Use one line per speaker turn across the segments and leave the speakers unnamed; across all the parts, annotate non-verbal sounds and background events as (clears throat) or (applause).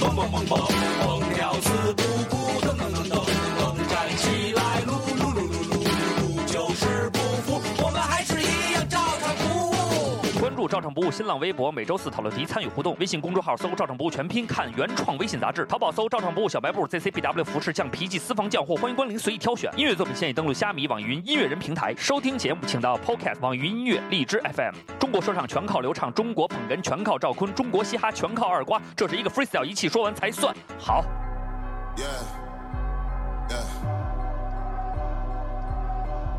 蹦蹦蹦，蹦跳四不顾，噔噔噔噔噔，站起来，撸撸撸撸撸撸，就是不服，我们还是一样照常服务。
关注“照常不误”新浪微博，每周四讨论题参与互动。微信公众号搜“照常不误全拼”，看原创微信杂志。淘宝搜“照常不误小白布 ”，ZCBW 服饰匠、皮记私房匠货，欢迎光临，随意挑选。音乐作品现已登录虾米、网易云音乐人平台收听节目，请到 Podcast、网易云音乐、荔枝 FM。中国说唱全靠刘畅，中国捧哏全靠赵坤，中国嘻哈全靠二瓜。这是一个 freestyle，一气说完才算好。
Yeah. Yeah.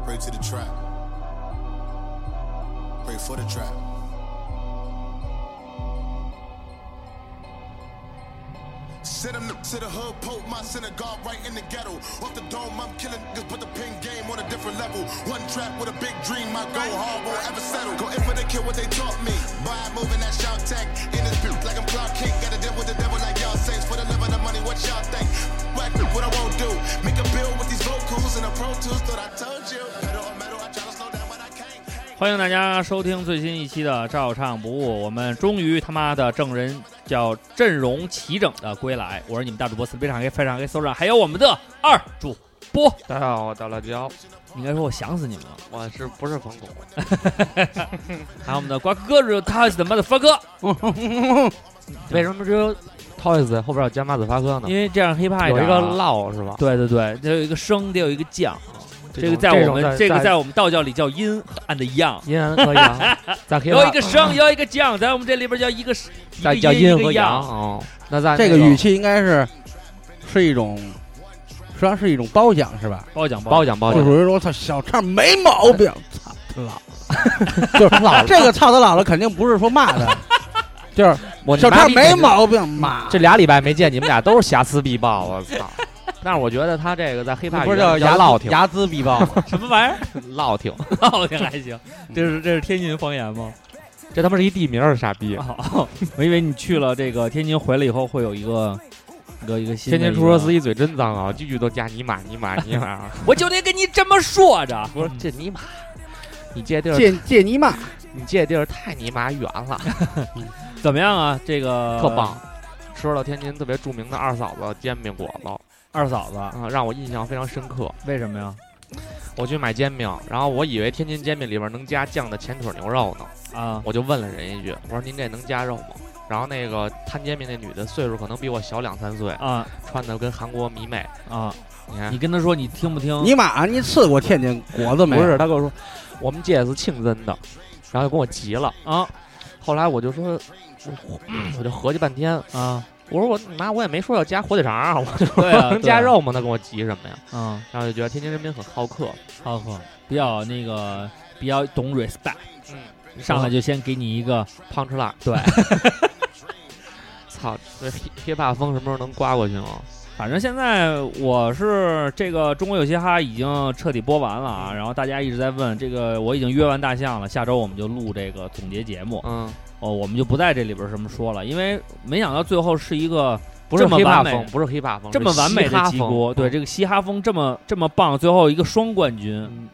Pray to the trap. Pray for the trap. Send him to the hood, poke my synagogue right in the ghetto. Off the dome, I'm killing niggas, put the pin game on a different level. One trap with a big dream, I go hard, won't ever settle. Go in for the kill, what they taught me. By moving that shout tag in this bitch like I'm Clark Kent. Gotta deal with the devil like y'all saints. For the love of the money, what y'all think? Whack what I won't do. Make a bill with these vocals and the pro tools, thought I told you. Pedal on metal, I try to slow down, but I can't.
欢迎大家收听最新一期的《照唱不误》，我们终于他妈的证人叫阵容齐整的归来，我是你们大主播四非常 A 非常 A 搜上，还有我们的二主播，
大家好，我大辣椒，
应该说我想死你们 (laughs) 了，
我是不是冯巩？
还有我们的瓜哥哥他怎么的发哥，
为什么只有 Toys 后边要加马子发哥呢？
因为这样 hiphop
有一个
浪，
唠是吧？
对对对，得有一个声，得有一个降，这
种
个在我们这
这种
个在我们道教里叫阴暗的阳。
阴阳可
(laughs)
以啊，在 hip
有一
hop
个声，有一个降，在我们这里嗯边叫一个一
在
个
叫阴
一
和
个
阳
阳，
哦。那在
这
那
个语气应该是是一种，实际上是一种褒奖是吧？
褒奖奖，
褒奖褒
就
奖，
属于说，我操，小畅没毛病，操他老， (laughs) 就是
老了
这个操他老了，肯定不是说骂他，就是
我
小畅没
毛。
毛病，妈，
这俩礼拜没见你们俩都是瑕疵必报，我操！但是我觉得他这个在黑怕
不是叫
牙
睚
唠挺
睚眦必 (laughs) 报吗？
什么 (laughs) 玩意儿？嗯
唠挺， (laughs)
那我听哦还行，这是这是天津方言吗？
这他妈是一地名儿，傻逼！
哦，我以为你去了这个天津，回来以后会有一个一个一个新的
天
一个。
天出租车司机嘴真脏啊，句句都加尼玛尼玛啊尼玛。
我就得跟你这么说着。
不是这尼玛， (laughs) 你这地儿
借借你骂，
你这地儿太尼玛远了，
怎么样啊？这个
特棒！。吃了天津特别著名的二嫂子煎饼果子
二嫂子，
啊，让我印象非常深刻。
为什么呀？
我去买煎饼，然后我以为天津煎饼里边能加酱的前腿牛肉呢，
啊，
我就问了人一句，我说您这能加肉吗？然后那个摊煎饼那女的岁数可能比我小两三岁，
啊
穿的跟韩国迷妹，
啊！
你看
你跟他说你听不听？
你妈，你吃过天津果子没？
不是，他跟我说我们这是清真的，然后就跟我急了啊。后来我就说，我我就合计半天，
啊
我说我你妈我也没说要加火腿肠啊，我就说
对啊对
能加
啊
肉吗？他跟我急什么呀？
啊，
然后就觉得天津人民很好客，
浩克比较那个比较懂 respect，
嗯，
上来就先给你一个
胖吃辣，
对，
(laughs) 操，这 hip hip hop 风什么时候能刮过去啊吗？
反正现在我是这个中国有嘻哈已经彻底播完了啊，然后大家一直在问这个，我已经约完大象了，下周我们就录这个总结节目
嗯，
哦，我们就不在这里边什么说了，因为没想到最后是一个
不是
这么
hip
完
hop
美
风，不是 hip hop 风，嗯
这么完美的
极
极锅，对这个嘻哈风这么这么棒，最后一个双冠
嗯
军、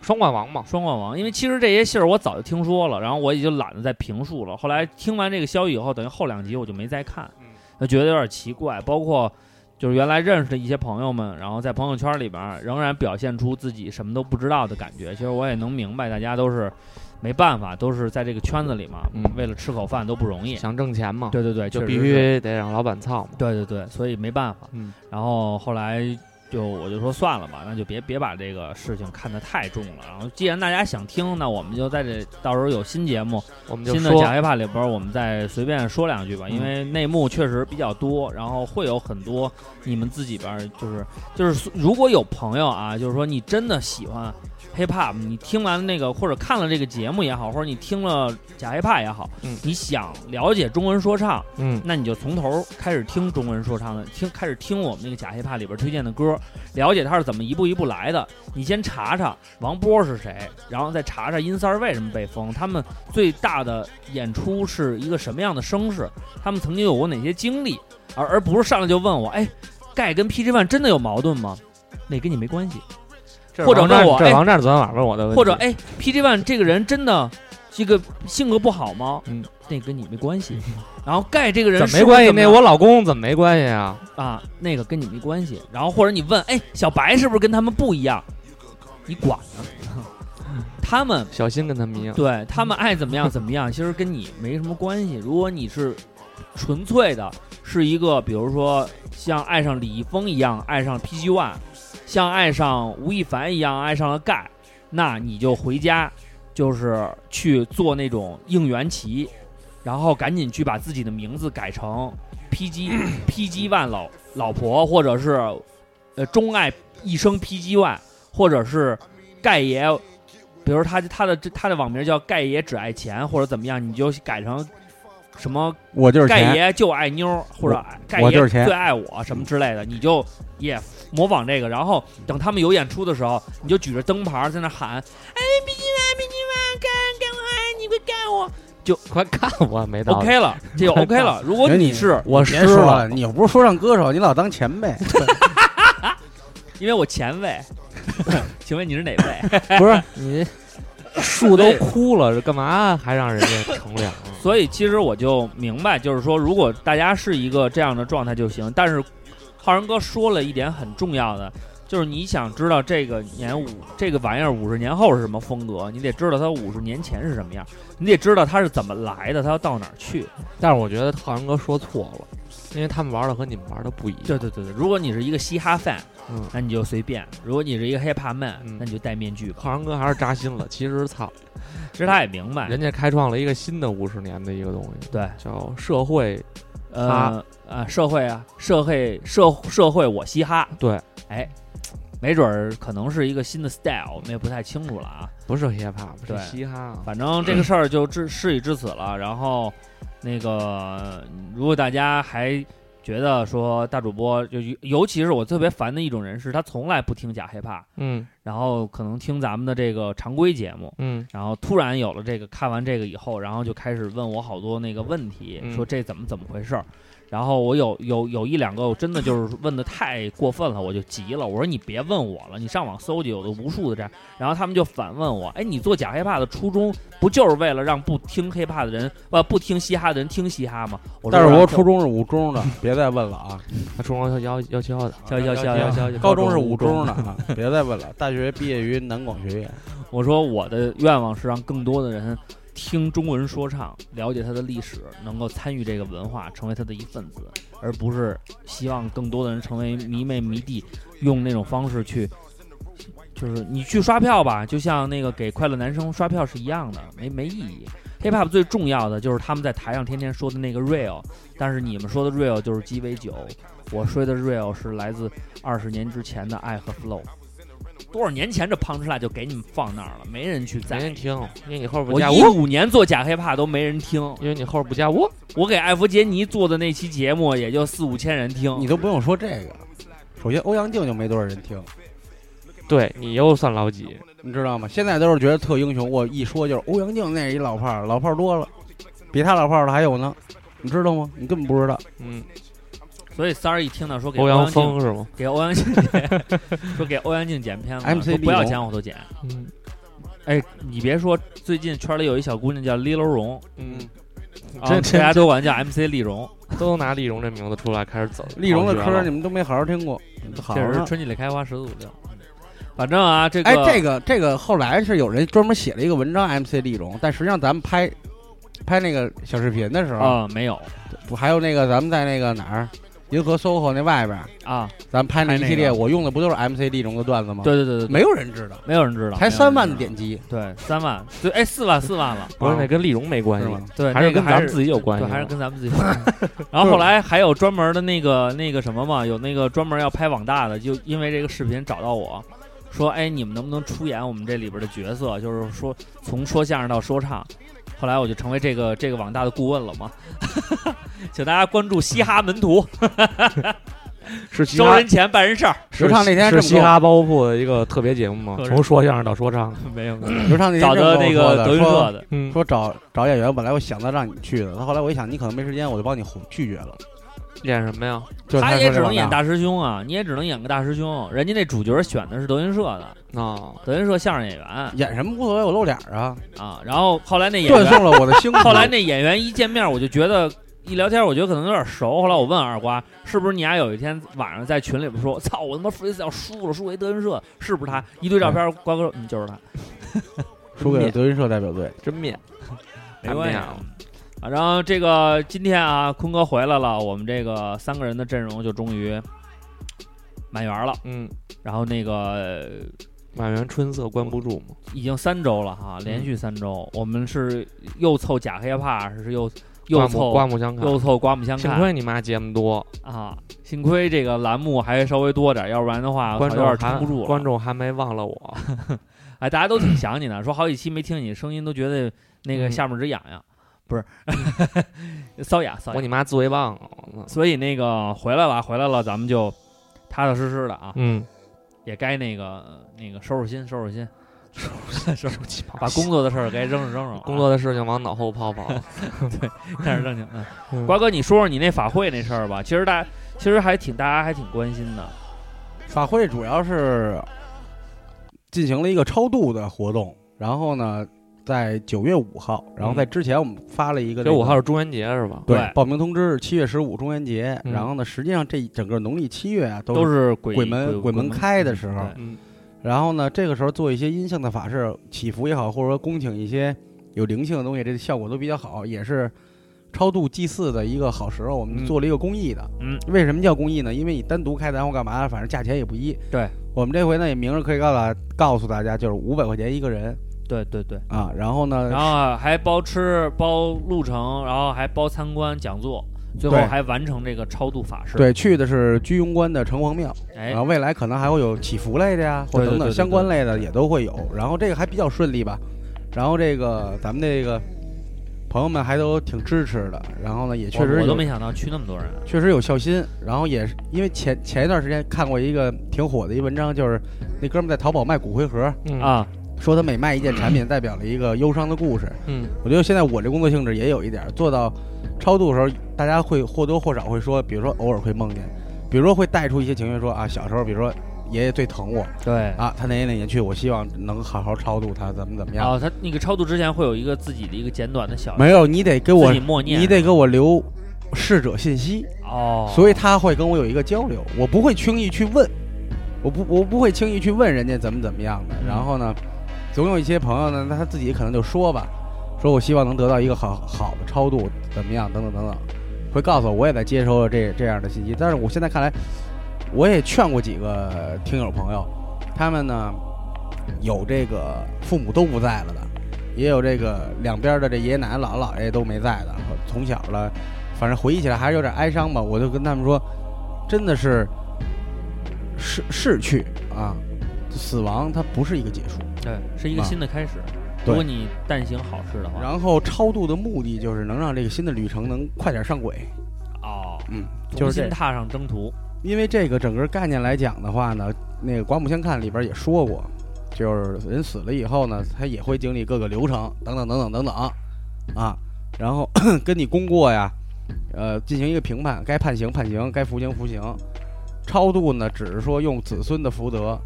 双冠王嘛，
双冠王，因为其实这些信儿我早就听说了，然后我也就懒得再评述了。后来听完这个消息以后，等于后两集我就没再看。
嗯，
那觉得有点奇怪。包括就是原来认识的一些朋友们，然后在朋友圈里边儿仍然表现出自己什么都不知道的感觉。其实我也能明白，大家都是没办法，都是在这个圈子里嘛，
嗯
为了吃口饭都不容易。
想挣钱嘛，
对对对，
就
确
必
实是。
须得让老板操嘛，
对对对，所以没办法。
嗯，
然后后来就我就说算了吧，那就别别把这个事情看得太重了。然后既然大家想听，那我们就在这到时候有新节目，
我们就
新的
说
假 hiphop 里边，我们再随便说两句吧，因为内幕确实比较多，然后会有很多你们自己边儿就是就是，如果有朋友啊，就是说你真的喜欢 hiphop，你听完那个或者看了这个节目也好，或者你听了假 hiphop 也好，
嗯
你想了解中文说唱，
嗯，
那你就从头开始听中文说唱的，听开始听我们那个假 hiphop 里边推荐的歌，了解它是怎么一步一步来的。你先查查王波是谁，然后再查查阴三儿为什么被封，他们最大的演出是一个什么样的声势，他们曾经有过哪些经历，而而不是上来就问我，哎，盖跟 PG One 真的有矛盾吗？那跟你没关系。哎
这
或者
王站
问我
这
哎
王站昨天晚上问我的问题，
或者哎，PG One 这个人真的这个性格不好吗？
嗯，
那跟你没关系。然后盖这个人
怎么没
是不是
关系？
怎么
那
样
我老公怎么没关系啊？
啊，那个跟你没关系。然后或者你问，哎，小白是不是跟他们不一样？你管呢？ (laughs) 他们
小新跟他啊们一样，
对他们爱怎么样怎么样，其实跟你没什么关系。如果你是纯粹的，是一个比如说像爱上李易峰一样，爱上 PG One，像爱上吴亦凡一样，爱上了盖，那你就回家，就是去做那种应援旗，然后赶紧去把自己的名字改成 PG PG One 老老婆，或者是呃钟爱一生 PG One，或者是盖爷比如他他的他的网名叫盖爷只爱钱或者怎么样，你就改成什么
我就是
盖
钱，
爷就爱妞儿或者哎盖
我就
爷
是钱
最爱我什么之类的，你就也模仿这个，然后等他们有演出的时候，你就举着灯牌在那喊：“哎，毕竟爱，毕竟爱，干干我爱你，快干我
(laughs) 快看我没道理。
！”OK 了，这就 OK 了。如果
行
你
你
是
我
别
失
说
了，
你又不是说唱歌手，你老当前 (laughs) 辈，
因为我前卫， (laughs) 请问你是哪位？
不是你树都枯了，这干嘛还让人家乘凉啊？
所以其实我就明白，就是说，如果大家是一个这样的状态就行。但是，浩然哥说了一点很重要的，就是你想知道这个年五这个玩意儿五十年后是什么风格，你得知道它五十年前是什么样，你得知道它是怎么来的，它要到哪儿去。
(laughs) 但是我觉得浩然哥说错了，因为他们玩的和你们玩的不一样。
对对对对，如果你是一个嘻哈 fan，
嗯，
那你就随便；如果你是一个 hip hop man，
嗯
那你就戴面具吧。
浩然哥还是扎心了。其实操，
其实他也明白，
人家开创了一个新的五十年的一个东西，
对，
叫社会。
呃啊，社会啊，社会社社会我嘻哈，
对，
哎，没准儿可能是一个新的 style，我们也不太清楚了啊。
不是 hiphop，不
对
是嘻哈啊。
反正这个事儿就至事已至此了。然后，那个如果大家还觉得说大主播，就尤其是我特别烦的一种人是，他从来不听假 hiphop，
嗯
然后可能听咱们的这个常规节目。
嗯，
然后突然有了这个，看完这个以后，然后就开始问我好多那个问题，
嗯
说这怎么怎么回事儿。然后我有有有一两个，我真的就是问的太过分了，我就急了，我说你别问我了，你上网搜去，有的无数的这样。然后他们就反问我，哎，你做假黑怕的初衷不就是为了让不听黑怕的人，呃，不听嘻哈的人听嘻哈吗？我说
但是 (laughs)
让
我
这
初中是五中的，别再问了啊。
他初中幺幺幺七幺的，
幺幺七幺幺
幺
高中是五中 (laughs) 的，啊，别再问了。大学毕业于南广学院，
我说我的愿望是让更多的人听中文说唱，了解它的历史，能够参与这个文化，成为它的一份子，而不是希望更多的人成为迷妹迷弟，用那种方式去，就是你去刷票吧，就像那个给快乐男生刷票是一样的，没没意义。hiphop 最重要的就是他们在台上天天说的那个 real，但是你们说的 real 就是鸡尾酒，我说的 real 是来自二十年之前的爱和 flow。多少年前这 punch line 就给你们放那儿了，没人去
没人
在。
听，因为你后边不
我
加
一
我，
五年做假 hiphop 都没人听，
因为你后边不加我，
我给艾弗杰尼做的那期节目也就四五千人听。
你都不用说这个。首先，欧阳靖就没多少人听，
对你又算老几？
你知道吗？现在都是觉得特英雄，我一说就是欧阳靖那是一老炮儿，老炮儿多了，比他老炮儿的还有呢，你知道吗？你根本不知道。
嗯，
所以三儿一听到说给
欧
阳
阳
靖
锋是吗？
给欧阳靖说给欧阳靖剪片子，
MC
说不要
丽蓉
钱我都剪。
嗯
哎，你别说，最近圈里有一小姑娘叫黎楼荣，
嗯，
啊
这
大家
这
都管叫 MC 丽蓉，
都拿丽蓉这名字出来开始走。
丽蓉的
好学
歌
了
你们都没好好听过，好
这
好
是
呢
春季里开花十四五六。嗯反正啊，这个
哎，这个这个后来是有人专门写了一个文章 MC 丽蓉，但实际上咱们拍拍那个小视频的时候，
啊没有
不还有那个咱们在那个哪儿银河 SOHO 那外边儿，
啊，
咱们拍那
拍那
一系列，
个
我用的不都是 MC 丽蓉的段子吗？，
对对对对对，
没有人知道，
没有人知道，
才
没有人
三万的
知道，
点击，
对，三万，对，哎，四万四万了，
不是
啊
那跟丽蓉没关
是
系
吗，？
对，
还
那
是
个
跟咱们自己有关系
对，
吗，
还是跟咱们自己有关系。然后后来还有专门的那个那个什么嘛，有那个专门要拍网大的，就因为这个视频找到我说，哎，你们能不能出演我们这里边的角色？就是说从说相声到说唱。后来我就成为这个这个网大的顾问了嘛， (laughs) 请大家关注嘻哈门徒，
是嘻
收
哈
人钱办人事儿。
是
刘畅那天这
是
么
嘻
跟我
哈包袱的一个特别节目吗
可？是
从说相声到说唱，
没有，
刘畅那天
嗯找
正
的
跟我说的
那个德云社
说
的，
嗯，
说找找演员，本来我想到让你去的，他后来我一想你可能没时间，我就帮你回拒绝了。
演什么呀？
就是
他
他
也
说
只
这
能
老
演
大
大师兄啊，你也只能演个大师兄。人家那主角选的是德云社的，
啊，
德云社相声演员
演什么无所谓，我露脸儿啊，
啊。然后后来那演
断
员，
送了
(laughs)
我的星
后来那演员一见面，我就觉得一聊天，我觉得可能有点熟。后来我问二瓜，是不是你俩有一天晚上在群里边说，操，我他妈 freestyle 输了，输给德云社，是不是他？一堆照片，瓜哥说，嗯，就是他，
输给了德云社代表队，
真面，
没关系
太
啊
妙了。
啊然后这个今天啊，坤哥回来了，我们这个三个人的阵容就终于满员了。
嗯，
然后那个
满园春色关不住嘛。
已经三周了哈，连续三周，我们是又凑假黑怕，是又又
刮目
凑
刮目相看。
又凑刮目相
幸
看
亏你妈节目多，
啊！幸亏这个栏目还稍微多点，要不然的话我
观
操
众
啊有点
还
撑不住了。
观众还没忘了我。
哎，大家都挺想你的，说好几期没听你声音，都觉得那个
嗯
下面直痒痒，不是瘙痒瘙
我
痒。
你妈自慰棒了我操
所以那个回来了，回来了，咱们就踏踏实实的啊，
嗯，
也该那个那个收拾心，收拾心，收拾收拾，把
把
工作的事儿该扔扔扔扔了啊。
工作的事情往脑后抛 (laughs) 抛。
但是正经，嗯，
嗯
瓜哥，你说说你那法会那事儿吧。其实大，其实还挺大家还挺关心的。
法会主要是进行了一个超度的活动，然后呢，在九月五号，然后在之前我们发了一个
这
那
嗯五
个
号是中元节是吧？
对
对
报名通知，七月十五中元节，
嗯
然后呢，实际上这整个农历七月啊
都
是。
是鬼
鬼门
鬼
鬼门开的时候
对
嗯
然后呢，这个时候做一些阴性的法事，祈福也好，或者说恭请一些有灵性的东西，这效果都比较好，也是超度祭祀的一个好时候。我
嗯
们做了一个公益的，
嗯，
为什么叫公益呢？因为你单独开单或干嘛，反正价钱也不一。
对，
我们这回呢也明着可以告诉大告诉大家，就是五百块钱一个人
对对对，
啊。然后呢，
然后还包吃包路程，然后还包参观讲座，最后
对
还完成这个超度法事。，
对去的是居庸关的城隍庙，
哎
然后，未来可能还会有祈福类的呀，或
对对
等
对
等
对
相关类的也都会有。然后这个还比较顺利吧，然后这个咱们这个朋友们还都挺支持的，然后呢也确
我
实
我都
有
没想到去那么多人。
确实有孝心，然后也是因为前前一段时间看过一个挺火的一文章，就是那哥们在淘宝卖骨灰盒，
嗯，
啊，
说他每卖一件产品代表了一个忧伤的故事。
嗯
我觉得现在我这工作性质也有一点儿做到超度的时候，大家会或多或少会说，比如说偶尔会梦见，比如说会带出一些情绪说啊，小时候比如说爷爷最疼我
对。
啊，他哪年哪年去，我希望能好好超度他，怎么怎么样。
哦，他那个超度之前会有一个自己的一个简短的小，
没有，你得给
自
我
己，默念，
你得给我留逝者信息，
哦，
所以他会跟我有一个交流，我不会轻易去问，我不我不会轻易去问人家怎么怎么样的。然后呢，总有一些朋友呢，那他自己可能就说吧，说我希望能得到一个好好的超度，怎么样，等等等等，会告诉我，我也在接收这这样的信息。但是我现在看来，我也劝过几个听友朋友，他们呢有这个父母都不在了的，也有这个两边的这爷爷奶奶、姥姥姥爷都没在的，从小了，反正回忆起来还是有点哀伤吧。我就跟他们说，真的是逝逝去啊，死亡它不是一个结束。
对是一个
啊
新的开始。
对
如果你但行好事的话，
然后超度的目的就是能让这个新的旅程能快点上轨，
哦，
嗯，就
重
是这
新踏上征途。
因为这个整个概念来讲的话呢，那个《刮目相看》里边也说过，就是人死了以后呢，他也会经历各个流程，等等等等等等，啊，然后 (coughs) 跟你功过呀，呃，进行一个评判，该判刑判刑，该服刑服刑。超度呢，只是说用子孙的福德，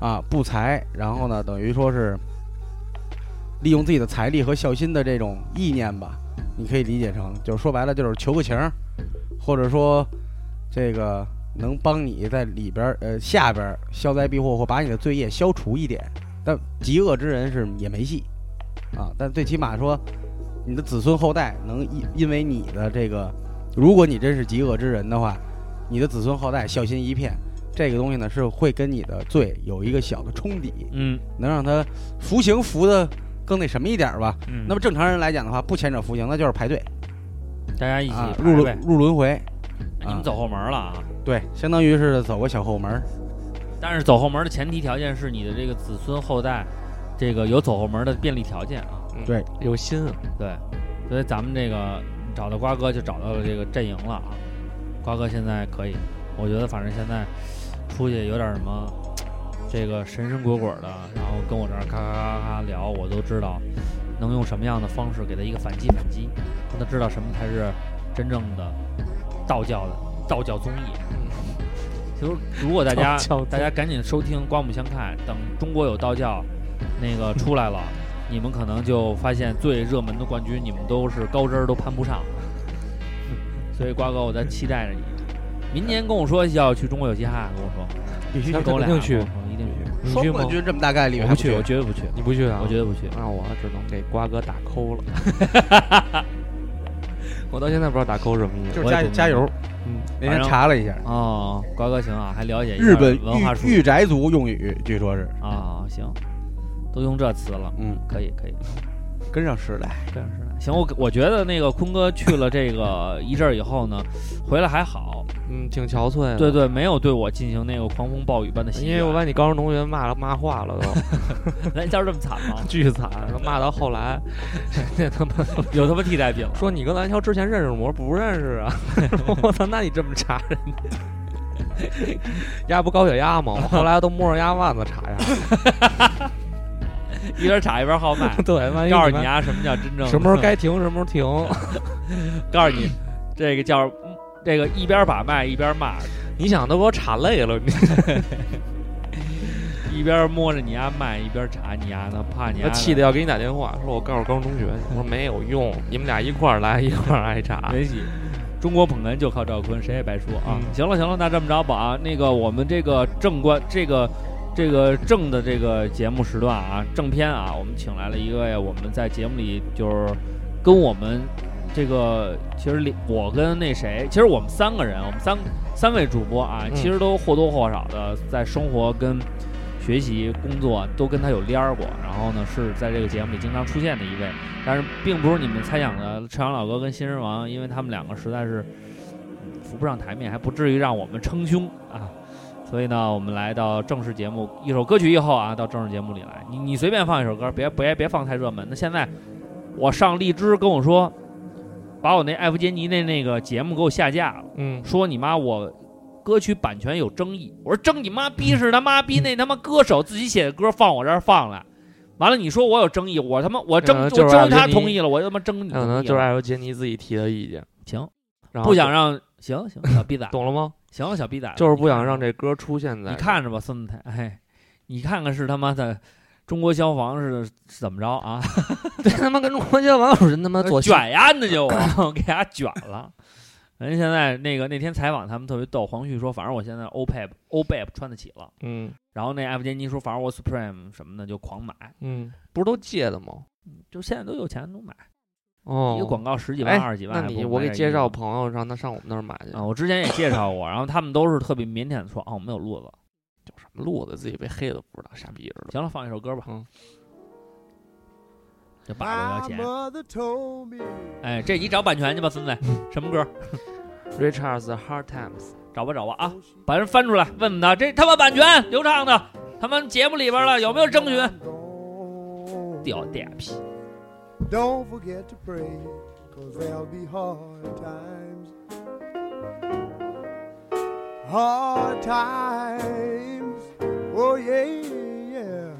啊，不财，然后呢，等于说是利用自己的财力和孝心的这种意念吧，你可以理解成，就是说白了就是求个情儿，或者说这个能帮你在里边儿呃下边儿消灾避祸或把你的罪业消除一点。但极恶之人是也没戏啊，但最起码说你的子孙后代能因因为你的这个，如果你真是极恶之人的话，你的子孙后代孝心一片。这个东西呢是会跟你的罪有一个小的冲抵，
嗯
能让他服刑服的更那什么一点儿吧。
嗯，
那么正常人来讲的话，不前者服刑，那就是排队
大家一起
啊，
排
入
呗哎
轮入轮回，
你们
啊
走后门了啊！
对，相当于是走个小后门儿。
但是走后门的前提条件是你的这个子孙后代，这个有走后门的便利条件啊。
嗯
对，
有心啊，
对，所以咱们这个找到瓜哥就找到了这个阵营了啊。瓜哥现在可以，我觉得反正现在出去有点什么，这个神神鬼鬼的，然后跟我这儿咔咔咔咔聊，我都知道能用什么样的方式给他一个反击反击，让他知道什么才是真正的道教的道教综艺。就是如果大家
嗯道教综艺
大家赶紧收听《刮目相看》，等中国有道教那个出来了，你们可能就发现最热门的冠军，你们都是高枝儿都攀不上。所以瓜哥，我在期待着你。明年跟我说要去中国有嘻哈，跟我说，
必须
那
跟我俩
肯定去
跟我说一定去。
你
说
去吗
冠？军这么大概率
我
还
不
不
去，我绝对不去，
你不去啊？
我绝对不去。
那我只能给瓜哥打扣了。 (laughs) 我到现在不知道打扣什么意思。
就是加
我也不
加油。
嗯，
那天查了一下，
哦，瓜哥行啊，还了解一下
日本
文化术
御御宅族用语，据说是，
啊、行，都用这词了，
嗯，
可以可以，
跟上时代。
这样是的行。我我觉得那个坤哥去了这个一阵儿以后呢，回来还好，
嗯，挺憔悴的。
对对，没有对我进行那个狂风暴雨般的袭击，
因为我把你高中同学骂了骂化了都，
(laughs) 咱家这么惨吗？
巨惨，骂到后来，人家他妈
有他妈替代品了。
说你跟蓝桥之前认识吗？我说不认识啊。 (laughs) 我操，那你这么查人家，丫不高血压吗？我后来都摸着丫腕子查查。，
一边查一边号脉
对，万一
告诉
哎们
你啊，什么叫真正
什么时候该停，什么时候停。 (laughs)
告诉你，这个叫这个一边把脉一边骂，
你想都给我查累了，你
一边摸着你丫脉一边查你丫的，怕你丫
他气的要给你打电话，说我告诉高中同学，我说没有用，你们俩一块儿来， (laughs) 一块儿挨查。
没戏。中国捧哏就靠赵坤，谁也白说啊！
啊嗯
行了行了，那这么着吧啊，那个我们这个正观这个这个正的这个节目时段啊，正片啊，我们请来了一位我们在节目里就是跟我们这个其实里我跟那谁，其实我们三个人，我们三三位主播啊，
嗯
其实都或多或少的在生活跟学习、工作都跟他有联儿过，然后呢是在这个节目里经常出现的一位，但是并不是你们猜想的赤阳老哥跟新人王，因为他们两个实在是嗯扶不上台面，还不至于让我们称兄啊。所以呢，我们来到正式节目，一首歌曲以后啊，到正式节目里来，你你随便放一首歌，别别别放太热门。那现在我上荔枝跟我说，把我那艾弗杰尼那那个节目给我下架了。
嗯，
说你妈我歌曲版权有争议，我说争你妈逼是他妈逼那他妈歌手自己写的歌放我这儿放来，完了你说我有争议，我他妈我争、
嗯
我
就是
争他
艾弗杰尼
同意了，我他妈争你
可
同
能
意
就是
了
艾罗杰尼自己提的意见，
行，
然后
不想让行行小逼崽，
懂了吗？
行小逼崽，
就是不想让这歌出现在
你看着吧孙子太，哎，你看看是他妈的中国消防是是怎么着啊？
对他妈跟中国街网友人他妈 (laughs) 做戏
卷呀，那就我 (coughs) 给他卷了。人家现在那个那天采访他们特别逗，黄旭说，反正我现在 E OPEP OPEP 穿得起了。
嗯
然后那艾弗杰尼说，反正我 Supreme 什么的就狂买，
嗯，不是都借的吗？
就现在都有钱都买，
哦，
一个广告十几
哎
万、二十几万。
那
还
你
不如
我
买
给
点
介绍
衣服
朋友，让他上我们那儿买去。
啊，我之前也介绍过，然后他们都是特别腼腆的说，啊，我没有路子。
什么路子自己被黑的不知道，傻逼似的。
行了，放一首歌吧。
嗯
这爸爸要钱。哎，这你找版权去吧，孙子。
嗯
什么歌？
Richard's Hard Times，
找吧找吧啊，把人翻出来，问问他，这他妈版权流畅的，他们节目里边了有没有征询？ (laughs) 掉电皮，
Don't forget to pray, cause there'll be hard times. Hard times, oh yeah, yeah.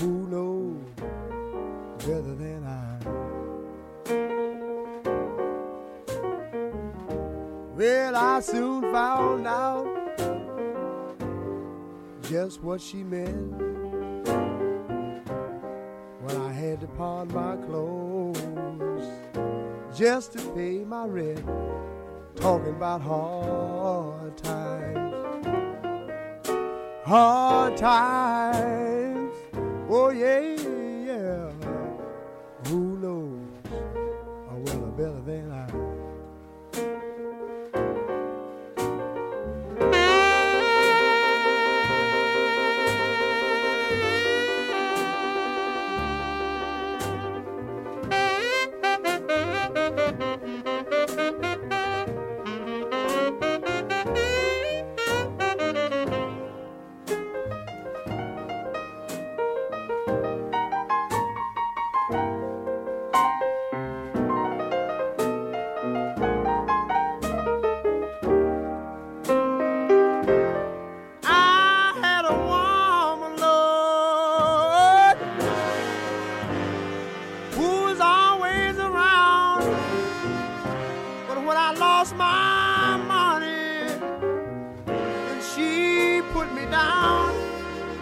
Who knows better than I? Well, I soon found out just what she meant when I had to pawn my clothes just to pay my rent. Talking about hard times, hard times. Oh yeah, yeah. Who knows? Oh well, better than I. me down,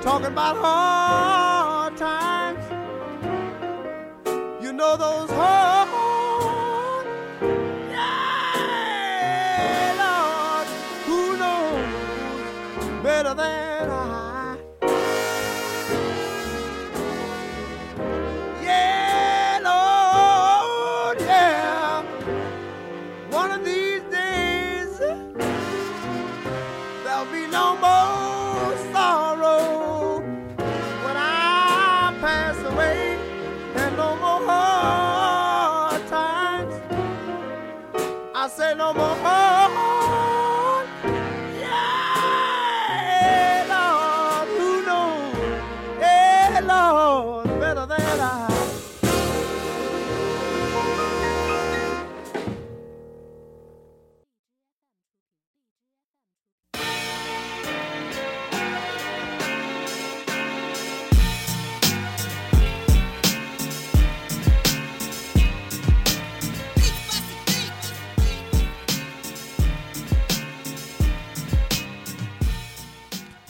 talking about hard times. You know those hard, yeah, Lord, who knows better than I? Yeah, Lord, yeah. One of these days, there'll be no more sorrow when I pass away, and no more hard times. I say no more hard. Yeah, Lord, who knows? Yeah, Lord, better than I.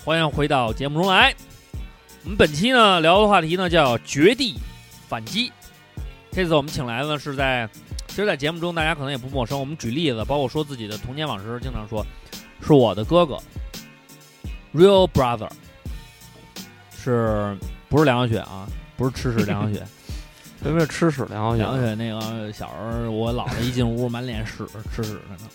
欢迎回到节目中来。我们本期呢聊的话题呢叫绝地反击。这次我们请来的呢是在，其实，在节目中大家可能也不陌生。我们举例子，包括说自己的童年往事，经常说是我的哥哥，real brother，是不是梁晓雪啊？不是吃屎梁晓雪，
有没有吃屎梁
梁
小
晓
雪？
雪那个小时候，我姥姥一进屋满脸屎，吃屎着呢。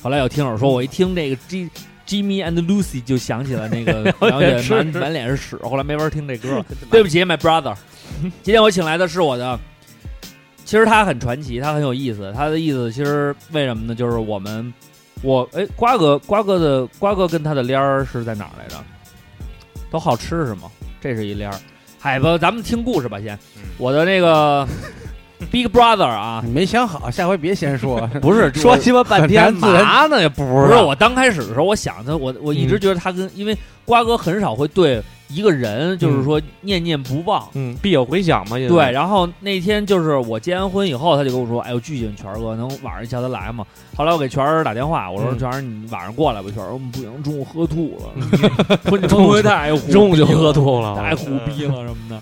后来有听友说，我一听这个 G Jimmy and Lucy 就想起了那个
梁
梁
晓雪
晓雪满
吃屎
满脸是屎，后来没法听这歌了。对不起，My brother。今天我请来的是我的，其实他很传奇，他很有意思。他的意思其实为什么呢？就是我们，我哎，瓜哥，瓜哥的瓜哥跟他的联儿是在哪儿来着？都好吃是吗？这是一联儿。海吧，咱们听故事吧，先。我的那 (laughs) 个 Big Brother 啊， (laughs)
你没想好，下回别先说。
不是
说鸡巴半天
干嘛呢？也不
不
知
是
道。
我刚开始的时候，我想他，我我一直觉得他跟，因为瓜哥很少会对一个人，就是说念念不忘。
嗯，必有回响嘛。因为
对，，然后那天就是我结完婚以后，他就跟我说：“哎，我巨喜欢权儿哥，能晚上叫他来吗？”后来我给权儿打电话，我说：“
嗯
权儿，你晚上过来吧。”权儿说：“嗯不行，中午喝吐了，婚 (laughs) 中
中午
太虎
中午就喝吐了。
太虎逼了什么的。”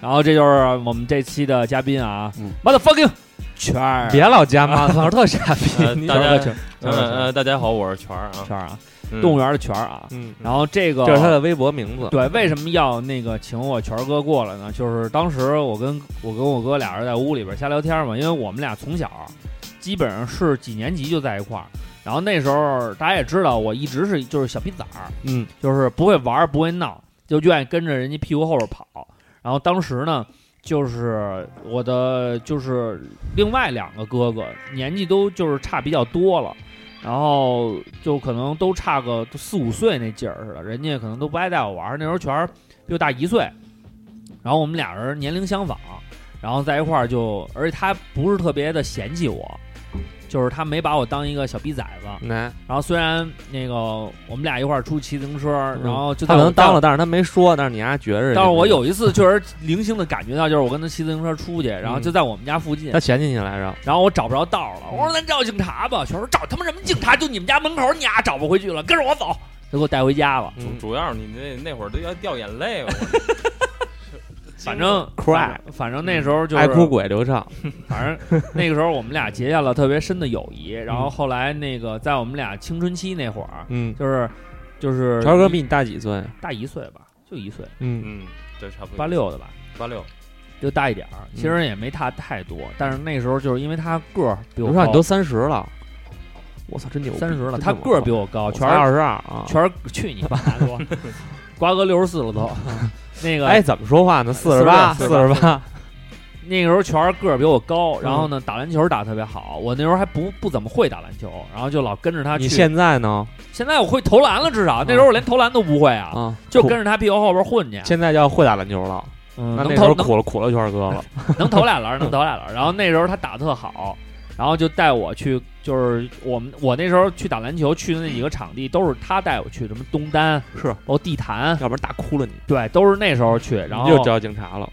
然后这就是我们这期的嘉宾啊
嗯
，motherfucking 权儿，
别老加妈，老是特傻
呃
逼。
大
权儿哥
家
权儿
嗯呃，大家好，我是全儿啊，
权儿啊，
嗯
动物园的权儿啊。
嗯，
然后这个
这是他的微博名字。
对，为什么要那个请我权儿哥过来呢？就是当时我跟我跟我哥俩人在屋里边瞎聊天嘛，因为我们俩从小基本上是几年级就在一块儿，然后那时候大家也知道，我一直是就是小逼崽儿，
嗯，
就是不会玩儿不会闹，就愿意跟着人家屁股后边跑。然后当时呢，就是我的就是另外两个哥哥年纪都就是差比较多了。然后就可能都差个四五岁那劲儿似的，人家可能都不爱带我玩儿。那时候全儿比我大一岁，然后我们俩人年龄相仿，然后在一块儿就，而且他不是特别的嫌弃我，就是他没把我当一个小逼崽子。
来，
然后虽然那个我们俩一块儿出去骑自行车，然后就
嗯
在
他可
我
能当了，，但是他没说，但是你还觉着。
但是我，有一次确实零星的感觉到，就是我跟他骑自行车出去，然后
嗯
就在我们家附近，
他嫌弃你来着。
然后我找不着道了，我说咱找警察吧。全说找他妈什么警察，就你们家门口，你俩找不回去了，跟着我走，就给我带回家了。
主
嗯
主要是你那那会儿都要掉眼泪了，
反正
Cry
反正那时候就是
爱哭鬼刘畅，
反
(laughs)
正那个时候我们俩结下了特别深的友谊。然后后来那个在我们俩青春期那会儿，
嗯，
就是就是
乔哥比你大几岁？
大一岁吧，就一岁，
嗯，
嗯，对，差不多
八六的吧，
八六，
就大一点
嗯
儿。其实也没差太多，但是那时候就是因为他个儿比我
刘畅你
高
都，三十了，我操，真牛逼！
三十了，
真
他
这么
个儿
高
比我高，
我
全
全
是
二十二啊。
全是去你妈的！
(laughs)
我瓜哥六十四了都，那个
哎，，怎么说话呢？四十八，四
48
十八，
那个时候全是个儿比我高，然后呢打篮球打得特别好，我那时候还不不怎么会打篮球，然后就老跟着他去。
你现在呢？
现在我会投篮了，至少那时候我连投篮都不会啊，
啊，
就
苦
跟着他屁股后边混去，
现在叫会打篮球了。
嗯、
那那
能
时
投
候
能
苦了苦了，圈哥
(laughs)
了。
能投俩篮儿，能投俩篮儿。然后那时候他打得特好，然后就带我去，就是我们我那时候去打篮球去的那几个场地都是他带我去，什么东单
是
包括地坛，
要不然打哭了你，
对，都是那时候去。然后
又叫警察了。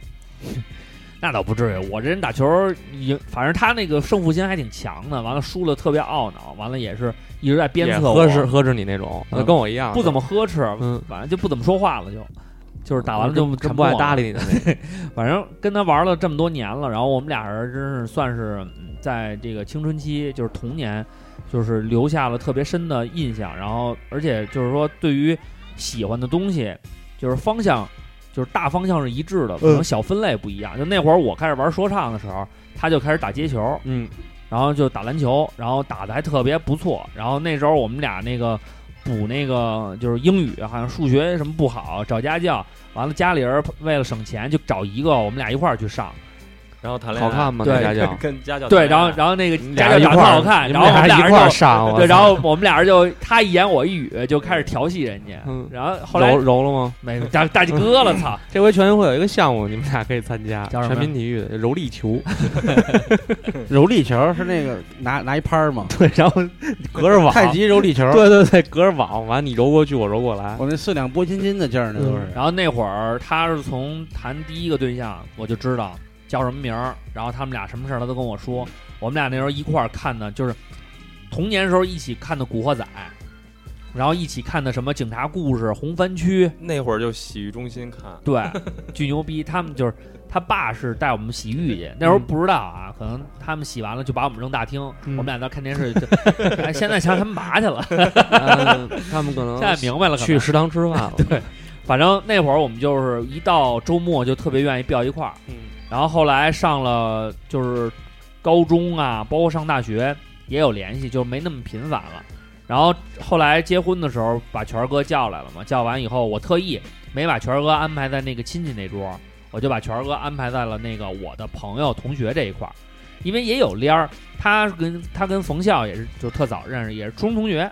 那倒不至于，我这人打球赢，反正他那个胜负心还挺强的。完了输了特别懊恼，完了也是一直在鞭
也
策我，
呵斥呵斥你那种，
嗯
跟我一样，
不怎么呵斥，
嗯，
反正就不怎么说话了就，就是打完了就
哦真不爱搭理你的那种。
你。反正跟他玩了这么多年了，然后我们俩人真是算是嗯在这个青春期，就是童年，就是留下了特别深的印象。然后而且就是说，对于喜欢的东西，就是方向，就是大方向是一致的，可能小分类不一样。就那会儿我开始玩说唱的时候，他就开始打街球，
嗯，
然后就打篮球，然后打的还特别不错。然后那时候我们俩那个补那个就是英语，好像数学什么不好，找家教。完了，家里人为了省钱，就找一个我们俩一块儿去上。
然后谈
(laughs)
恋爱，
好看吗？
对
那家
(laughs)
教
跟家教谈
对，
恋
然
爱
后然后那个
你
家
(laughs)
教
俩一
长得
块
特
儿
好看，
你
然
们
后我们俩
俩一
人
块儿
就
上，啊我
对，
操
然后我们俩人就他一言我一语，就开始调戏人家。
嗯
然后后来
揉揉了吗？
没大大鸡哥了，操！
这回全运会有一个项目，你们俩可以参加，
叫什么呀
全民体育的柔力 (laughs) 球，
柔力球是那个拿拿一拍儿嘛，
(laughs) 对，然后隔着网，
太极柔力球，
(laughs) 对对对，隔着网，完你揉过去，我揉过来，
我那四两拨筋筋的劲儿，那都是。
然后那会儿他是从谈第一个对象，我就知道叫什么名儿，然后他们俩什么事儿他都跟我说。我们俩那时候一块儿看的，就是童年时候一起看的《古惑仔》，然后一起看的什么《警察故事》《红番区》，
那会儿就洗浴中心看，
对，巨牛逼。他们就是他爸是带我们洗浴去，那时候不知道啊，可能他们洗完了就把我们扔大厅，
嗯
我们俩在看电视就。 (laughs) 哎，现在想他们嘛去了？
嗯他们可能
现在明白了，可能
去食堂吃饭了，对，
反正那会儿我们就是一到周末就特别愿意飙一块儿，
嗯，
然后后来上了就是高中啊，包括上大学也有联系，就没那么频繁了。然后后来结婚的时候把全儿哥叫来了嘛，叫完以后我特意没把全儿哥安排在那个亲戚那桌，我就把全儿哥安排在了那个我的朋友同学这一块儿，因为也有联儿，他跟他跟冯笑也是就特早认识，也是初中同学，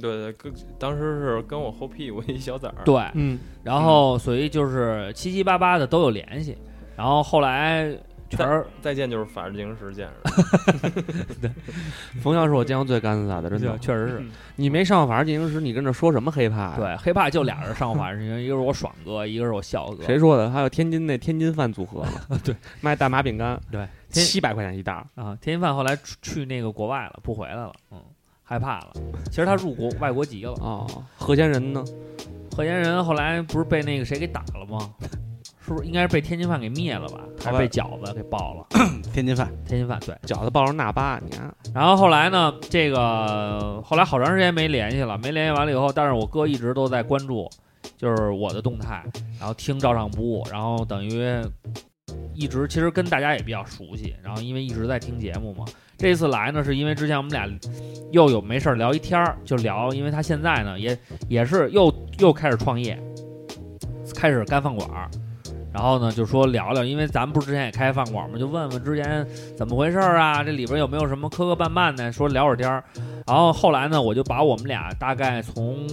对对，跟当时是跟我后屁股一小崽儿，
对，
嗯，
然后所以就是七七八八的都有联系，然后后来全儿
再见就是法制进行时见识，
冯笑是我见过最干撒的，真的，
确实嗯是
你没上法制进行时，你跟这说什么黑怕呀？
对黑怕就俩人上法制进行，一个是我爽哥，一个是我笑哥，
谁说的？还有天津那天津饭组合嘛，
(laughs)
对，卖大麻饼干，
对天
七百块钱一袋儿，
啊？天津饭后来去去那个国外了，不回来了，嗯，害怕了。其实他入国外国籍了，
哦，何仙人呢？
嗯贺先人后来不是被那个谁给打了吗？是不是应该是被天津饭给灭了吧？还是被饺子给爆了？
天津饭，
天津饭对。
饺子抱着腊八，你看，
然后后来呢，这个后来好长时间没联系了，没联系完了以后，但是我哥一直都在关注，就是我的动态，然后听照常不误，然后等于一直其实跟大家也比较熟悉，然后因为一直在听节目嘛。这次来呢，是因为之前我们俩又有没事儿聊一天儿，就聊，因为他现在呢也也是又又开始创业，开始干饭馆儿，然后呢就说聊聊，因为咱们不是之前也开饭馆儿嘛，就问问之前怎么回事儿啊？这里边有没有什么磕磕绊绊呢？说聊会儿天儿。然后后来呢，我就把我们俩大概从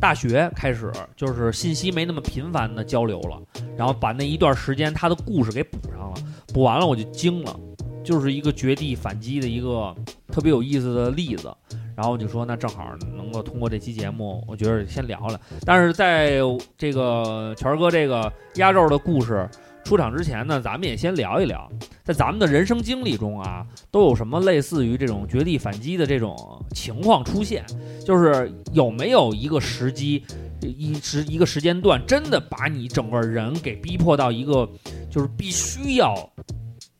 大学开始，就是信息没那么频繁的交流了，然后把那一段时间他的故事给补上了。补完了我就惊了，就是一个绝地反击的一个特别有意思的例子。然后我就说，那正好能够通过这期节目，我觉得先聊聊。但是在这个全儿哥这个鸭肉的故事出场之前呢，咱们也先聊一聊。在咱们的人生经历中啊，都有什么类似于这种绝地反击的这种情况出现？就是有没有一个时机，一时一个时间段，真的把你整个人给逼迫到一个，就是必须要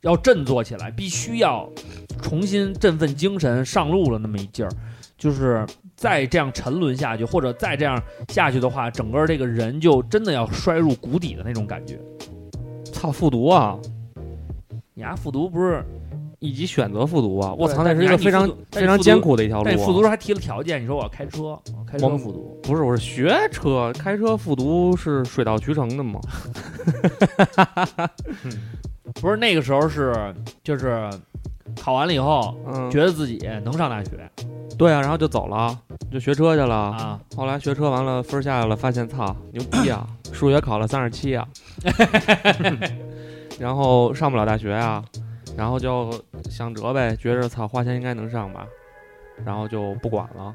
要振作起来，必须要重新振奋精神上路了那么一劲儿，就是。再这样沉沦下去，或者再这样下去的话，整个这个人就真的要摔入谷底的那种感觉。
操复读啊，
你丫复读不是
以及选择复读啊，我操，
对
那是一个
但是你
非常
复读但
非
你复
常
读
艰苦的一条路
但
啊。
你复读时候还提了条件，你说我要开车，我开车
我们
复读，
不是，我是学车，开车复读是水到渠成的嘛。
不是那个时候是就是考完了以后，
嗯，
觉得自己能上大学
对啊，然后就走了，就学车去了。
啊，
后来学车完了，分儿下来了，发现操牛逼 (laughs) 啊，数学考了三十
(laughs)
七啊，然后上不了大学啊，然后就想辙呗，觉着操花钱应该能上吧，然后就不管了，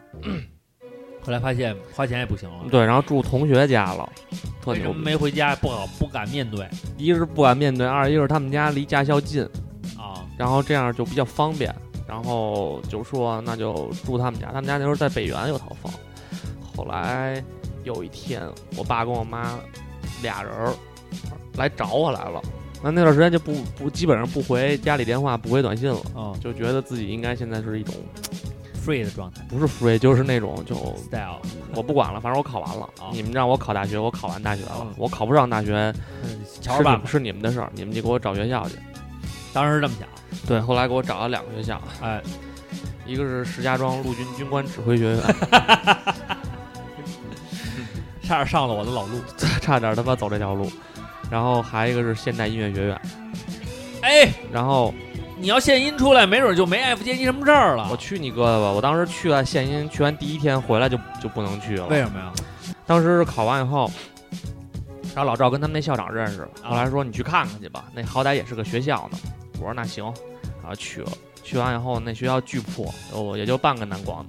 后来发现花钱也不行了，
对，然后住同学家了，特
为什
牛
么
逼。
没回家？不好，不敢面对
一是不敢面对，二一是他们家离驾校近，
啊。
然后这样就比较方便。然后就说那就住他们家，他们家那时候在北园有套房。后来有一天，我爸跟我妈俩人儿来找我来了。那那段时间就不不基本上不回家里电话，不回短信了，
嗯
就觉得自己应该现在是一种
，free 的状态
不是 free 就是那种就
，style，
我不管了，反正我考完了
啊。
你们让我考大学，我考完大学了
嗯。
我考不上大学，
呃乔尔爸爸
是你们的事儿，你们就给我找学校去。
当时是这么想，
对，后来给我找了两个学校，
哎，
一个是石家庄陆军军官指挥学院， (laughs)
差点上了我的老路。
差点他妈走这条路，然后还一个是现代音乐学院，
哎，
然后
你要现音出来，没准就没 F 阶级什么证儿了。
我去你哥的吧！我当时去了现音，去完第一天回来就就不能去了。
为什么呀？
当时是考完以后，然后老赵跟他们那校长认识了，
啊
后来说你去看看去吧，那好歹也是个学校呢。我说那行，然后去了，去完以后那学校巨破，哦，也就半个南广，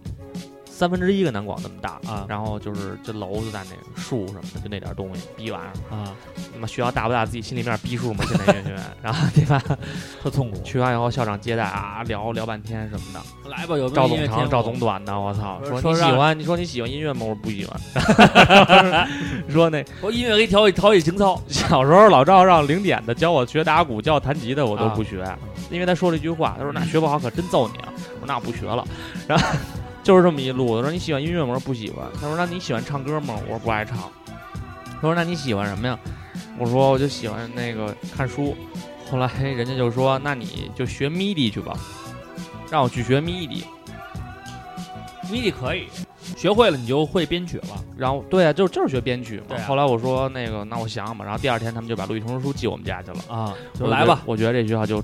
三分之一个南广那么大
啊
然后就是这楼就在那树什么的，就那点东西逼玩意儿。
啊，
他妈学校大不大自己心里面逼数嘛，现在音乐学院。然后对吧？
特痛苦。
去完以后校长接待啊，聊聊半天什么的。
来吧，有没有
赵
音
总
乐天
长、
赋
赵总短的，我操！
说
说
说
你喜
让
欢，你说你喜欢音乐吗？我说不喜欢。 (laughs) 说那
我音乐可以调调冶情操。
(laughs) 小时候老赵让零点的教我学打鼓，教我弹吉他，我都
啊
不学，因为他说了一句话，他
(laughs)
说那学不好可真揍你啊！我说那我不学了， (laughs) 然后就是这么一路。我说你喜欢音乐吗？我说不喜欢。他说那你喜欢唱歌吗？我说不爱唱。他说那你喜欢什么呀？我说我就喜欢那个看书。后来人家就说那你就学 MIDI 去吧，让我去学 MIDI。
MIDI 可以，学会了你就会编曲了。
然后对啊，就就是学编曲嘛。
对啊
后来我说那个那我想想吧。然后第二天他们就把录音通知书寄我们家去了。
啊，
我
就
觉
来
得
吧，，
我觉得这学校就，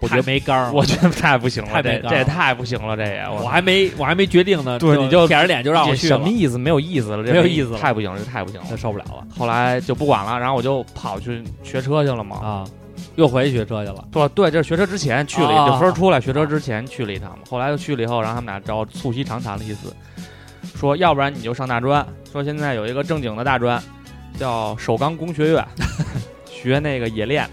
我觉
太
得
没杆儿了。
我觉得太不行了，
太没
这
干
这也
了
太不行了，这也
我还没我还没决定呢，
对你就
舔着脸就让我
这
去
什
了
么，意思？没有意思了，这
没有意思了
太不行了，这太不行
那
了。
受不了了
后来就不管了，然后我就跑去学车去了嘛。
啊，又回去学车去了。
对对，就是学车之前去了，
啊
就分儿出来学车之前去了一趟嘛。后来又去了以后，然后他们俩找我促膝长谈了一次，说要不然你就上大专，说现在有一个正经的大专，叫首钢工学院， (laughs) 学那个冶炼。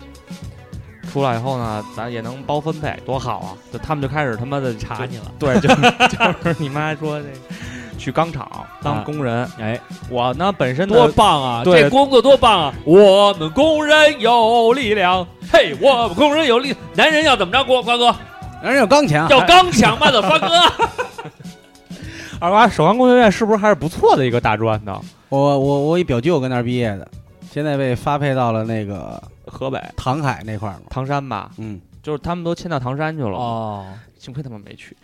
出来以后呢，咱也能包分配，多好啊！就他们就开始他妈的
查你了，
对，就 (laughs) 就是你妈说这个去钢厂当工人，
哎，
我呢本身呢
多棒啊！
对
这工作多棒啊！我们工人有力量，嘿，我们工人有力，男人要怎么着？瓜瓜哥
男人有钢琴啊，
要刚强嘛的，
(laughs)
发哥。
二娃首钢工学院是不是还是不错的一个大专呢？
我我我一表舅跟那儿毕业的，现在被发配到了那个
河北
唐海那块儿嘛。
唐山吧，
嗯，
就是他们都迁到唐山去了，
哦，
幸亏他们没去。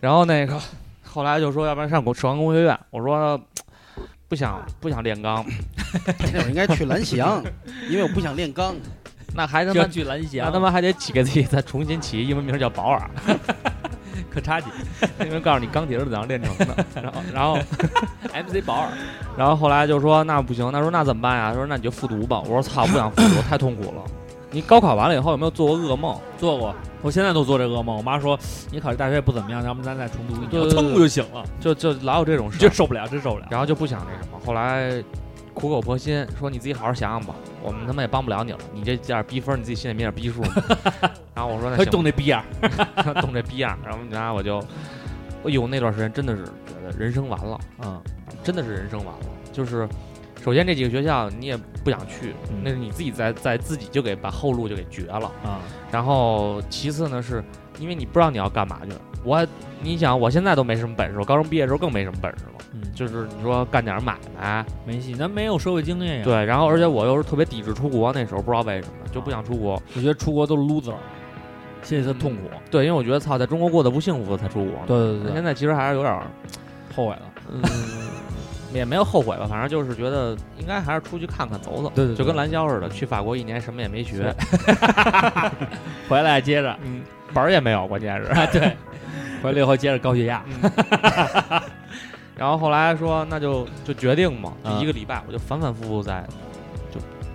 然后那个后来就说，要不然上首钢工学院，我说不想不想练钢，
那会儿应该去蓝翔，因为我不想练钢。
那还他
这
妈
句蓝
那
翔，
他妈还得起给自己再重新起一英文名叫保尔， (laughs)
可差劲。
因为告诉你钢铁是怎样炼成的。然后然后
MC 保尔，
然后后来就说那不行，那说那怎么办呀？他说那你就复读吧。我说操，不想复读，太痛苦了。你高考完了以后有没有做过噩梦？
做过，我现在都做这噩梦。我妈说你考这大学也不怎么样，要不咱再重读一
对
年，我
对对
蹭就醒了，
就就老有这种事
这
儿，
受不了，真受不了。
然后就不想那什么。后来苦口婆心说你自己好好想想吧，我们他妈也帮不了你了，你这点儿逼分你自己心里没点儿逼数嘛。然后我说那
可以
行吧，
动那逼样儿，
(laughs) 动这逼样儿。然后然后我就，哎呦，那段时间真的是觉得人生完了，
嗯，
真的是人生完了。就是首先这几个学校你也不想去，
嗯
那是你自己在在自己就给把后路就给绝了。
啊，
然后其次呢，是因为你不知道你要干嘛去。我，你想，我现在都没什么本事，我高中毕业的时候更没什么本事了。
嗯，就
就是你说干点买卖，
没戏，咱没有社会经验哎呀。，嗯
对，然后而且我又是特别抵制出国，那时候不知道为什么就不想出国。
我觉得出国都是 loser，心里特痛苦。
对，因为我觉得操，在中国过得不幸福才出国。，
嗯对
现，在其实还是有点儿，
后悔了。
嗯，也没有后悔吧，反正就是觉得应该还是出去看看走走。
对对对
就跟蓝霄似的，去法国一年什么也没学，
回来接着，
嗯，本儿也没有，关键是。
(laughs) 啊，对，回来以后接着高血压。
嗯然后后来说那就就决定嘛，就
嗯
一个礼拜，我就反反复复在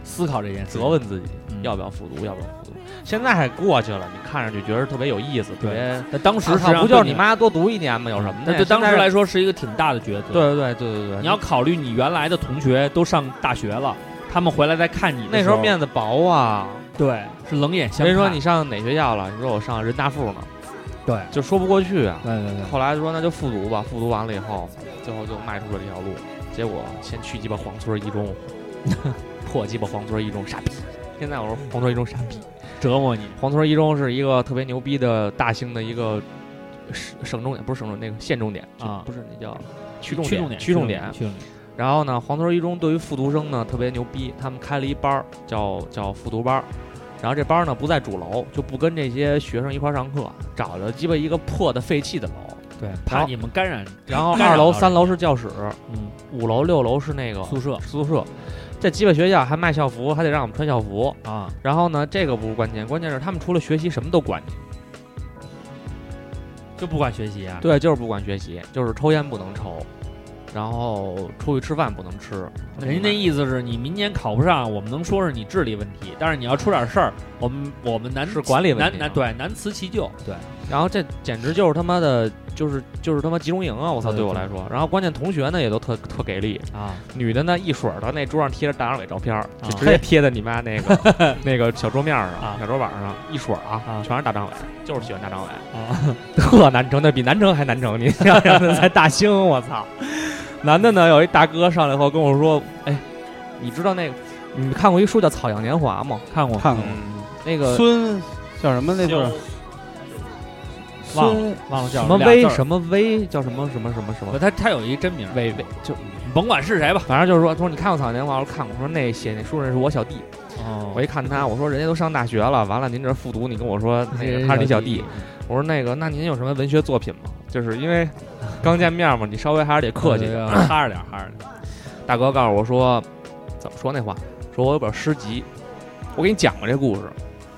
思考这件事，
责问自己
嗯
要不要复读，要不要复读。现在还过去了，你看着就觉得特别有意思，特
对
别。
那当时
啊
实际上
不就是
更
你妈多读一年吗？有什么的
那
呀？
对当
现
时
在
来，说是一个挺大的抉择。，
对对对对对对，
你要考虑你原来的同学都上大学了，他们回来再看你的
那时
时候
候面子薄啊，
对是冷眼相看。
谁说你上哪学校了？你说我上人大附呢，
对
就说不过去啊。
对对对，
后来说那就复读吧，复读完了以后，最后就迈出了这条路。结果先去鸡巴黄村一中， (laughs) 破鸡巴黄村一中傻逼。现在我说黄村一中傻逼。
折磨你
黄村一中是一个特别牛逼的大兴的一个省省重点，不是省重点，那个县重点
啊
不是那叫区重
驱动点，
区重点
点，。驱动点。
然后呢，黄村一中对于复读生呢特别牛逼，他们开了一班儿叫叫复读班儿，然后这班儿呢不在主楼，就不跟这些学生一块儿上课，找着鸡巴一个破的废 (laughs) 弃的楼，
对，
然
怕
后
你们感染
然后
干扰
二楼、
到
三楼是教室，
嗯
五楼、六楼是那个
宿舍
宿舍。这鸡巴学校还卖校服，还得让我们穿校服。
啊，
然后呢，这个不是关键，关键是他们除了学习什么都管你。
就不管学习啊。
对，就是不管学习，就是抽烟不能抽，然后出去吃饭不能吃。
人家那意思是你明年考不上，我们能说是你智力问题，但是你要出点事儿，我们我们难
是管理问
难
题
难
吗
对难辞其咎。对，
然后这简直就是他妈的，就是就是他妈集中营啊！我操，
对
对我来说。然后关键同学呢也都特特给力，
啊，
女的呢一水儿的那桌上贴着大张伟照片儿，就直接贴在你妈那 (laughs) 个那个小桌面儿上、
啊
小桌板上一水儿啊
啊，
全是大张伟，就是喜欢大张伟， (laughs)
啊
特难成，那比南城还难 (laughs) 成。你想想，那在大兴，我操！男的呢有一大哥上来后跟我说：“哎，你知道那个你看过一书叫《草样年华》吗？
看过
看过
嗯，那个
孙叫什么那就是
忘
孙
忘了叫
什么
俩字儿
威什么威叫什么什么什么什么
不，他他有一真名，
威威，就
你甭管是谁吧。
反正就是说，他说你看过《草样年华》，我说看过，我说那写那书人是我小弟。”
哦
我一看他，我说人家都上大学了，完了您这复读，你跟我说那 (laughs) 个他是你哎小弟，我说那个那您有什么文学作品吗？就是因为刚见面嘛，你稍微还是得客气。
哈着点，哈着点。
(clears throat) 大哥告诉我说，怎么说那话？说我有本诗集，我给你讲过这故事。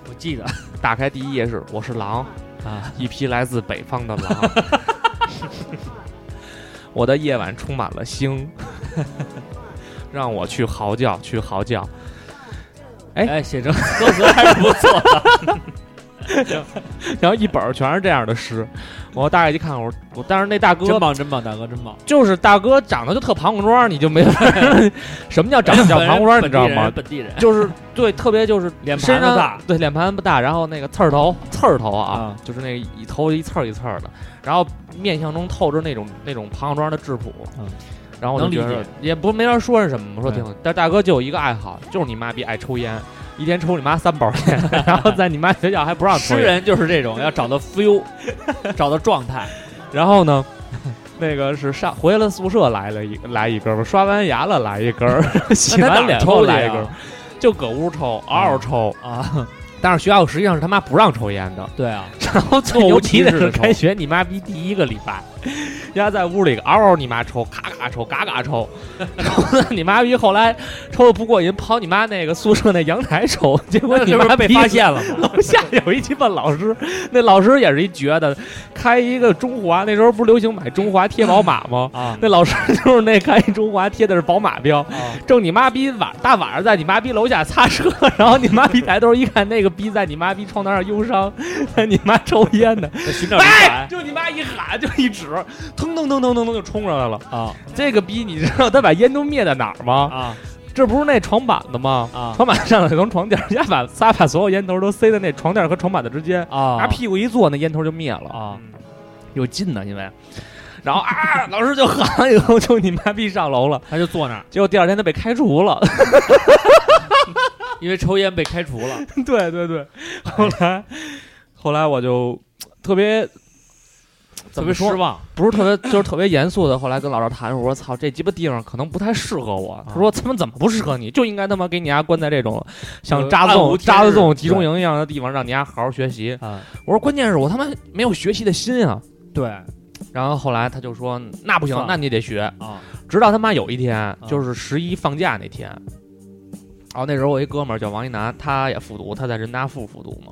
我记得
打开第一页是我是狼，
啊，
(laughs) 一匹来自北方的 (laughs) 狼。我的夜晚充满了 (laughs) 星，让我去嚎叫，去嚎叫。哎
哎，写成歌词还是不错
(laughs)
的。
然后一本儿全是这样的诗，我大概一看，我说我当时那大哥
真棒，真棒，大哥真棒。
就是大哥长得就特庞古庄，你就没法儿 (laughs) 什么叫长得像庞古庄，你知道吗？
本地人
(laughs) 就是对，特别就是
脸
身
盘子
上
大，
对脸盘不大，然后那个刺儿头，刺儿头啊
啊，
就是那个一头一刺儿一刺儿的，然后面相中透着那种那种庞古庄的质朴
嗯。
然后我就
能理
觉得
解
也不没法说是什么，我说挺好，但大哥就有一个爱好，就是你妈逼爱抽烟，一天抽你妈三包烟， (laughs) 然后在你妈学校还不让
诗
抽烟。
人就是这种，要找到
(laughs)
feel，找到状态。
然后呢， (laughs) 那个是上回了宿舍来了一来一根儿，刷完牙了来一根 (laughs) 儿，洗
那他
完
哪
脸
儿
后
抽
来
来
一根儿，就搁屋抽，嗷嗷抽。哦
啊？
但是学校实际上是他妈不让抽烟 (laughs) 的，
对啊，
然后最牛逼
错误歧视
的是
的抽
开学你妈逼第一个礼拜，人家在屋里嗷嗷你妈抽，嘎嘎抽，嘎嘎抽，然后呢 (laughs) 你妈逼后来抽的不过瘾，跑你妈那个宿舍那阳台抽，结果
那
你
这不
妈
是被
逼
发现了吗？
(laughs) 楼下有一鸡巴老师，那老师也是一绝的，开一个中华，那时候不是流行买中华贴宝马吗？
啊
那老师就是那开一中华贴的是宝马标，
啊
正你妈逼晚大晚上在你妈逼楼下擦车，然后你妈逼抬头一看，那个逼在你妈逼窗台上忧伤，你妈抽烟呢，
得寻找灵
哎，
感
就你妈一喊就一指，腾腾腾腾腾腾就冲上来了。
啊
这个逼你知道他把烟都灭在哪儿吗？
啊
这不是那床板子吗？
啊
床板上来从床垫儿，人家把仨把所有烟头都塞在那床垫儿和床板子之间，
啊！
拿屁股一坐，那烟头就灭了
啊！
有劲呢，因为，然后啊，老师就喊完以后就你妈逼上楼了，
他就坐那儿，
结果第二天他被开除了。 (laughs)
因为抽烟被开除
(laughs)
了。
对对对，后来后来我就特别
特别失，望。
不是特别就是特别严肃的，后来跟老师谈，我说操，这鸡巴地方可能不太适合
啊
我。他说他们怎么不适合你？就应该他妈给你丫关在这种像
呃
扎
暗
纵
无
扎
天日
纵集中营一样的地方，让你丫好好学习。
啊，
我说关键是我他妈没有学习的心啊。
对
然后后来他就说那不行
算，了
那你得学。
啊
直到他妈有一天，就是十一放假那天，然后那时候我一哥们儿叫王一楠，他也复读，他在人大附复读嘛。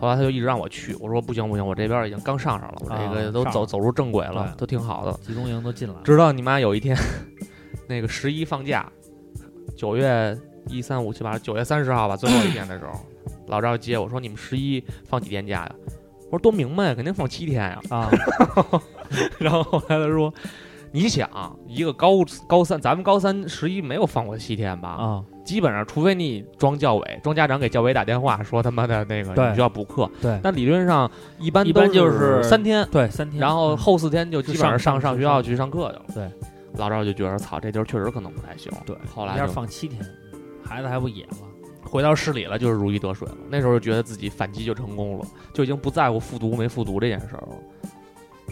后来他就一直让我去，我说不行不行，我这边已经刚上上了，我这个
啊
都
上
走走入正轨了，
对
都挺好的。
集中营都进来了
直到你妈有一天， (laughs) 那个十一放假，九月一三五七八，九月三十号吧，最后一天的时候，老赵接我说你们十一放几天假呀？我说多明白呀，肯定放七天呀。 (laughs)
啊，
然后后来他说，你想一个高高三，咱们高三十一没有放过七天吧？
啊，
基本上，除非你装教委，装家长给教委打电话说他妈的那个你
对
需要补课，
对
但理论上一般
一般
都
就是
三天，
对，三天，
然后
嗯
后四天就基本上
就上
上上
上
学校去上课去了。
对，
老赵就觉得操，这地儿确实可能不太行。
对，
后
一
来
下
就
放七天，孩子还不野了，
回到市里了，就是如鱼得水了。那时候就觉得自己反击就成功了，就已经不在乎复读没复读这件事儿了。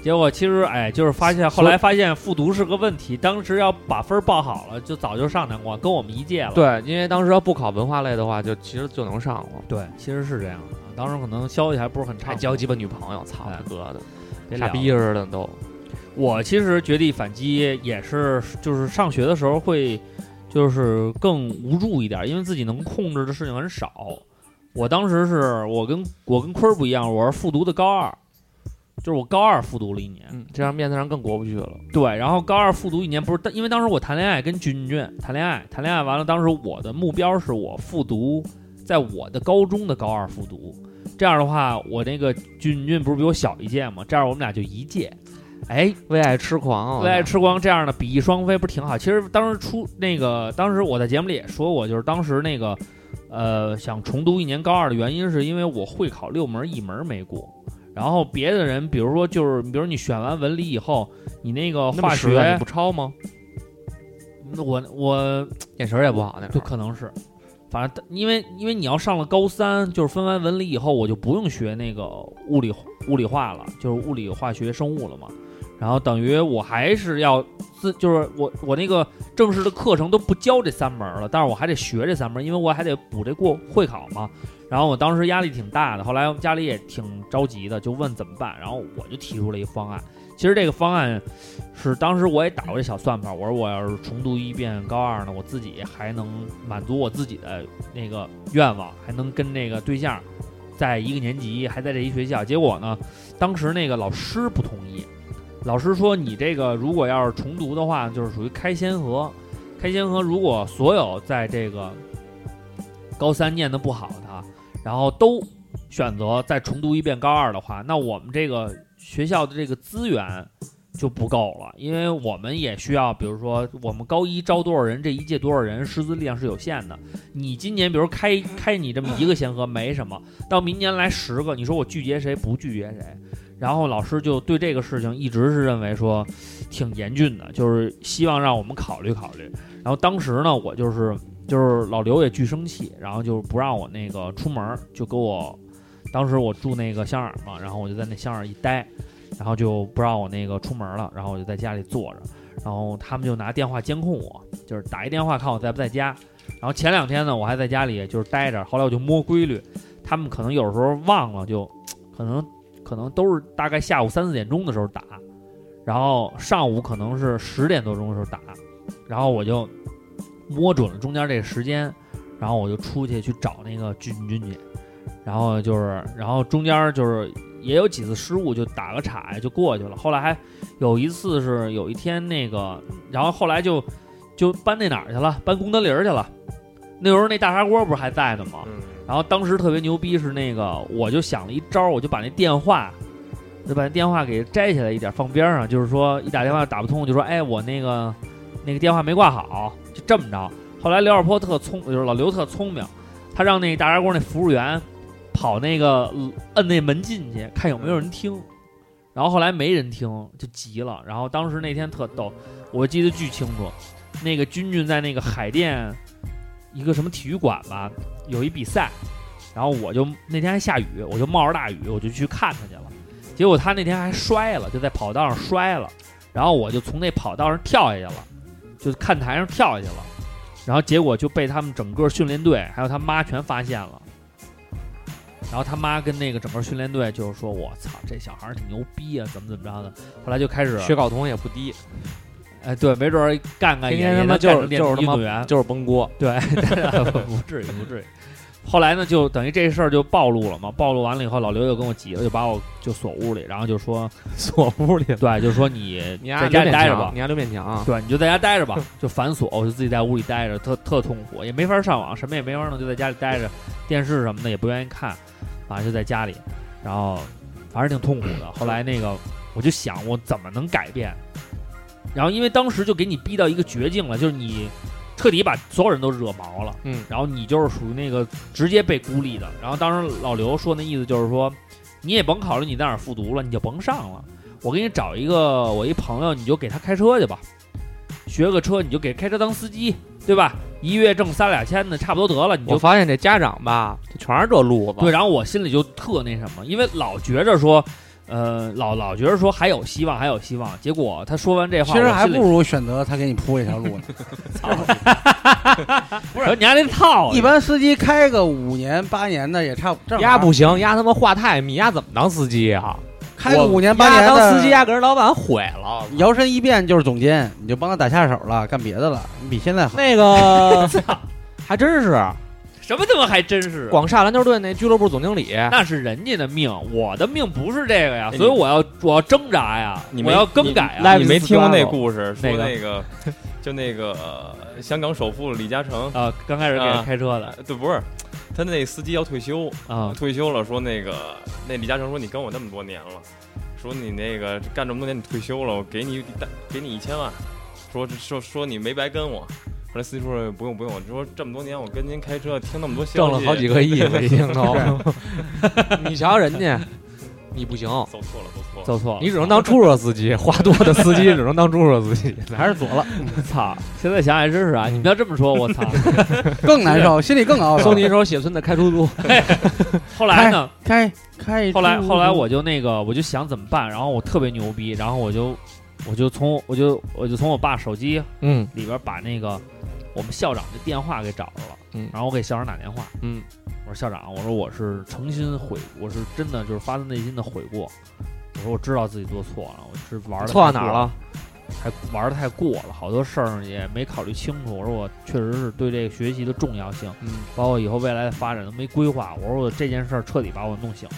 结果其实哎，就是发现后来发现复读是个问题，当时要把分儿报好了，就早就上南广，跟我们一届了。
对，因为当时要不考文化类的话，就其实就能上了。
对，其实是这样的，啊当时可能消息还不是很
还
畅，
交鸡巴女朋友，操
哎
他哥的，
别
傻
聊
逼似的都。
我其实绝地反击也是，就是上学的时候会，就是更无助一点，因为自己能控制的事情很少。我当时是我跟我跟坤儿不一样，我是复读的高二，就是我高二复读了一年。
嗯，这样面子上更过不去了。
对，然后高二复读一年，不是，但因为当时我谈恋爱，跟君君谈恋爱，谈恋爱完了，当时我的目标是我复读，在我的高中的高二复读，这样的话，我那个君君不是比我小一届嘛，这样我们俩就一届。哎，
为爱痴狂啊，
为爱吃光这样的比翼双飞不是挺好？其实当时出那个，当时我在节目里也说过，就是当时那个，呃，想重读一年高二的原因是因为我会考六门，一门没过。然后别的人，比如说就是，比如你选完文理以后，你那个
那么
化
实在
学
你不，抄吗？
那我我
眼神儿也不好那
就
种。
可能是，反正因为因为你要上了高三，就是分完文理以后，我就不用学那个物理物理化了，就是物理化学生物了嘛。然后等于我还是要自，就是我我那个正式的课程都不教这三门了，但是我还得学这三门，因为我还得补这过会考嘛。然后我当时压力挺大的，后来家里也挺着急的，就问怎么办。然后我就提出了一方案，其实这个方案是当时我也打过这小算盘，我说我要是重读一遍高二呢，我自己还能满足我自己的那个愿望，还能跟那个对象在一个年级，还在这一学校。结果呢，当时那个老师不同意，老师说你这个如果要是重读的话，就是属于开先河。开先河如果所有在这个高三念的不好的，然后都选择再重读一遍高二的话，那我们这个学校的这个资源就不够了，因为我们也需要，比如说我们高一招多少人，这一届多少人，师资力量是有限的。你今年比如开开你这么一个先河没什么，到明年来十个，你说我拒绝谁不拒绝谁？然后老师就对这个事情一直是认为说挺严峻的，就是希望让我们考虑考虑。然后当时呢，我就是就是老刘也巨生气，然后就不让我那个出门儿，就给我当时我住那个香园嘛，然后我就在那香园一待，然后就不让我那个出门了，然后我就在家里坐着，然后他们就拿电话监控我，就是打一电话看我在不在家。然后前两天呢，我还在家里就是待着，后来我就摸规律，他们可能有时候忘了，就可能可能都是大概下午三四点钟的时候打，然后上午可能是十点多钟的时候打，然后我就摸准了中间这个时间，然后我就出去去找那个君君去，然后就是，然后中间就是也有几次失误，就打个岔就过去了。后来还有一次是有一天那个，然后后来就就搬那哪儿去了，搬功德林儿去了。那时候那大砂锅不是还在呢吗？
嗯，
然后当时特别牛逼是那个，我就想了一招，我就把那电话，就把那电话给摘下来一点放边上，就是说一打电话打不通，就说哎我那个那个电话没挂好，就这么着。后来刘小波特聪，就是老刘特聪明，他让那大砂锅那服务员跑那个呃摁那门进去看有没有人听，然后后来没人听就急了，然后当时那天特逗，我记得巨清楚，那个君君在那个海淀一个什么体育馆吧有一比赛，然后我就那天还下雨，我就冒着大雨我就去看他去了，结果他那天还摔了，就在跑道上摔了，然后我就从那跑道上跳下去了，就是看台上跳下去了，然后结果就被他们整个训练队还有他妈全发现了。然后他妈跟那个整个训练队就是说：“我操，这小孩儿挺牛逼啊，怎么怎么着的。”后来就开始
学睾酮也不低，
哎，对，没准儿干干也
天天他
也能
妈就是
干成电子
就是他
运
妈
动员，
就是崩锅。
(laughs) 对，不至于，不至于。后来呢，就等于这事儿就暴露了嘛，暴露完了以后，老刘就跟我急了，就把我就锁屋里，然后就说，
(laughs) 锁屋里了。
对，就说你
(laughs) 你
在家里待着吧，
你家刘勉强，
对，你就在家待着吧，就反锁，我就自己在屋里待着，特特痛苦，也没法上网，什么也没法弄，就在家里待着。电视什么的也不愿意看，反正就在家里，然后反正挺痛苦的。后来那个我就想，我怎么能改变？然后因为当时就给你逼到一个绝境了，就是你彻底把所有人都惹毛了，
嗯，
然后你就是属于那个直接被孤立的。然后当时老刘说那意思就是说，你也甭考虑你在哪儿复读了，你就甭上了。我给你找一个我一朋友，你就给他开车去吧，学个车你就给开车当司机，对吧？一月挣仨俩千的差不多得了，你
我
就
发现这家长吧，就全是这路子。
对。然后我心里就特那什么，因为老觉着说，呃，老老觉着说还有希望，还有希望。结果他说完这话，
其实
我
还
心里
不如选择他给你铺一条
(laughs)
路呢。
不是你还得套
一般司机开个五年八年的也差不正好啊
丫不行，丫他妈话太密，丫怎么当司机啊？
开个
我
五年八年
丫
的
当司机，丫给人老板毁了。
摇身一变就是总监，你就帮他打下手了，干别的
(laughs)
了，你比现在好。
那个还真是，
什么他妈还真是。啊
广厦篮球队那俱乐部总经 (laughs) 理，
那是人家的命，我的命不是这个呀，
哎
所以
你
我要我要挣扎呀，
你
我
没
要更改啊
你
呀。
你没听过那
Struggle
故事？说
哪个
那个，就那个呃香港首富李嘉诚，
啊，刚开始给人
啊
开车的
对，不是他那司机要退休，
啊，
退休了，说那个那李嘉诚说你跟我那么多年了，说你那个干这么多年你退休了，我给你一大给你一千万，说说说你没白跟我。后来司机说不用不用，说这么多年我跟您开车听那么多消息，
挣了好几个亿，我一 (laughs) 听都。 (laughs) 你瞧人家，你不行，
走错了走错了。
走错了，
你只能当出租车司机，花多的司机只能当出租车司机，还是左了。
(laughs) 操！现在想想真是啊，你们要这么说，我操！
更难
(laughs)
受，心里更熬。
(laughs) 送你一首写村的开出租，
后来呢？
开开一出租，
后来后来我就那个，我就想怎么办，然后我特别牛逼，然后我就我就从我就我就从我爸手机
(laughs) 嗯，
里边把那个我们校长的电话给找着了，
嗯
然后我给校长打电话，
嗯，
我说校长，我说我是诚心悔，我是真的就是发自内心的悔过，我说我知道自己做错了，我是玩的
错到哪儿了？
还玩的太过了，好多事儿也没考虑清楚。我说我确实是对这个学习的重要性，
嗯，
包括以后未来的发展都没规划。我说我这件事儿彻底把我弄醒了。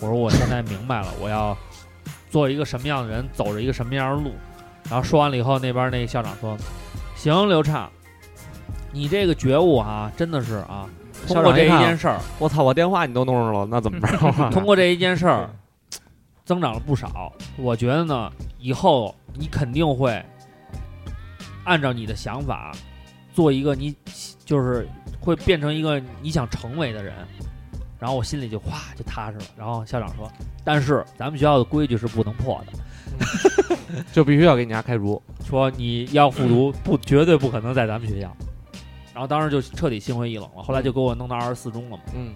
我说我现在明白了，我要做一个什么样的人，走着一个什么样的路。然后说完了以后，那边那个校长说：“行，刘畅，你这个觉悟啊，真的是啊，通
校
过
长
这
一
一
看
件事儿，
我操，我电话你都弄上了，那怎么着 (laughs) 啊？
通过这一件事儿，增长了不少。我觉得呢，以后你肯定会按照你的想法做一个你就是会变成一个你想成为的人。然后我心里就哗就踏实了。然后校长说：“但是咱们学校的规矩是不能破的，
就必须要给你家开除。
说你要复读不绝对不可能在咱们学校。”然后当时就彻底心灰意冷了。后来就给我弄到二十四中了嘛。
嗯，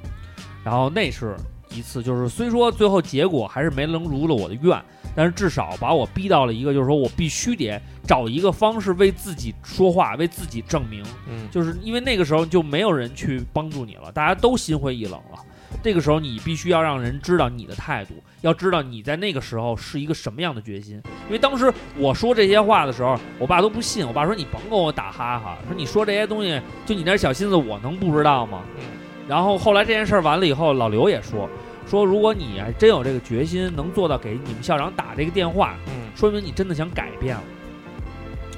然后那是一次，就是虽说最后结果还是没能如了我的愿，但是至少把我逼到了一个，就是说我必须得找一个方式为自己说话，为自己证明。
嗯，
就是因为那个时候就没有人去帮助你了，大家都心灰意冷了。这个时候你必须要让人知道你的态度，要知道你在那个时候是一个什么样的决心。因为当时我说这些话的时候，我爸都不信，我爸说你甭跟我打哈哈， (laughs) 说你说这些东西就你那小心思，我能不知道吗？然后后来这件事儿完了以后，老刘也说说如果你还真有这个决心，能做到给你们校长打这个电话，
嗯，
说明你真的想改变了。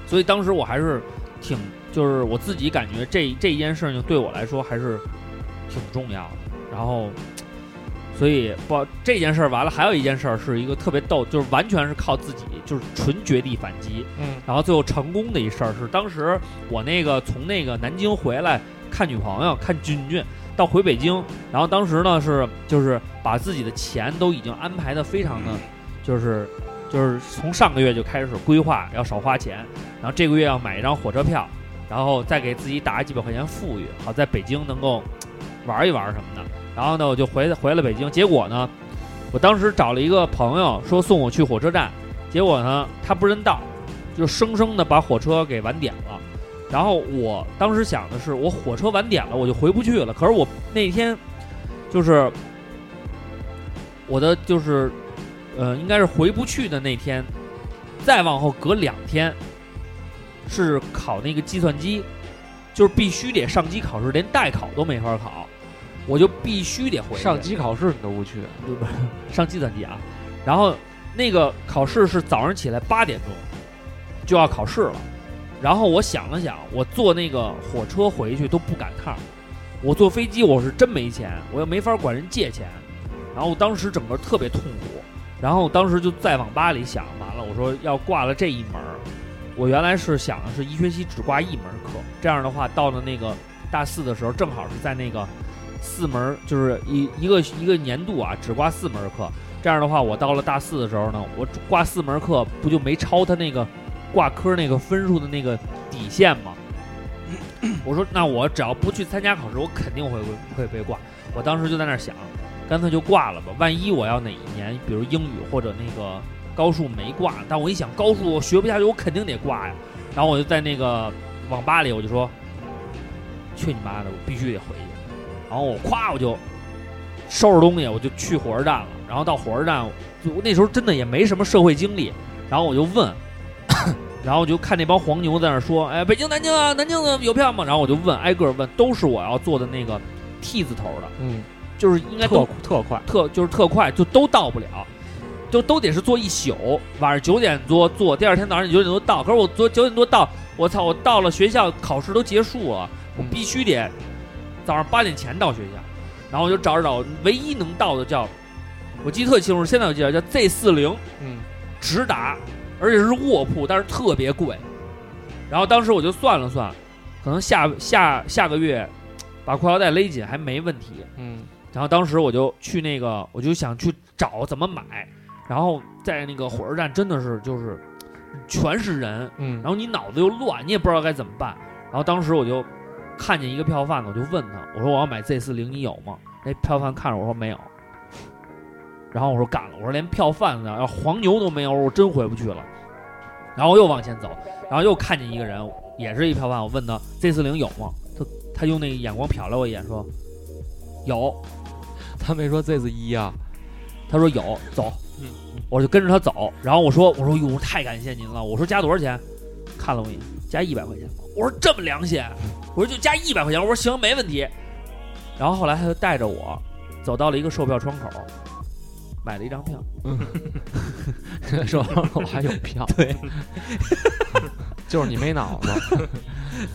所以当时我还是挺，就是我自己感觉这这一件事情对我来说还是挺重要的。然后，所以不这件事儿完了，还有一件事儿是一个特别逗，就是完全是靠自己，就是纯绝地反击。
嗯，
然后最后成功的一事儿是，当时我那个从那个南京回来看女朋友，看俊俊。到回北京，然后当时呢是就是把自己的钱都已经安排的非常的，
嗯
就是就是从上个月就开始规划要少花钱，然后这个月要买一张火车票，然后再给自己打几百块钱富裕，好在北京能够嘖玩一玩什么的。然后呢，我就回回了北京，结果呢，我当时找了一个朋友说送我去火车站，结果呢他不认道，就生生的把火车给晚点了。然后我当时想的是，我火车晚点了，我就回不去了。可是我那天就是我的就是呃，应该是回不去的那天，再往后隔两天是考那个计算机，就是必须得上机考试，连代考都没法考，我就必须得回去
嗯上机考试你都不去，
上计算机啊。然后那个考试是早上起来八点钟就要考试了，然后我想了想，我坐那个火车回去都不赶趟儿，我坐飞机我是真没钱，我又没法管人借钱，然后当时整个特别痛苦，然后当时就在网吧里想，完了，我说要挂了这一门儿，我原来是想的是一学期只挂一门课，这样的话到了那个大四的时候，正好是在那个四门儿，就是一一个一个年度啊，只挂四门课。这样的话，我到了大四的时候呢，我挂四门课不就没超他那个挂科那个分数的那个底线吗？我说那我只要不去参加考试，我肯定会会被挂。我当时就在那儿想，干脆就挂了吧。万一我要哪一年，比如英语或者那个高数没挂，但我一想高数我学不下去，我肯定得挂呀。然后我就在那个网吧里，我就说，去你妈的，我必须得回去。然后我咵我就收拾东西，我就去火车站了。然后到火车站，就那时候真的也没什么社会经历，然后我就问， (coughs) 然后我就看那帮黄牛在那儿说，哎，北京、南京啊，南京的有票吗？然后我就问，挨个儿问，都是我要坐的那个 T 字头的，
嗯，
就是应该都
特特快，
特就是特快，就都到不了，就都得是坐一宿，晚上九点多坐，第二天早上九点多到。可是我昨九点多到，我操，我到了学校，考试都结束了，我必须得早上八点前到学校。然后我就找着找，唯一能到的叫，我记得特清楚，现在我记得叫 Z 四零，
嗯，
直达，而且是卧铺，但是特别贵。然后当时我就算了算，可能下下下个月把裤腰带勒紧还没问题，
嗯，
然后当时我就去那个，我就想去找怎么买，然后在那个火车站真的是就是全是人，
嗯
然后你脑子又乱，你也不知道该怎么办。然后当时我就看见一个票贩子，我就问他，我说我要买 Z 四零，你有吗？那票贩看着我说没有。然后我说干了，我说连票贩子要黄牛都没有，我真回不去了。然后我又往前走，然后又看见一个人，也是一票贩，我问他 Z 四零有吗？他他用那个眼光瞟了我一眼，说有。
他没说 Z 字一啊，
他说有，走。嗯，我就跟着他走。然后我说，我说哟，太感谢您了。我说加多少钱？看了我一眼，加一百块钱。我说这么良心，我说就加一百块钱。我说行，没问题。然后后来他就带着我走到了一个售票窗口，买了一张票。嗯 (laughs)
说我还有票， (laughs)
对，
就是你没脑子，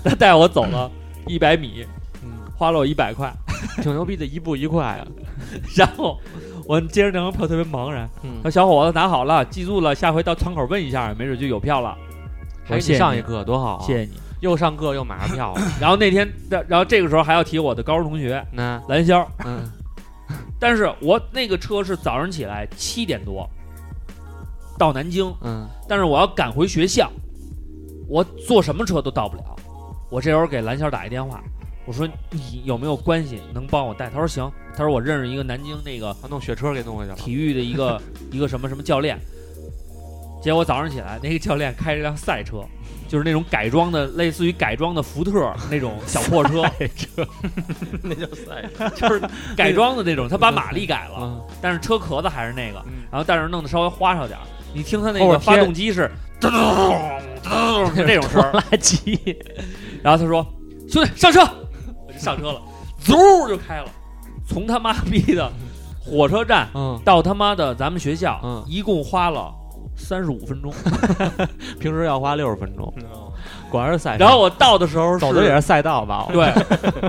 他带我走了一百米，
嗯，
花了我一百块。
(laughs) 挺牛逼的，一步一块啊，
然后我接着那张票特别茫然。
嗯
说小伙子拿好了，记住了，下回到窗口问一下，没准就有票了。我
还给
谢
你
谢
上
你
一课多好啊，
谢谢你。
又上课又买了票，
然后那天，然后这个时候还要提我的高中同学
(laughs) 那
蓝霄。
嗯，
但是我那个车是早上起来七点多到南京，
嗯，
但是我要赶回学校，我坐什么车都到不了。我这时候给蓝霄打一电话，我说你有没有关系能帮我带？他说行，他说我认识一个南京那个
他弄雪车给弄回去了，
体育的一个 (laughs) 一个什么什么教练。结果早上起来，那个教练开着辆赛车，就是那种改装的，类似于改装的福特那种小破车，
那叫赛车。
(laughs) 就是改装的那种，他把马力改了。
嗯，
但是车壳子还是那个，
嗯
然后但是弄得稍微花哨点儿。你听它那
后
个
边
发
贴
动机是噔噔噔噔这种
(laughs)
声儿，
垃圾，
然后他说：“兄弟，上车！”我就上车了，嗖就开了，从他妈逼的火车站
嗯，
到他妈的咱们学校，
嗯
一共花了三十五分钟。
平时要花六十分钟，果嗯然是赛车，
然后我到的时候是
走的也是赛道吧，我
对，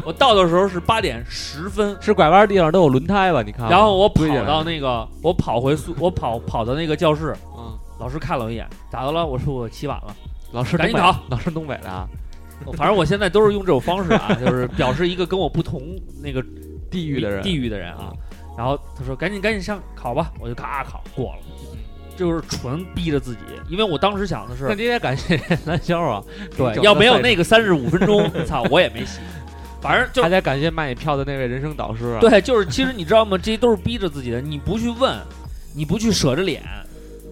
我到的时候是八点十分，
是拐弯地方都有轮胎吧？你看，
然后我跑
归进来
到那个，我跑回宿，我跑跑到那个教室，
嗯，
老师看了我一眼，咋的了？我说我起晚
(laughs)
了。
老师
赶紧
东北
跑，
老师东北的啊，
我反正我现在都是用这种方式啊，就是表示一个跟我不同那个
(laughs) 地域的人，
地域的人啊。然后他说：“赶紧赶紧上考吧！”我就咔考过了，就是纯逼着自己，因为我当时想的
那
是，
你也感谢 (laughs) 蓝霄啊，
对，
整
要
个
没有
赛
那个三十五分钟， (laughs) 操，我也没戏。反正就
还得感谢卖你票的那位人生导师啊，
对，就是其实你知道吗？这些都是逼着自己的，你不去问，你不去舍着脸，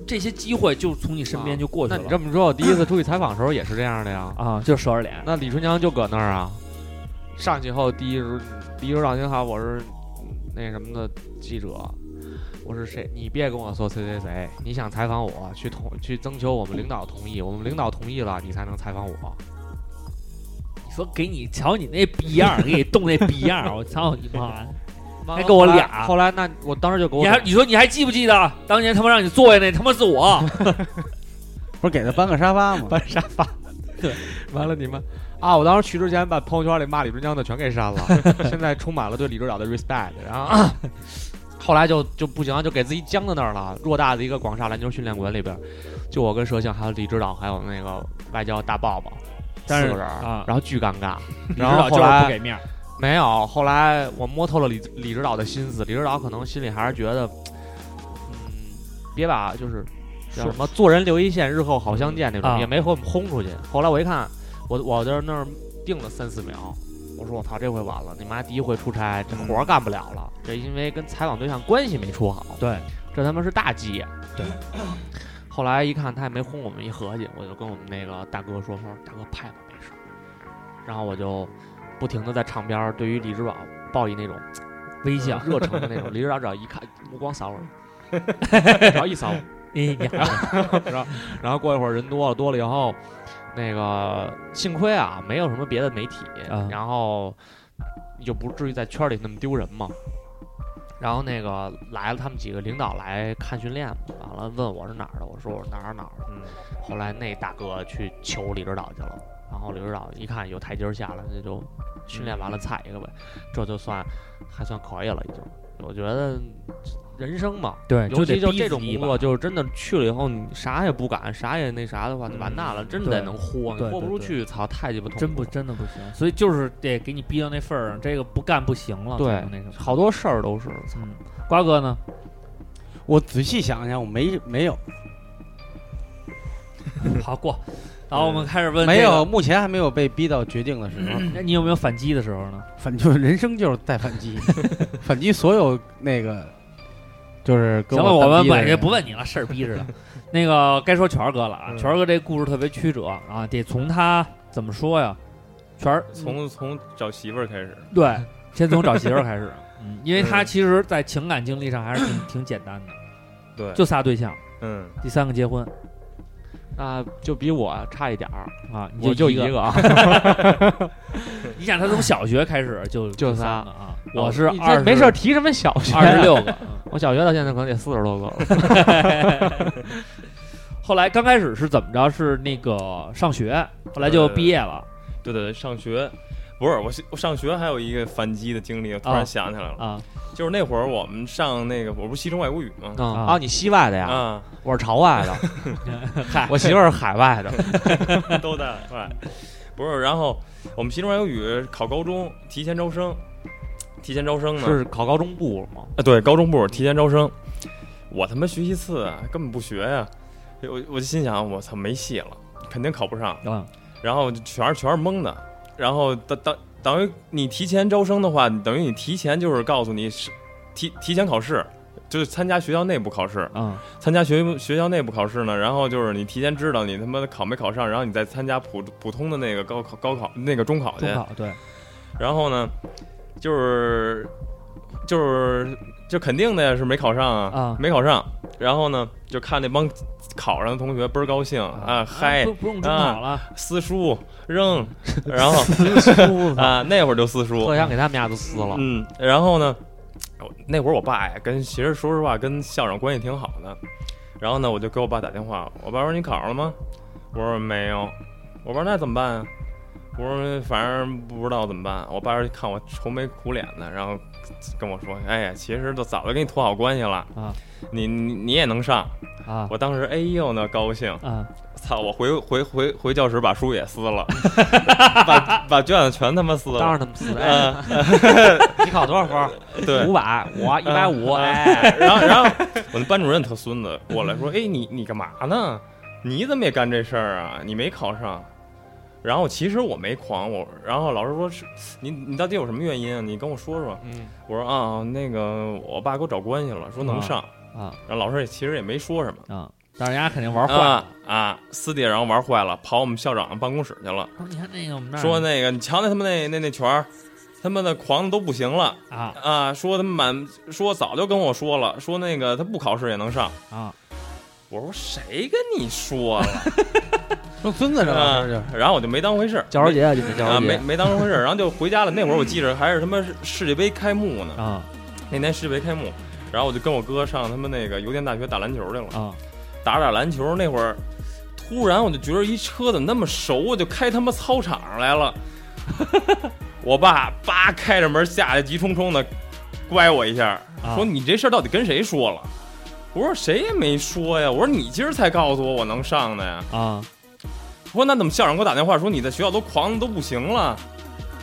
这些机会就从你身边就过去
啊那你
了
这么说，我第 (laughs) 一次出去采访的时候也是这样的呀。
啊，就舍着脸。
那李春江就搁那儿啊，上去以后第一时第一时到您好，我是那什么的记者，我是谁？你别跟我说谁谁谁，你想采访我去同去征求我们领导同意，我们领导同意了，你才能采访我。
你说给你瞧你那逼样儿，给你冻那逼样儿，我操你妈！还
还
跟我俩
后来那我当时就给我
你还你说你还记不记得当年他妈让你坐下那他妈是我？ (laughs)
不是给他搬个沙发吗？
搬沙发，对，完了你们啊！我当时去之前把朋友圈里骂李春江的全给删了， (laughs) 现在充满了对李指导的 respect。然后、 (laughs) 后来就就不行了，就给自己僵在那儿了。偌大的一个广厦篮球训练馆里边，就我跟佘庆，还有李指导，还有那个外教大抱抱，
但是
四个人儿
啊
然后巨尴尬。
你
然
知
后
道
后
就是不
来
给面儿，
没有，后来我摸透了李李指导的心思，李指导可能心里还是觉得，嗯，别把就是叫什么做人留一线，日后好相见那种，
啊
也没和我们轰出去。后来我一看，我我在那儿定了三四秒，我说我操，这回完了，你妈第一回出差，这
嗯
活儿干不了了，这因为跟采访对象关系没处好，
对，
这他妈是大忌。
对。 (clears throat)
后来一看他也没轰我们，一合计，我就跟我们那个大哥说，我说大哥派吧，没事儿。然后我就不停的在场边儿对于李指导报以那种
微笑，
热诚的那种，李指导只要一看目光扫我，只要一扫我，
你你
(laughs)
好，
然后过一会儿人多了，多了以后，那个幸亏啊，没有什么别的媒体，
啊
然后你就不至于在圈里那么丢人嘛。然后那个来了，他们几个领导来看训练嘛，完了问我是哪儿的，我说我是哪儿哪儿的。
嗯
后来那大哥去求李指导去了，然后李指导一看有台阶儿下了，那就训练完了踩一个呗，这就算还算可以了，已经。我觉得人生嘛，
对，哎
尤
就得
其就
逼
这
自
种
己一
工
把
作，就是真的去了以后，你啥也不敢，啥也那啥的话，就完蛋了，真的得能豁，你
嗯对
豁不
对
出
对
去，操，太鸡巴痛苦了，
真不真的不行，所以就是得给你逼到那份儿上，这个不干不行了，
对
才能那什么。
好多事儿都是，操，
嗯，瓜哥呢？
我仔细想想，我没没有
好过，然后我们开始问
没
呃这个嗯
有，，目前还没有被逼到绝境的时候。
那你有没有反击的时候呢？
反就是人生就是在反
(laughs)
击，反击所有那个就是跟
行了，我
我
们
不
不也不问你了，事儿逼着的。那个该说权儿哥了啊，
嗯
权儿哥这故事特别曲折啊，得从他怎么说呀？权儿
从从找媳妇儿开始，
对， (laughs) 先从找媳妇儿开始，嗯，因为他
嗯
其实，在情感经历上还是挺挺简单的，
对，
就仨对象，
嗯，
第三个结婚
那啊就比我差一点儿，
啊，你
我就
一个，
(laughs) 个啊，
你想他从小学开始就
就
三
仨
个啊，我是
你这
二
没事儿提什么小学，
二十，六个，嗯
(laughs) 我小学到现在可能得四十多
(laughs)
个了，
后来刚开始是怎么着？是那个上学，后来就
对
毕业了
对对对，上学。不是我是，我上学还有一个反击的经历，我突
啊
然想起来了，
啊
就是那会儿我们上那个，我不是西城外国语吗？
嗯
啊
啊，你西外的呀，
啊，
我是朝外的，我媳妇儿是海外的，
都在外。 (laughs) 不是，然后我们西城外国语考高中提前招生，提前招生呢
是考高中部嘛，
啊，对，高中部提前招生，我他妈学习次啊根本不学呀、我我就心想，我操，没戏了，肯定考不上。
啊
然后就全是全是蒙的，然后等等等于你提前招生的话，等于你提前就是告诉你是提提前考试，就是参加学校内部考试，
啊
参加学学校内部考试呢，然后就是你提前知道你他妈的考没考上，然后你再参加普普通的那个高考高考那个中考去
中，考对
然后呢，就是就是就肯定的呀，是没考上
啊
没考上。然后呢，就看那帮考上的同学倍儿高兴啊，嗨
不，不用中考了，
撕书扔，
(laughs)
然后啊，那会儿就撕书
特，想给他们家都
(laughs)
撕了，
嗯，然后呢，我那会儿我爸呀，跟其实说实话跟校长关系挺好的，然后呢，我就给我爸打电话，我爸说你考上了吗？我说没有，我说那怎么办啊？我说反正不知道怎么办。我爸说看我愁眉苦脸的，然后跟我说，哎呀，其实都早就跟你托好关系了
啊，
你你你也能上。
啊
我当时哎呦那高兴，
啊
操！我回回回回教室把书也撕
(laughs)
了，把把卷子全他妈撕
当
了。
然他们撕的，哎
嗯，
呃
(laughs) 你考多少分儿？
对
五，百，我一百五，
嗯
啊
(laughs)
哎，
然后然后
(laughs)
我那班主任他孙子过来
嗯
说：“哎，你你干嘛呢？你怎么也干这事儿啊？你没考上。”然后其实我没狂，我然后老师说是你你到底有什么原因啊？你跟我说说。
嗯。
我说啊，那个我爸给我找关系了，说能上。
啊
然后老师也其实也没说什么。
啊！但是人家肯定玩坏了。
啊啊！私底下然后玩坏了，跑我们校长办公室去了，
说你看那个我们那儿
说那个你瞧那他妈那那那群儿，他妈的狂的都不行了。
啊
啊，说他满说早就跟我说了，说那个他不考试也能上。
啊
我说谁跟你说
(laughs)
了？啊
说孙子这玩意儿
然后我就没当回事儿，
教师节啊，今天教
啊
师
没
节，
没当回事儿，然后就回家了。那会儿我记着还是他妈世世界杯开幕呢，
啊
那年世界杯开幕，然后我就跟我哥上他们那个邮电大学打篮球去了，
啊
打着打篮球那会儿。忽然我就觉得一车怎么那么熟，我就开他妈操场上来了。我爸叭开着门下来，急冲冲的乖我一下，说你这事儿到底跟谁说了？我说谁也没说呀，我说你今儿才告诉我我能上的呀。
啊，
我说那怎么校长给我打电话说你在学校都狂的都不行了？ (laughs)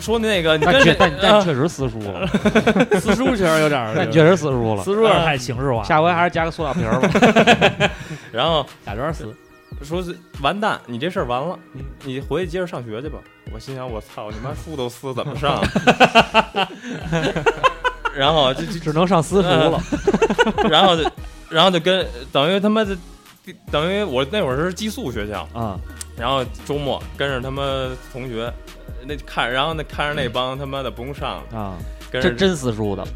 说那个你跟
但确
谁
但但确实撕书 (laughs) 了，
私塾确实有点儿，
但嗯确实撕书了。
私塾有点儿太形式化，
下回还是加个塑料瓶儿吧。
然后
假装死。
说是完蛋，你这事儿完了，你你回去接着上学去吧。我心想，我操，你妈书都撕，怎么上？啊
(laughs)
(laughs) 然后就
只能上私塾了，
就然后就然后就跟等于他妈的，等于我那会儿是寄宿学校，
啊
然后周末跟着他妈同学。呃那看，然后那看着那帮他妈的不用上，
啊，
跟
这
着
真撕书的。
(laughs)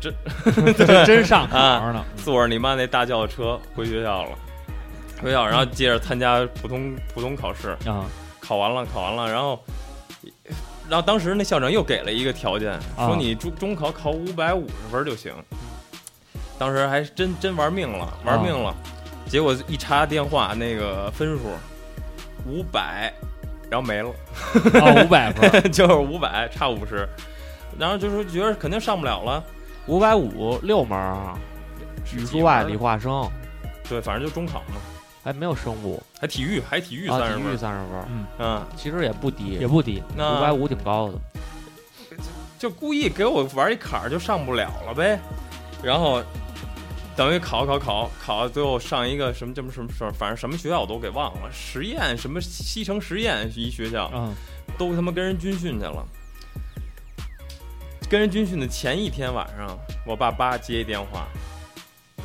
这真上考儿呢，
坐着你妈那大轿车回学校了，回学校，然后接着参加普通普通考试，
嗯
啊
考完了，考完了，然后，然后当时那校长又给了一个条件，
啊
说你中中考考五百五十分就行。当时还真真玩命了，玩命
啊
了，结果一查电话那个分数，五百，然后没了， (laughs)
啊，五百分儿，
就是五百差五十，然后就说觉得肯定上不了了，
五百五六门儿啊，语数外、理化生，
对，反正就中考嘛，
哎，没有生物
还体育，还体育
啊，
三十
体育
分，
三十分儿，
嗯，
其实也不低
也，不低。
那
五百五挺高的。
就故意给我玩一坎儿，就上不了了呗。然后等于考考考考，最后上一个什么什么什么什么，反正什么学校我都给忘了。实验什么西城实验一学校，
啊
嗯
都他妈跟人军训去了。跟人军训的前一天晚上，我爸爸接一电话，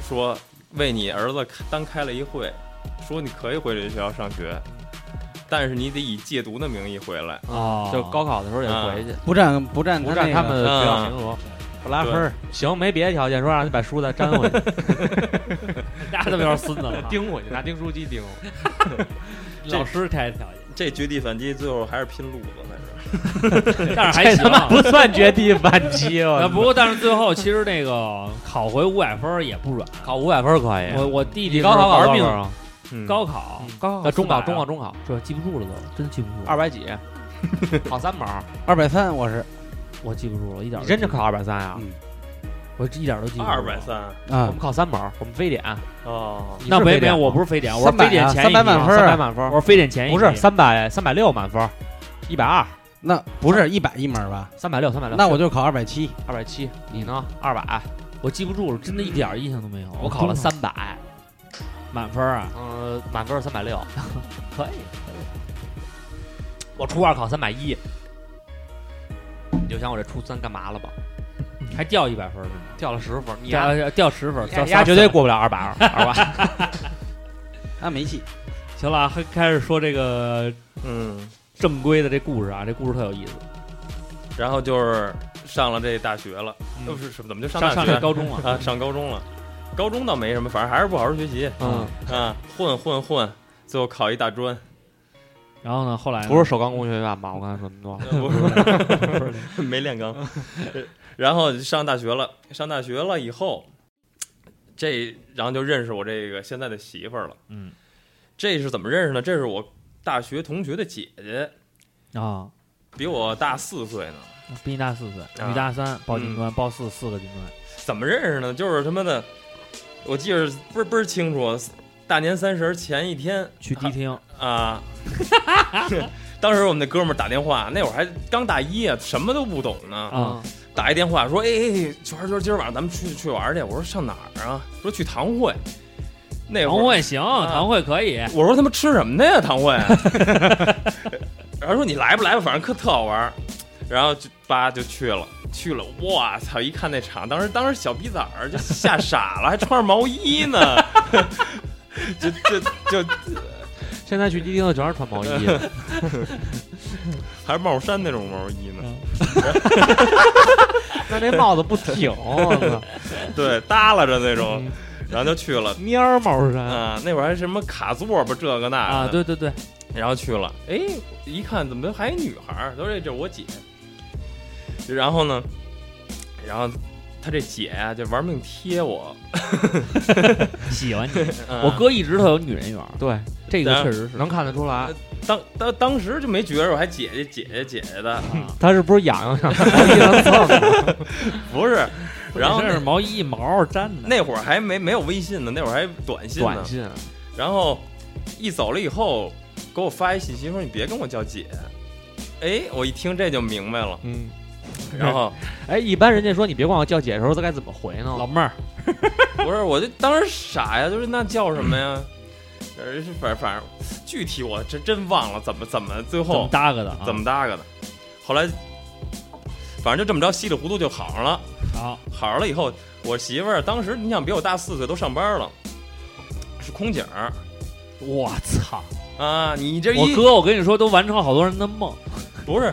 说为你儿子开单开了一会，说你可以回这学校上学，但是你得以戒毒的名义回来。
哦
就高考的时候也回去，
(laughs) 不占不占
不
那
占他
个
们的学校名额，嗯不拉
分
儿。行，没别的条件，说让你把书再粘回 (laughs) 去，。
那他妈有点孙子了啊
钉回去，拿钉书机 (laughs) 钉。
老师开 (laughs) 的条
这绝地反击最后还是拼路子来着。
件，但是还
这
行
他妈
啊。
不算绝地反 (laughs) 击，
那
我
不过，但是最后其实那个考回五百分儿也不软。
考五百分儿可以。
我我弟弟
你高考
玩
考多
命
少啊？
嗯
高考
嗯，
高考
啊，中考，
400
中考，，中考，
这记不住了都，真记不住了。
二 (laughs) 百几，考三门儿，
二百三，我是
我记不住了，一点儿
你
都
真就
记不
考二百三啊呀
嗯？
住，我一点儿都记不住。
二百，三
我
嗯
啊
们，考三门儿，我们非典，
哦，
你
那
是
没
非
没
典
有，
吗
我不是非典，我
300
是非典前
啊300满分儿
三
啊
百满分
我
儿，
是非典前一
不是
批
三百三百六满分儿，一百二，
那不是一百一门吧？
三百六，三百六，
那我就考二百七，
二百七，你呢？二百，
我记不住了，真的一点儿印象都没有。
我考了三百，
满分啊，
嗯，满分三百 (laughs) 六，可以。我初二考三百一，你就想我这初三干嘛了吧？
还掉一百分儿呢，
掉了十分，你丫
掉掉十分儿，掉
你丫
仨
绝对
分儿。
过不了二百二，二 (laughs) 百。
那没戏。
行了啊，还开始说这个
嗯，
正规的这故事啊，这故事特有意思。
然后就是上了这大学了，又是什么？怎么就嗯上
上
大
上
学
这高中啊，
啊？上高中了，高中倒没什么，反正还是不好好学习
嗯，
(laughs) 啊，混混混，最后考一大专，
(laughs)
(laughs)
然后呢，后来呢
不是首钢工学院吧？我刚才说那么多，
不是没练钢。然后上大学了，上大学了以后，这然后就认识我这个现在的媳妇儿了。
嗯，
这是怎么认识呢？这是我大学同学的姐姐，
啊，
比我大四岁呢。
比你大四岁，女大三，报警官，报四四个警官，
怎么认识呢？就是他妈的，我记着倍儿倍儿清楚，大年三十儿前一天
去迪厅， (laughs)
啊。当时我们那哥们儿打电话，那会儿还刚大一啊，什么都不懂呢。
啊，
打一电话说：“哎哎，哎圈儿圈儿，今儿晚上咱们去去玩儿去。”我说：“上哪儿啊？”说：“去堂会。”那
堂
会儿
会行，堂会可以，
我说：“他妈吃什么的呀？堂会？” (laughs) 然后说：“你来不来吧？反正可特好玩。”儿。”然后就叭就去了，去了，我操！一看那场，当时当时小逼崽儿就吓傻了，还穿着毛衣呢， (laughs) 就就就
现在去迪厅的全是穿毛 (laughs) 衣的，
还是帽衫那种毛衣呢。
那这帽子不挺，啊我 (laughs) 操
对，耷拉着那种，然后就去了。
蔫儿帽衫。
啊，那会儿还什么卡座吧，这个那
嗯啊，
的
对对对，
然后去了，哎，一看怎么还一女孩儿，都说这这我姐。然后呢，然后他这姐呀就玩命贴我，
喜欢你。 (laughs)
嗯
我哥一直特有女人缘儿，
对，
这个确实是。
能看得出来，
当当当时就没觉着我还姐姐姐姐姐姐的，
他是不是痒痒想 (laughs) 往地上蹭？
(laughs) 不是，然后
这是毛衣毛粘的，
那会儿还没没有微信呢，那会儿还短信呢，
短信，
然后一走了以后，给我发一信息说你别跟我叫姐。哎，我一听这就明白了。
嗯，
然后
哎，一般人家说你别管我叫姐的时候，他该怎么回呢？
老妹儿，
(laughs) 不是，我就当时傻呀，就是那叫什么呀？呃，反反正具体我真真忘了怎么怎么最
怎么
后
搭个的啊？
怎么搭个的。后来反正就这么着稀里糊涂就好上了。
好？
好上了以后，我媳妇儿当时你想比我大四岁，都上班了，是空姐儿
我操！
啊。你这一
我哥，我跟你说，都完成了好多人的梦，
不是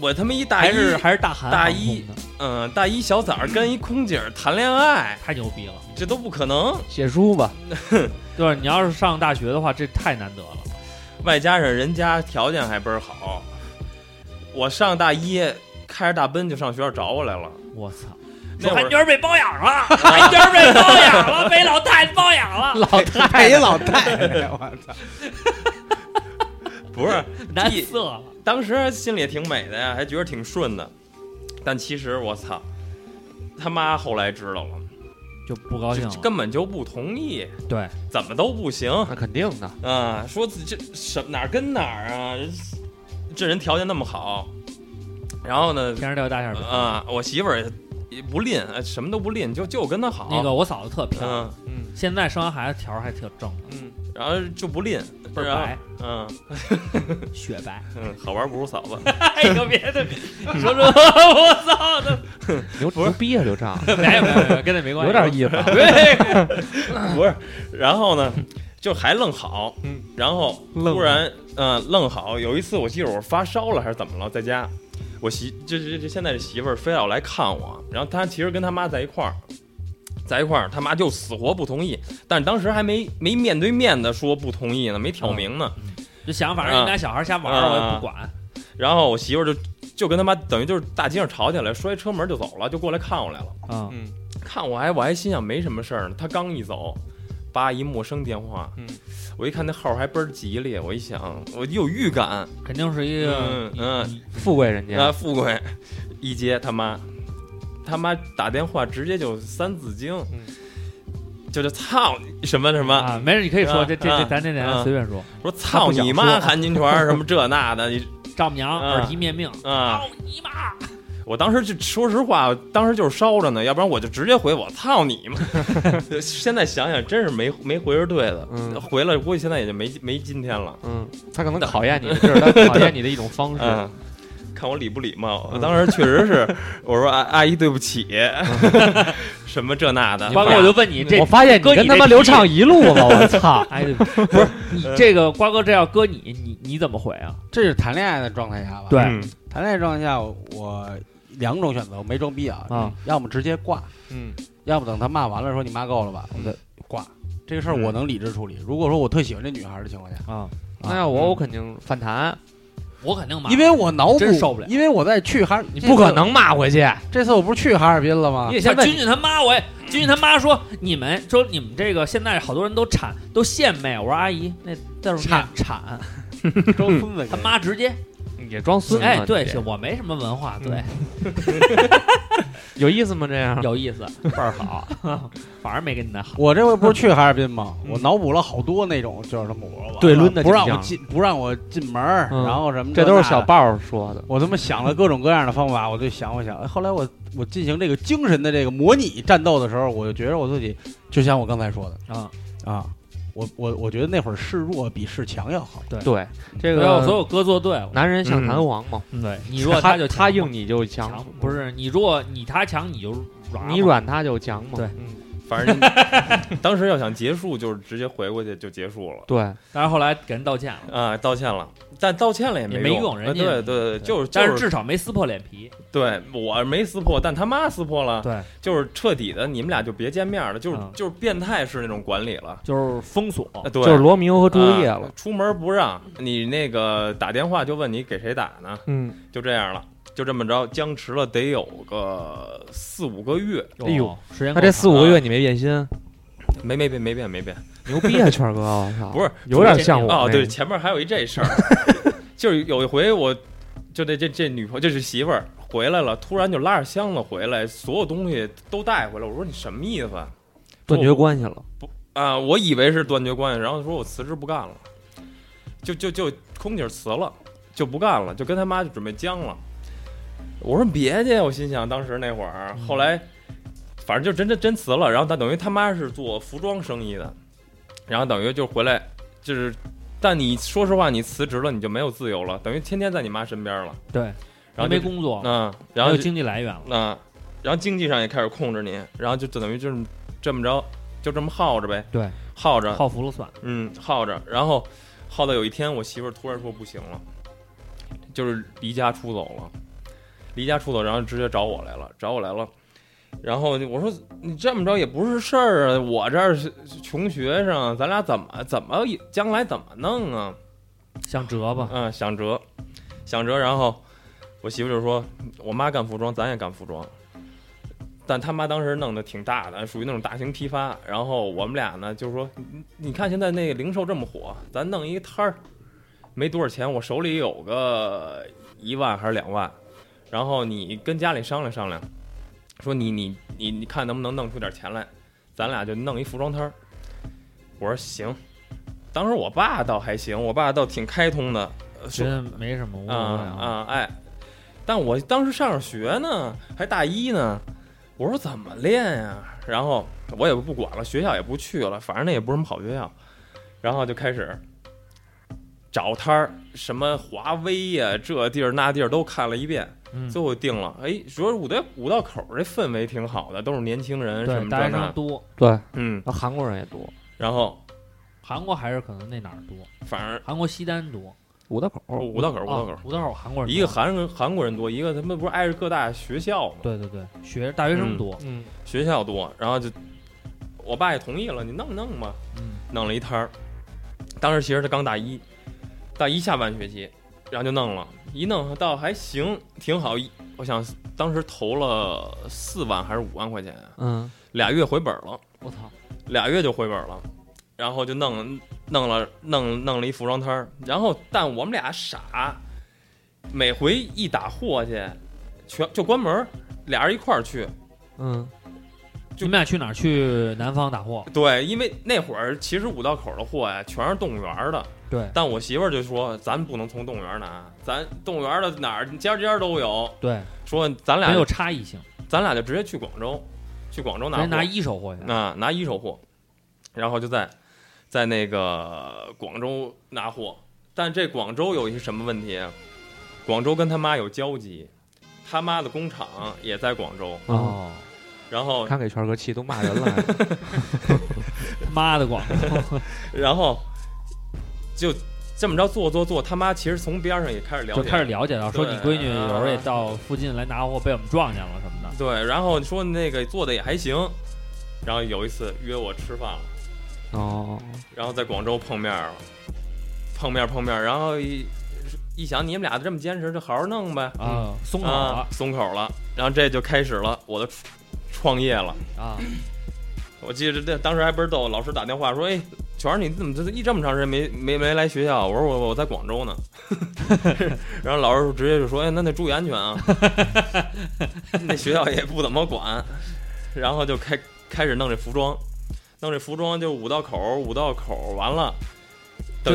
我他妈一大一
还是还是大韩
大
航
一
空的
嗯，大一小崽儿跟一空姐儿谈恋爱，
太牛逼了。
这都不可能。
写书吧，
对，你要是上大学的话，这太难得了。
外加上人家条件还倍儿好，我上大一开着大奔就上学校找我来了。
我操！
那会
韩娟
儿
儿被包养了， (laughs) 韩娟儿被包养了，被老太太包养了。
哎老
太爷哎老太 (laughs) 太，我操！
不是，
难色了，
当时心里也挺美的呀，还觉得挺顺的，但其实我操，他妈后来知道了，
就不高兴
就
了。
根本就不同意，
对，
怎么都不行
(laughs) 那肯定的，
啊！说自这什哪儿跟哪儿啊？这人条件那么好，然后呢，
天上掉大馅饼。
啊、我媳妇儿也不吝，呃什么都不吝，就就我跟她好。
那个我嫂子特漂亮，
嗯，
嗯
现在生完孩子条儿还挺正的，
嗯，
然后就不吝，
倍儿白，
然后。嗯
雪白。
嗯，好玩不如嫂子。
(laughs) 哎 (laughs) 呦，别的，你说说，我操的，
牛牛逼啊，刘畅，
没有没有没有，跟那没关
有
系，
点意思。啊
对，
不是，然后呢，就还愣好。
嗯，
然后
愣
突然，嗯、愣好。有一次我记得我发烧了还是怎么了，在家，我媳这这这现在这媳妇儿非要来看我，然后她其实跟她妈在一块儿。在一块儿，他妈就死活不同意，但是当时还没没面对面的说不同意呢，没挑明呢。
就想反正你们俩小孩瞎玩儿，我也不管。
然后我媳妇儿就就跟他妈等于就是大街上吵起来，摔车门就走了，就过来看我来了。
嗯，
嗯，
看我还我还心想没什么事儿呢，他刚一走，叭一陌生电话，
嗯
我一看那号还倍儿吉利，我一想我有预感，
肯定是一个
嗯嗯
富贵人
啊
家，
富贵，一接他妈，他妈打电话直接就三字经，就是操你什么什么，
嗯啊，没事，你可以说
啊
这这这，
啊
咱这俩
啊
随便说，
我说操你妈韩金泉什么这那的，你
丈母娘
啊
耳提面命，
啊！
操你妈！
我当时就说实话，我当时就是烧着呢，要不然我就直接回我操你妈！
(laughs)
现在想想真是没没回是对的，
嗯
回了估计现在也就没没今天了。
嗯，他可能考验你，这是他考验你的一种方式。
嗯，看我礼不礼貌。我
嗯
当时确实是，我说阿阿姨对不 (laughs) 起，什么这那的。
关哥，我就问你，这
我发现你
哥
跟
你
他
这
妈
脾
刘
气！
畅一路了，我操
(laughs) 哎，对不起不是你这个瓜哥，这要搁你，你你怎么回啊？
这是谈恋爱的状态下吧？
对
嗯
谈恋爱状态下，我两种选择，我没装逼啊，
啊，
要么直接挂，
嗯，
要不等他骂完了说你骂够了吧，我再挂。这个事儿我能理智处理。如果说我特喜欢这女孩的情况下，
啊，
那要嗯哎
嗯
我我肯定反弹，
我肯定骂，
因为我脑补
真受不了
因为我在去哈尔，
你不可。能骂回去。
这次我不是去哈尔滨了吗
你？得
像
先问
啊君君他妈，我也君君他妈说你们说你们这个现在好多人都谄都献媚，我说阿姨那字是谄谄，
装孙子，
他妈直接
也装孙子，
哎对，
你
是我没什么文化，对，
有意思吗？这样
有意思，嗯 (laughs) 倍儿好，反而没跟你那好，
我这回不是去哈尔滨吗？我脑补了好多那种，就是他们我完了
嗯对抡的
不让
景
我
象
进，不让我进门儿，
嗯
然后什么
这都是小
那的。
豹说的。
我他妈想了各种各样的方法，我就想我想，哎后来我我进行这个精神的这个模拟战斗的时候，我就觉得我自己就像我刚才说的
啊
啊，我我我觉得那会儿示弱比示强要好。
对，这
不要所
个
有哥作对，嗯
男人像弹簧嘛，
对你弱
嗯他
就
他
强
硬你就强
强，，不是你弱你他强你就软，
你软他就强嘛。
对
嗯
反正当时要想结束，就是直接回过去就结束了。
对，
但是后来给人道歉了。
啊，道歉了，但道歉了也
也
没
没
用，
用人家
呃对对对，就是
但是
就是
至少没撕破脸皮。
对我没撕破，但他妈撕破了，
对，
就是彻底的，你们俩就别见面了，就是
嗯哦
就是变态式那种管理了。
就是封锁。
啊对，
就是罗密欧和朱丽叶
啊
了。
出门不让你那个打电话就问你给谁打呢，
嗯，
就这样了。就这么着僵持了得有个四五个月，
哎呦
哦，时间
那
够
这
长
四五个月你没变心，
没没变没变没变。
牛逼啊，圈哥！我操，
不是
有点像我
哦，
那
对，
个
前面还有一这事儿， (laughs) 就是有一回我，就那这这女朋友就是媳妇儿回来了，突然就拉着箱子回来，所有东西都带回来。我说你什么意思啊？
断绝关系了。
啊，我以为是断绝关系，然后说我辞职不干了，就就就空姐辞了，就不干了，就跟他妈就准备僵了。我说别介，我心想当时那会儿，后来反正就真真真辞了，然后他等于他妈是做服装生意的，然后等于就回来就是，但你说实话，你辞职了你就没有自由了，等于天天在你妈身边了，
对，
然后
没
就
工作，
嗯，然
没
后
哦有
就
经济来源了，
嗯，然后经济上也开始控制你，然后就等于就是这么着，就这么耗着呗，
对，
耗着，
泡服了算。
嗯，耗着，然后耗到有一天，我媳妇儿突然说不行了，就是离家出走了，离家出走，然后直接找我来了，找我来了。然后我说你这么着也不是事儿啊，我这儿是穷学生，咱俩怎么怎么将来怎么弄啊？
想折吧，
嗯，想辙，想辙。然后我媳妇就说：“我妈干服装，咱也干服装。”但他妈当时弄得挺大的，属于那种大型批发。然后我们俩呢，就是说，你你看现在那个零售这么火，咱弄一个摊儿，没多少钱，我手里有个一万还是两万，然后你跟家里商量商量，说你你你你看能不能弄出点钱来，咱俩就弄一服装摊儿。我说行，当时我爸倒还行，我爸倒挺开通的，呃
觉
说
得没什么无所
啊
谓啊。
啊哎，但我当时上着学呢，还大一呢，我说怎么练呀、然后我也不管了，学校也不去了，反正那也不是什么好学校，然后就开始找摊儿，什么华威呀、这地儿那地儿都看了一遍，
嗯
最后定了。哎，主要是五道五道口儿这氛围挺好的，都是年轻人什
对，
么
大学
的
生
呢，
多，
对，
嗯，
那韩国人也多，
然后
韩国还是可能那哪儿多，
反正
韩国西单多，
五道口儿。
五道口儿五道口
啊
儿，
五道口韩国人多
一个韩人韩国人多，一个他们不是挨着各大学校吗？
对对对，学大学生
嗯
多，
嗯，
学校多，然后就我爸也同意了，你弄弄吧，
嗯
弄了一摊儿。当时其实他刚大一，大一下半学期，然后就弄了，一弄倒还行，挺好。一我想当时投了四万还是五万块钱，啊
嗯，
俩月回本了，
我操，
俩月就回本了，然后就弄弄了弄弄了一服装摊儿，然后但我们俩傻，每回一打货去，全就关门儿，俩人一块儿去，
嗯，
你们俩去哪儿？去南方打货？
对，因为那会儿其实五道口的货呀，全是动物园儿的。
对
但我媳妇儿就说，咱不能从动物园儿拿，咱动物园儿的哪儿家家都有。
对，
说咱
没
俩就，
有差异性，
咱俩就直接去广州，去广州拿
人
货
拿一手货去。
啊，拿一手货，然后就在在那个广州拿货。但这广州有一些什么问题啊？广州跟他妈有交集，他妈的工厂也在广州，
哦，
哦，
然后
看给圈哥气都骂人 (laughs) 了，
妈的广告，
然后就这么着做做做，他妈其实从边上也开始了
就
解，
开始了解到说
对
你闺女有时候也
啊
到附近来拿货，被我们撞见了什么的。
对，然后说那个做的也还行，然后有一次约我吃饭了，
哦，
然后在广州碰面了，碰面碰面，然后一一想你们俩这么坚持，就好好弄呗，
啊，松口
啊
了，
松口了，然后这就开始了我的创业了。
啊，
我记得这当时还倍儿逗，老师打电话说：“哎，全儿你怎么这一这么长时间没没没来学校？”我说我：“我我在广州呢。” (laughs) 然后老师直接就说：“哎，那得注意安全啊！” (laughs) 那学校也不怎么管， (laughs) 然后就开开始弄这服装，弄这服装就五道口五道口完了，
就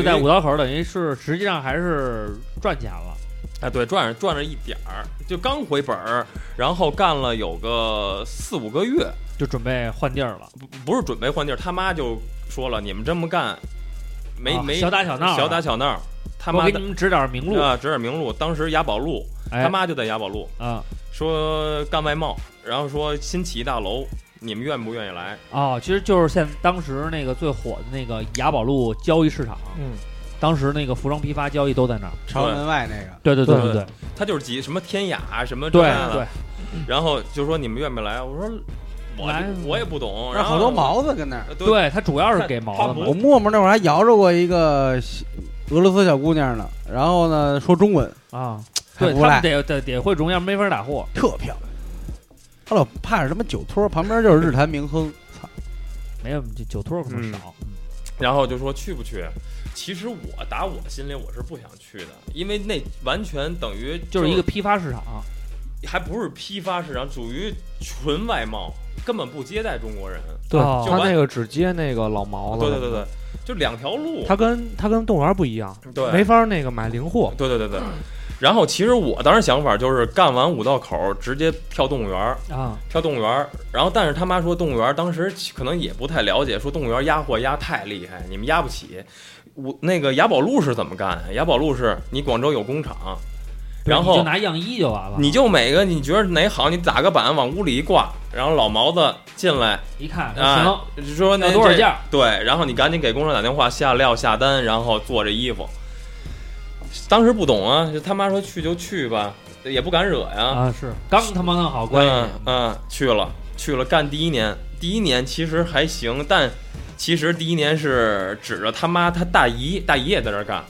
等于
在五道口，等于是实际上还是赚钱了。
哎对转着转着一点儿，就刚回本儿，然后干了有个四五个月，
就准备换地儿了，
不不是准备换地儿，他妈就说了：“你们这么干，没、
啊
没
小打小闹啊，
小打小闹。他
我
妈
给
的
你们指点明路。
啊，指点明路。当时雅宝路，
哎
他妈就在雅宝路，
啊
说干外贸，然后说新起一大楼，你们愿不愿意来？
哦，其实就是现当时那个最火的那个雅宝路交易市场，
嗯，
当时那个服装批发交易都在那儿。
朝门外那个，
对对
对
对
对
对
他就是集什么天雅什么这
对
那的
对，
然后就说你们愿不愿意来？我说
来
我我也不懂，
那
然后
好多毛子跟那儿。
呃，
对，他主要是
他
给
他
毛的
不
嘛。
我默默那会儿还摇着过一个俄罗斯小姑娘呢，然后呢说中文，
啊，对
还无
他们
赖，
得得得会荣耀，没法打货。
特漂亮。他老怕是什么酒托，旁边就是日坛明亨，操，
没有这酒托可能
嗯
少，
然后就说去不去？其实我打我心里我是不想去的，因为那完全等于
就是一个批发市场。
还不是批发市场，属于纯外贸，根本不接待中国人。
对
哦
他那个只接那个老毛子，
对对对对，，就两条路。
哦他跟他跟动物园不一样，
对
没法那个买零货，
对对对对。然后其实我当时想法就是干完五道口直接跳动物园儿，
啊，
跳动物园儿。然后但是他妈说动物园儿当时可能也不太了解，说动物园儿压货压太厉害，你们压不起。我那个雅宝路是怎么干啊？雅宝路是你广州有工厂，
对
然
你
后
就拿样衣就完了。
你就每个你觉得哪好，你打个板往屋里一挂，然后老毛子进来
一看行
啊，就说那
要多少
这
件儿
对，然后你赶紧给工厂打电话下料下单，然后做这衣服。当时不懂啊，就他妈说去就去吧，也不敢惹呀。
啊，是刚他妈弄好关
嗯
系，
嗯，去了去了，干第一年，第一年其实还行，但其实第一年是指着他妈他大姨，大姨也在这儿干，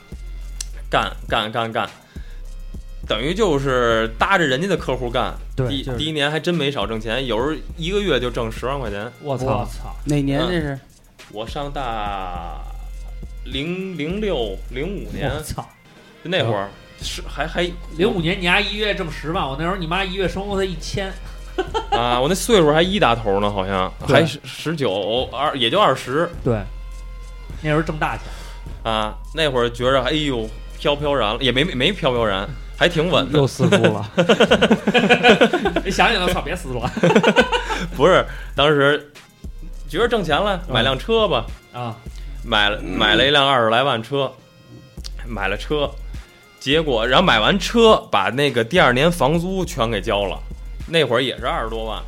干干干干，等于就是搭着人家的客户干。第
对，
第一年还真没少挣钱，有时候一个月就挣十万块钱。
我操，我操，
哪年这是？
我上大零零六零五年
我操！
就那会儿，是还还
零五年你丫一月挣十万，我那时候你妈一月生活费一千，
啊，我那岁数还一打头呢，好像
对
还十九二，也就二十
对，那时候挣 (laughs) 大钱，
啊。那会儿觉着哎呦飘飘然了，也没没飘飘然，还挺稳的
(laughs) 又。四出了，
你想想我操，别 (laughs) 撕了
不是，当时觉着挣钱了，买辆车吧，
啊！
买了买了一辆二十来万车，买了车，结果然后买完车，把那个第二年房租全给交了，那会儿也是二十多万，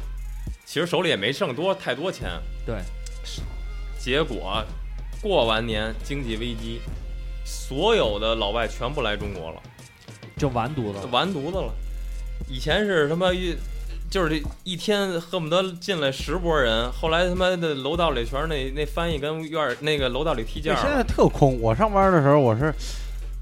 其实手里也没剩多太多钱。
对，
结果过完年经济危机，所有的老外全部来中国了。
就完犊子了，
完犊子了。以前是他妈一，就是这一天恨不得进来十波人，后来他妈的楼道里全是那那翻译跟院儿那个楼道里踢毽
这现
儿
在
了。
特空。我上班的时候，我是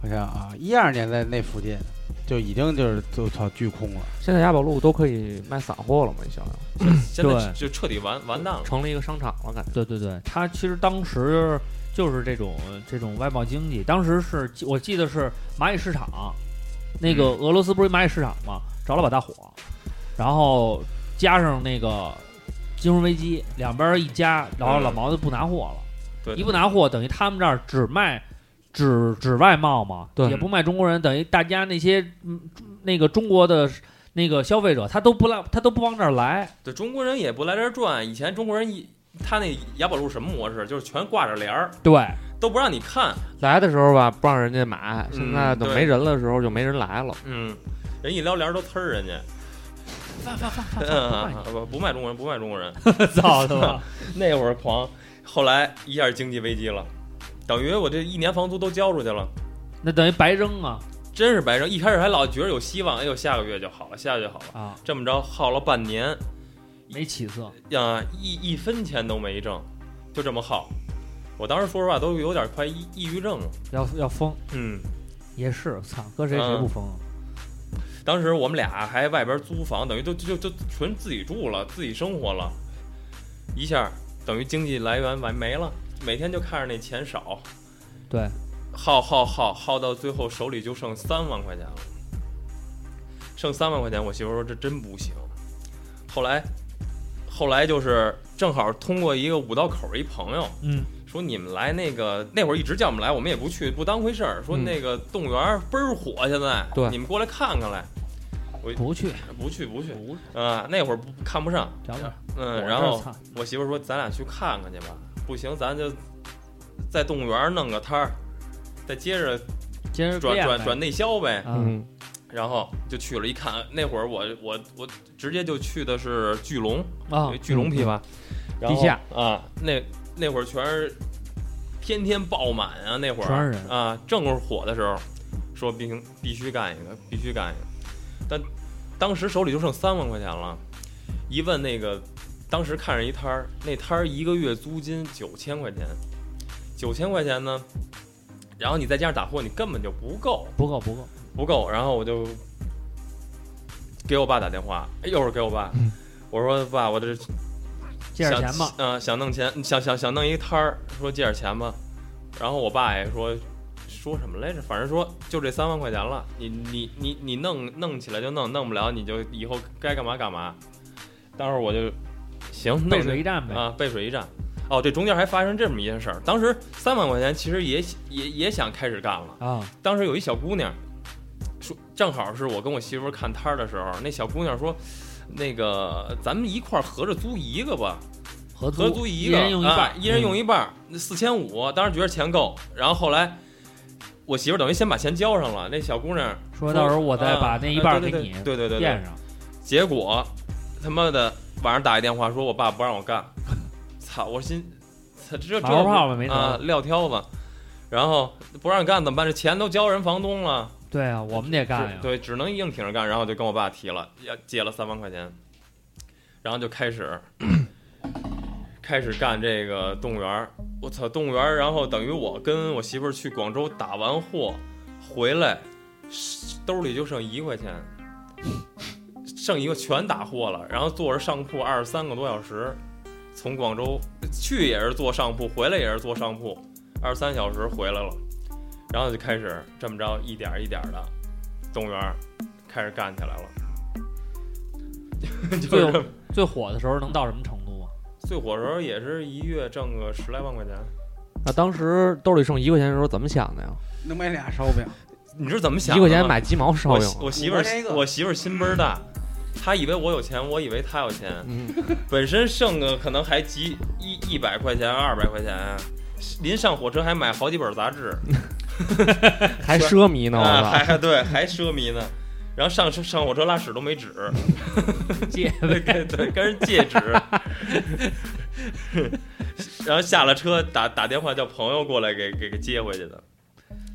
好像啊，一二年在那附近就已经就是就操巨空了。
现在雅宝路都可以卖散货了嘛？你想想，
现在就彻底完完蛋了。
成了一个商场了，感觉。
对对对，他其实当时就是这种这种外贸经济，当时是我记得是蚂蚁市场，那个俄罗斯不是蚂蚁市场嘛，着了把大火，然后加上那个金融危机，两边一加，然后
嗯
老毛就不拿货了，
对
一不拿货等于他们这儿只卖。只只外贸嘛，
对
也不卖中国人，等于大家那些嗯那个中国的那个消费者，他都不来，他都不往这儿来，
对，中国人也不来这儿转。以前中国人一他那雅宝路什么模式，就是全挂着帘儿，
对，
都不让你看。
来的时候吧，不让人家买，
嗯
现在等
对
没人的时候就没人来了。
嗯，人一撩帘儿都呲儿人家。
(laughs)
嗯，不不卖中国人，不卖中国人。
操他妈！
那会儿狂，后来一下经济危机了，等于我这一年房租都交出去了。
那等于白扔啊
真是白扔。一开始还老觉得有希望，哎呦，下个月就好了，下个月就好了。
啊，
这么着耗了半年，啊、
没起色。
一一分钱都没挣，就这么耗。我当时说实话都有点快抑抑郁症了。
要要疯
嗯，
也是，操，搁谁谁
嗯
不疯啊？
当时我们俩还外边租房，等于都就就就纯自己住了，自己生活了，一下等于经济来源完没了，每天就看着那钱少，嗯
对，
耗耗耗耗到最后手里就剩三万块钱了，剩三万块钱，我媳妇说这真不行。后来，后来就是正好通过一个五道口一朋友
嗯，
说你们来那个那会儿一直叫我们来，我们也不去，不当回事儿，说
嗯
那个动物园儿倍儿火，现在
对
你们过来看看来，
不去，
不去不去，
不
啊、那会儿不看不上，
找找。我
嗯，
这
然后
操
我媳妇儿说咱俩去看看去吧，不行咱就在动物园儿弄个摊儿，再接着
今儿
转
变
转
呗
转内销呗，
啊，，
嗯
然后就去了，一看那会儿我我我直接就去的是巨龙
啊
有一巨龙批发，然后
地下
啊，那那会儿全是天天爆满啊，那会儿
全是人
啊，正是火的时候，说必须必须干一个，必须干一个，但当时手里就剩三万块钱了，一问那个当时看着一摊儿，那摊儿一个月租金九千块钱，九千块钱呢，然后你再加上打货，你根本就不够。
不够不够，
不够，然后我就给我爸打电话，一会儿给我爸，
嗯
我说爸，我这
借点钱吧。
嗯、想弄钱，想想想弄一摊儿，说借点钱吧。然后我爸也说说什么来着，反正说就这三万块钱了，你你你你弄弄起来就弄，弄不了你就以后该干嘛干嘛。当时我就行，弄
背
就
水一战呗。
啊，背水一战。哦，这中间还发生这么一件事儿，当时三万块钱其实也也也想开始干了。
啊，
当时有一小姑娘，说正好是我跟我媳妇儿看摊儿的时候，那小姑娘说，那个咱们一块儿合着租一个吧，
合租
合租一个，
人用一半嗯
啊
儿，
一人用一半儿，那四千五，当时觉得钱够，然后后来我媳妇儿等于先把钱交上了，那小姑娘
说到时候我再
啊
把那一半儿
啊对
给
对
你
对对对对对
垫上。
结果他妈的晚上打一电话说我爸不让我干， (laughs) 操！我心，操这这
马后炮吧没辙
啊撂挑子，然后不让干怎么办？这钱都交人房东了，
对啊，我们得干呀
只。对，只能硬挺着干。然后就跟我爸提了，要借了三万块钱，然后就开始开始干这个动物园儿。我操，动物园儿！然后等于我跟我媳妇儿去广州打完货回来，兜里就剩一块钱，剩一个全打货了。然后坐着上铺二十三个多小时，从广州去也是坐上铺，回来也是坐上铺，二十三小时回来了。然后就开始这么着，一点儿一点的，动物园儿开始干起来了。 (laughs) 就是这么
最火的时候能到什么程
(laughs)
度啊？
最火的时候也是一月挣个十来万块钱。
那当时兜里剩一块钱的时候怎么想的呀？
能买俩烧饼，
你是怎么想
一
的吗？
块钱买鸡毛烧
我
饼
媳，我媳妇
五块钱一个
儿，我媳妇儿心倍儿大，她以为我有钱，我以为她有钱，
嗯，
(laughs)
本身剩个可能还集一一百块钱、二百块钱，啊临上火车还买好几本杂志，
还奢靡呢，我
啊，
操！
还还对，还奢靡呢。然后上车上火车拉屎都没
(laughs)
纸，
借
对跟对跟人借纸，然后下了车打打电话叫朋友过来给给给接回去的。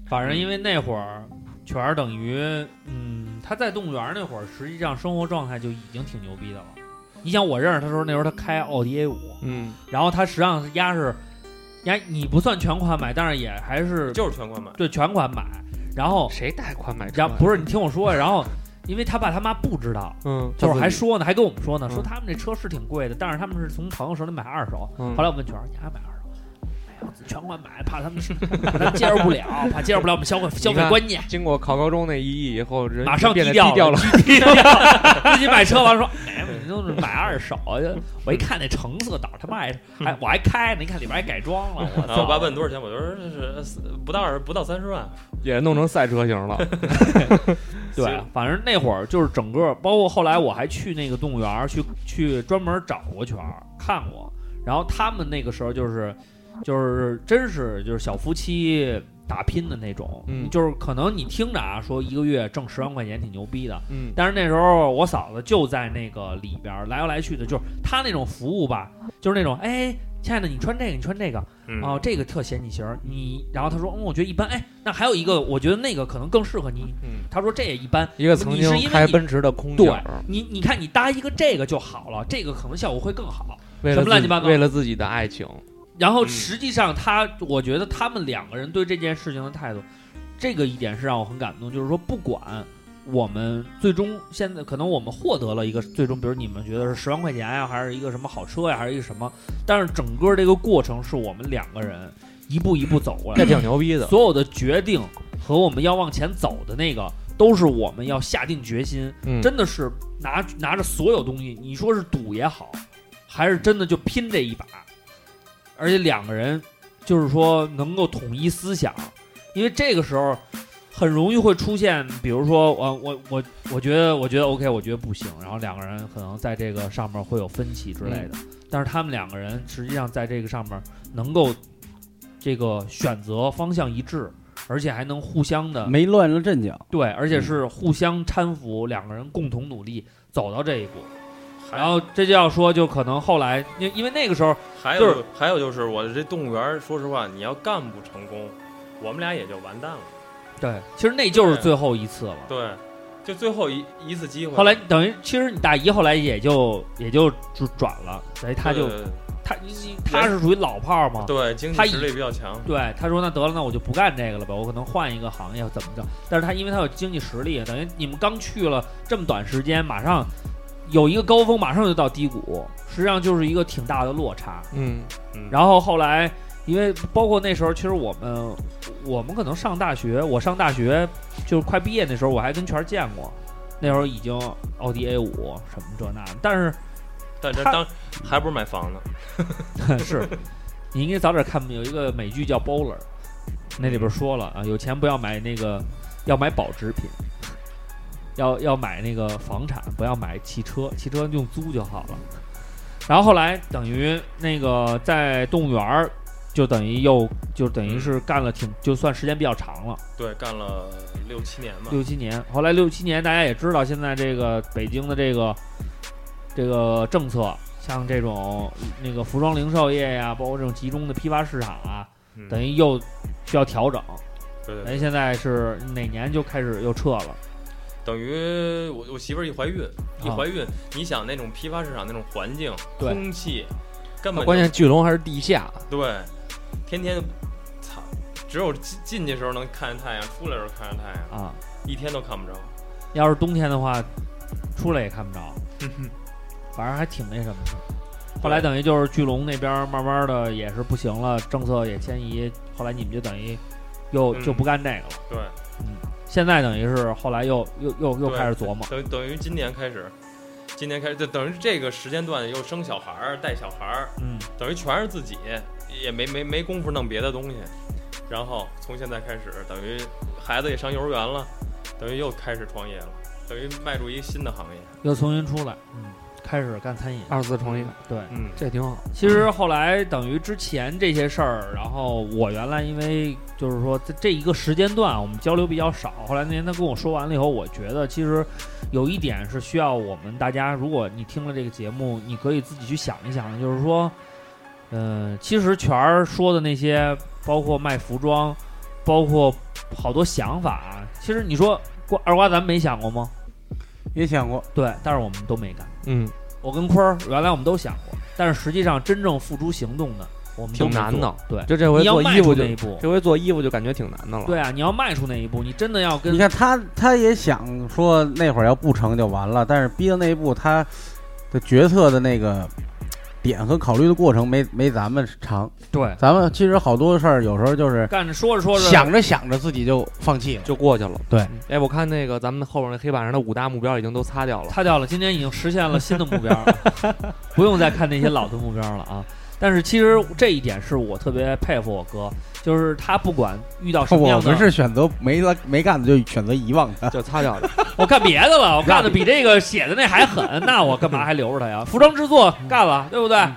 反正因为那会儿，全儿等于，嗯，他在动物园那会儿，实际上生活状态就已经挺牛逼的了。你想，我认识他的时候，那时候他开奥迪 A 五，
嗯，
然后他实际上是压是压，你不算全款买，但是也还是
就是全款买，
对全款买。然后，
谁贷款买车
然
呀？
后不是你听我说，然后因为他爸他妈不知道，
嗯，
就是还
说
说呢，还跟我们说呢，
嗯
说他们这车是挺贵的，但是他们是从朋友手里买二手。
嗯
后来我问全儿，你还买二手？哎呀，我全款买，怕他们 (laughs) 怕他们接受
(laughs)
不了，怕接受不了我们消费消费观念。
经过考高中那一役以后，人
马上
变得
低调 (laughs)
调了，
自己买车完说，哎，你都是买二手，我一看那成色倒他
(laughs)
妈的，哎，我还开呢，你看里边还改装了，我
(laughs) 然后
操！
我爸问多少钱，我就说是是不到二不到三十万，
也弄成赛车型了。
对，反正那会儿就是整个，包括后来我还去那个动物园儿去去专门找过圈儿看过，然后他们那个时候就是就是真是就是小夫妻打拼的那种，
嗯
就是可能你听着啊，说一个月挣十万块钱挺牛逼的，
嗯，
但是那时候我嫂子就在那个里边儿来来去的，就是她那种服务吧，就是那种哎，亲爱的，你穿这个，你穿这个，
嗯，
哦，这个特显你型儿。你然后她说，嗯，我觉得一般。哎，那还有一个，我觉得那个可能更适合你。
嗯，
她说这也一般。
一个曾
你是因为
经
你
开奔驰的空姐
对
儿，
你你看，你搭一个这个就好了，这个可能效果会更好。
为
什
了
么乱
自
七八糟
为了自己的爱情，
然后
嗯
实际上他，我觉得他们两个人对这件事情的态度，这个一点是让我很感动，就是说不管。我们最终现在可能我们获得了一个最终，比如你们觉得是十万块钱呀、还是一个什么好车呀、还是一个什么？但是整个这个过程是我们两个人一步一步走过来
这
的，
挺牛逼的。
所有的决定和我们要往前走的那个，都是我们要下定决心，
嗯，
真的是拿拿着所有东西，你说是赌也好，还是真的就拼这一把，而且两个人就是说能够统一思想，因为这个时候很容易会出现，比如说我我我我觉得我觉得 OK，我觉得不行，然后两个人可能在这个上面会有分歧之类的，但是他们两个人实际上在这个上面能够这个选择方向一致，而且还能互相的
没乱了阵脚。
对，而
嗯
且是互相搀扶，两个人共同努力走到这一步。
还
然后这就要说，就可能后来，因因为那个时候，
还有、
就是
还有就是我这动物园儿，说实话，你要干不成功，我们俩也就完蛋了。
对，其实那就是
对
最后一次了。
对，就最后一一次机会。
后来等于，其实你大姨后来也就也就就转了，等于她就
对对对
他他是属于老炮儿嘛，
对，经
他
济
以
实力比较强，
对，他说那得了，那我就不干这个了吧，我可能换一个行业怎么着？但是他因为他有经济实力，等于你们刚去了这么短时间，马上有一个高峰，马上就到低谷，实际上就是一个挺大的落差。
嗯，
嗯
然后后来，因为包括那时候，其实我们我们可能上大学，我上大学就是快毕业那时候，我还跟全儿见过，那时候已经奥迪 A 五什么这那的，但是
但这
他
当还不是买房呢，
(laughs) 是，你应该早点看有一个美剧叫《Bowler》，那里边说了啊，有钱不要买那个，要买保值品，要要买那个房产，不要买汽车，汽车用租就好了。然后后来等于那个在动物园儿，就等于又就等于是干了挺，就算时间比较长了，
对，干了六七年吧，
六七年。后来六七年，大家也知道现在这个北京的这个这个政策，像这种那个服装零售业呀、包括这种集中的批发市场啊，
嗯
等于哎又需要调整。
对对
等于
对，
现在是哪年就开始又撤了？
等于我我媳妇儿一怀孕，一
啊
怀孕，你想那种批发市场那种环境、
对啊
空气，根本
那
就
关键巨龙还是地下，
对，天天操，只有进进去时候能看见太阳，出来时候看见太阳，
啊，
一天都看不着。
要是冬天的话，出来也看不着，
嗯
反正还挺那什么的。后来等于就是巨龙那边慢慢的也是不行了，政策也迁移，后来你们就等于又
嗯
就不干这个了。
对，
现在等于是后来又又又又
对
开始琢磨，
等等于今年开始，今年开始就等于这个时间段又生小孩儿、带小孩儿，
嗯，
等于全是自己，也没没没工夫弄别的东西。然后从现在开始，等于孩子也上幼儿园了，等于又开始创业了，等于迈入一个新的行业。
又重新出来，嗯，开始干餐饮。
二次创业，
对，
嗯，
这挺好。
其实后来等于之前这些事儿，然后我原来因为就是说这这一个时间段我们交流比较少，后来那天他跟我说完了以后，我觉得其实有一点是需要我们大家，如果你听了这个节目，你可以自己去想一想，就是说，嗯、其实全儿说的那些，包括卖服装，包括好多想法啊，其实你说瓜二瓜咱们没想过吗？
也想过，
对，但是我们都没干。
嗯，
我跟坤儿原来我们都想过，但是实际上真正付诸行动的，我们都
挺
没
难的
做。对，
就这回
你要
做
迈
衣
出
服就
那一步，
这回做衣服就感觉挺难的了。
对啊，你要迈出那一步，你真的要
你看
跟
他他也想说那会儿要不成就完了，但是逼到那一步，他的决策的那个点和考虑的过程没没咱们长。
对
咱们其实好多事儿有时候就是
干着说着说着
想着想着自己就放弃了。
就过去了。
对
嗯，哎，我看那个咱们后边那黑板上的五大目标已经都擦掉了。
擦掉了，今天已经实现了新的目标了， (laughs) 不用再看那些老的目标了啊。但是其实这一点是我特别佩服我哥，就是他不管遇到什么
我
样的，
们是选择没了没干的就选择遗忘它。
就擦掉了，
(laughs) 我干别的了，我干的比这个写的那还狠，那我干嘛还留着它呀？服装制作干了，对不对？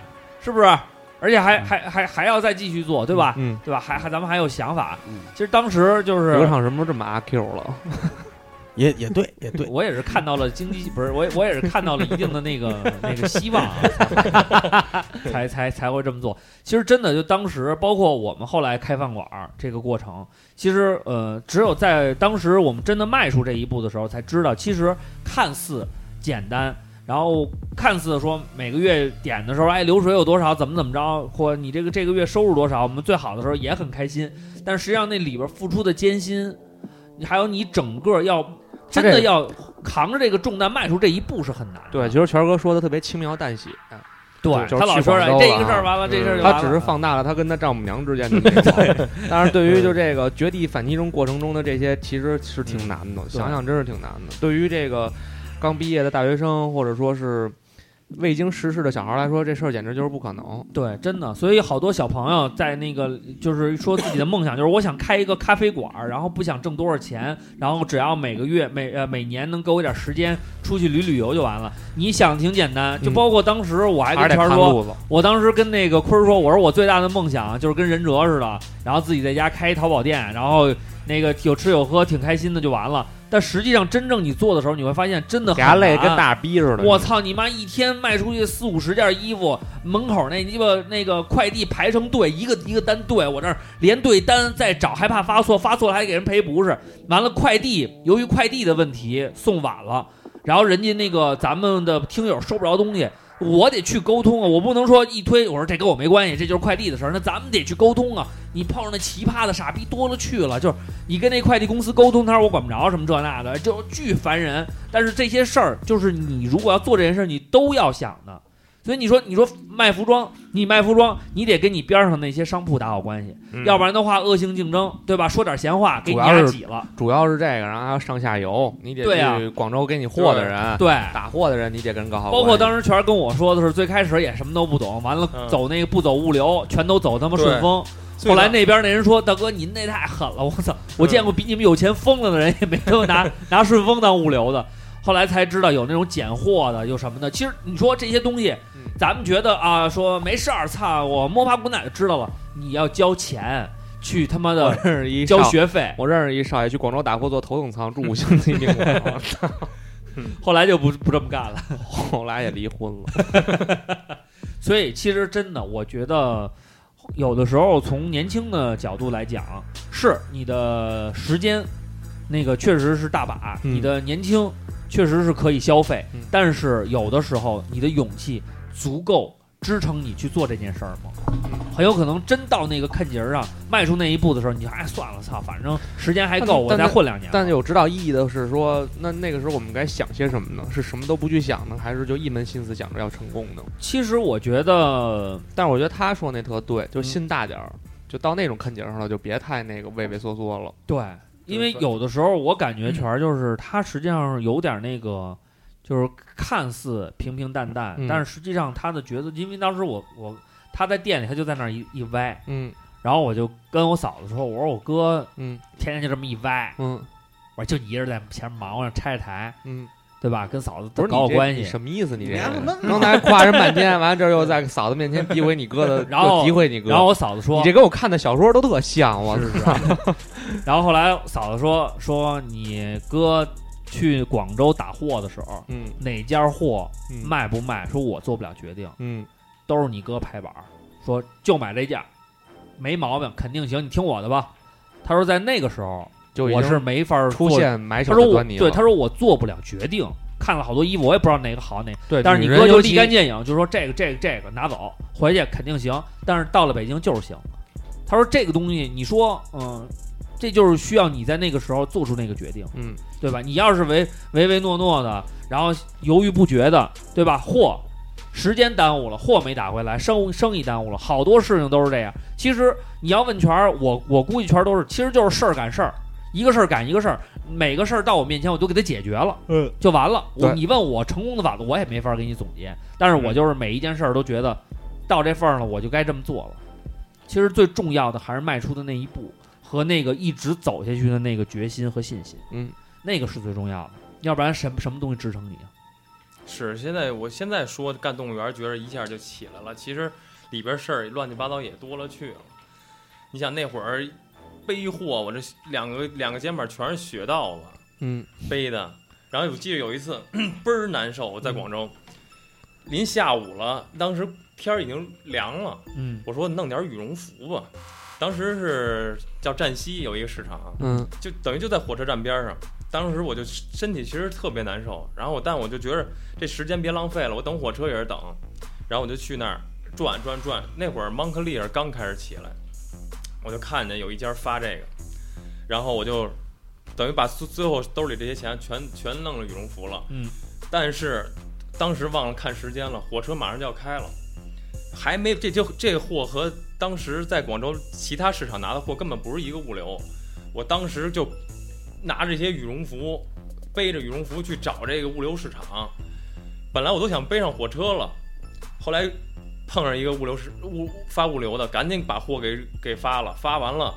是不是？而且还还还还要再继续做，对吧？
(laughs) 嗯，
对吧？还还咱们还有想法
嗯。
其实当时就
刘
是
畅什么时候这么阿 Q 了？
也也对，也对，
我也是看到了经济，不是我也我也是看到了一定的那个那个希望、啊，啊才才才才会这么做。其实真的就当时，包括我们后来开饭馆儿这个过程，其实呃，只有在当时我们真的迈出这一步的时候，才知道其实看似简单。然后看似说每个月点的时候，哎，流水有多少，怎么怎么着，或你这个这个月收入多少，我们最好的时候也很开心。但实际上那里边付出的艰辛，你还有你整个要真的要扛着这个重担迈出这一步是很难的。
对，其实权哥说的特别轻描淡写，啊
对，
就是
他老
去
说
广
哎
州
这
了
一个事儿
啊
完了，这事儿就完
他
了
只是放大了他跟他丈母娘之间的
(laughs)
那种。但是对于就这个绝地反击中过程中的这些，其实是挺难的，想想真是挺难的。对于这个刚毕业的大学生，或者说是未经世事的小孩来说，这事儿简直就是不可能。
对，真的，所以好多小朋友在那个就是说自己的梦想，就是我想开一个咖啡馆儿，然后不想挣多少钱，然后只要每个月每呃每年能给我点时间出去旅旅游就完了。你想挺简单，就
嗯
包括当时我还
还是
跟
得
圈
看
儿说，
路子。
我当时跟那个坤儿说，我说我最大的梦想啊就是跟忍者似的，然后自己在家开一淘宝店，然后那个有吃有喝，挺开心的就完了。但实际上真正你做的时候，你会发现真的
给
很
他
难。
累得跟大逼似的。
我操你妈！一天卖出去四五十件衣服，门口那鸡巴那个快递排成队，一个一个单队，我这儿连对单再找，还怕发错，发错了还给人赔不是。完了，快递由于快递的问题送晚了，然后人家那个咱们的听友收不着东西，我得去沟通啊，我不能说一推，我说这跟我没关系，这就是快递的事儿。那咱们得去沟通啊。你碰上那奇葩的傻逼多了去了，就是你跟那快递公司沟通，他说我管不着什么这那的，就巨烦人。但是这些事儿，就是你如果要做这件事儿，你都要想的。所以你说，你说卖服装，你卖服装，你得跟你边上那些商铺打好关系，
嗯
要不然的话恶性竞争，对吧？说点闲话给你
主要
压
是
挤了，
嗯主要是这个，然后还有上下游，你得
对呀
去广州给你货的人，
对。
哎打货的人，你得跟人搞好关
包
系。
括当时全跟我说的是，最开始也什么都不懂，完了
嗯
走那个不走物流，全都走他妈顺丰。后来那边那人说：“大哥，您那太狠了，我操！我见过比你们有钱疯了的人，也没他妈拿拿顺丰当物流的。”后来才知道有那种捡货的，有什么的。其实你说这些东西，咱们觉得啊，说没事儿，操，我摸爬滚打就知道了。你要交钱去他妈
我
的
认识一
交
哦少，
学费，
我认识一少爷去广州打货做头等舱，住五星级宾
(laughs)
馆，
后来就不不这么干了。
后来也离婚了。
所以其实真的，我觉得有的时候从年轻的角度来讲，是你的时间那个确实是大把，
嗯
你的年轻确实是可以消费，
嗯
但是有的时候你的勇气足够支撑你去做这件事儿吗？
嗯
很有可能真到那个坎节儿上迈出那一步的时候，你就哎算了，操，反正时间还够，我
但
再
但
混两年。
但有指导意义的是说，那那个时候我们该想些什么呢？是什么都不去想呢，还是就一门心思想着要成功呢？
其实我觉得
但是我觉得他说那特对，就心大点儿，就到那种坎节上了，就别太那个畏畏缩缩了。
对，因为有的时候我感觉全儿就是他实际上有点那个，就是看似平平淡淡，
嗯
但是实际上他的角色，因为当时我我他在店里，他就在那儿一一歪，
嗯
然后我就跟我嫂子说，我说我哥
嗯
天天就这么一歪，
嗯
我说就你一人在前面忙着拆台，
嗯，
对吧？跟嫂子
不是你
搞好
这
关
你
系。
什么意思？你这
你还
人
他
刚才夸人半天，完了这又在嫂子面前诋毁你哥的，
(laughs) 然后
又诋毁你哥，
然后我嫂子说
你这跟我看的小说都特像，我
是是是然后后来嫂子说说你哥去广州打货的时候，
嗯
哪家货
嗯
卖不卖，说我做不了决定。
嗯
都是你哥拍板儿，说就买这件儿，没毛病，肯定行，你听我的吧。他说在那个时候
就已
我
经
是没法儿
出
做，
现买
他
手
说
的
我
端倪了。
对他说我做不了决定，看了好多衣服，我也不知道哪个好哪个，
对，
但是你
女人
哥就
尤其
立竿见影，就说这个这个这个拿走，回去肯定行，但是到了北京就是行。他说这个东西，你说嗯。这就是需要你在那个时候做出那个决定，
嗯
对吧？你要是唯唯唯诺诺的，然后犹豫不决的，对吧？货时间耽误了，货没打回来，生生意耽误了，好多事情都是这样。其实你要问全儿，我我估计全儿都是，其实就是事儿赶事儿，一个事儿赶一个事儿，每个事儿到我面前我都给它解决了，
嗯，
就完了。我
对嗯
你问我成功的法子，我也没法给你总结，但是我就是每一件事儿都觉得到这份儿上了，我就该这么做了。其实最重要的还是迈出的那一步和那个一直走下去的那个决心和信心，
嗯，
那个是最重要的，要不然什么什么东西支撑你啊？
是现在我现在说干动物园，觉得一下就起来了，其实里边事儿乱七八糟也多了去了。你想那会儿背货，我这两个两个肩膀全是血道子
嗯
背的，然后我记得有一次 (clears throat) 倍儿难受，我在广州，临下午了，当时天儿已经凉了，
嗯
我说弄点羽绒服吧。当时是叫站西有一个市场，
嗯
就等于就在火车站边儿上。当时我就身体其实特别难受，然后我但我就觉着这时间别浪费了，我等火车也是等，然后我就去那儿转转转。那会儿 Monk Lear 刚开始起来，我就看见有一家发这个，然后我就等于把最最后兜里这些钱全全弄了羽绒服了。
嗯，
但是当时忘了看时间了，火车马上就要开了，还没这就这货和当时在广州其他市场拿的货根本不是一个物流。我当时就拿着一些羽绒服，背着羽绒服去找这个物流市场。本来我都想背上火车了，后来碰上一个物流市物发物流的，赶紧把货给给发了，发完了，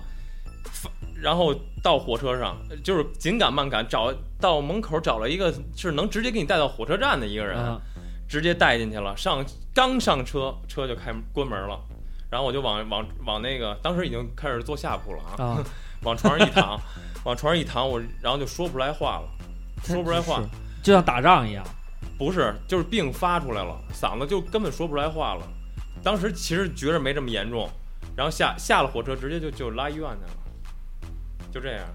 发然后到火车上，就是紧赶慢赶找到门口找了一个是能直接给你带到火车站的一个人，
啊
直接带进去了。上刚上车，车就开关门了，然后我就往往往那个当时已经开始坐下铺了
(laughs)
啊，
啊，
往床上一躺， (laughs) 往床上一躺，我然后就说不出来话了，说不出来话，
就像打仗一样，
不是，就是病发出来了，嗓子就根本说不出来话了。当时其实觉着没这么严重，然后下下了火车，直接就就拉医院去了，就这样。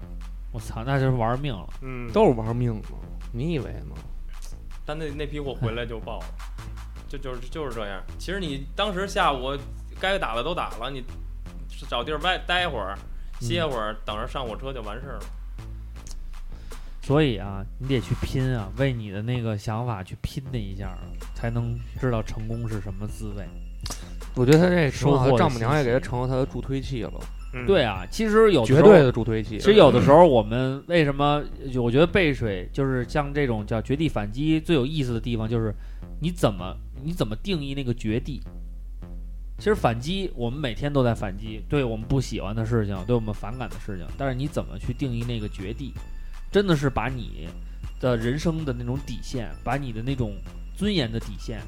我操，那就是玩命了。
嗯，
都是玩命的，你以为呢？
但那那批货回来就爆了，就就是就是这样。其实你当时下午该打的都打了，你找地儿待待会儿，歇会儿，等着上火车就完事儿了。
所以啊，你得去拼啊，为你的那个想法去拼那一下啊，才能知道成功是什么滋味。
我觉得他这时候
收获
啊，
了
丈母娘也给他
信息
成了他的助推器了，
嗯
对，啊，其实有的
绝
时候
对的助推器。
其实有的时候，我们为什么就我觉得背水就是像这种叫绝地反击最有意思的地方，就是你怎么你怎么定义那个绝地？其实反击，我们每天都在反击，对我们不喜欢的事情，对我们反感的事情，但是你怎么去定义那个绝地？真的是把你的人生的那种底线，把你的那种尊严的底线，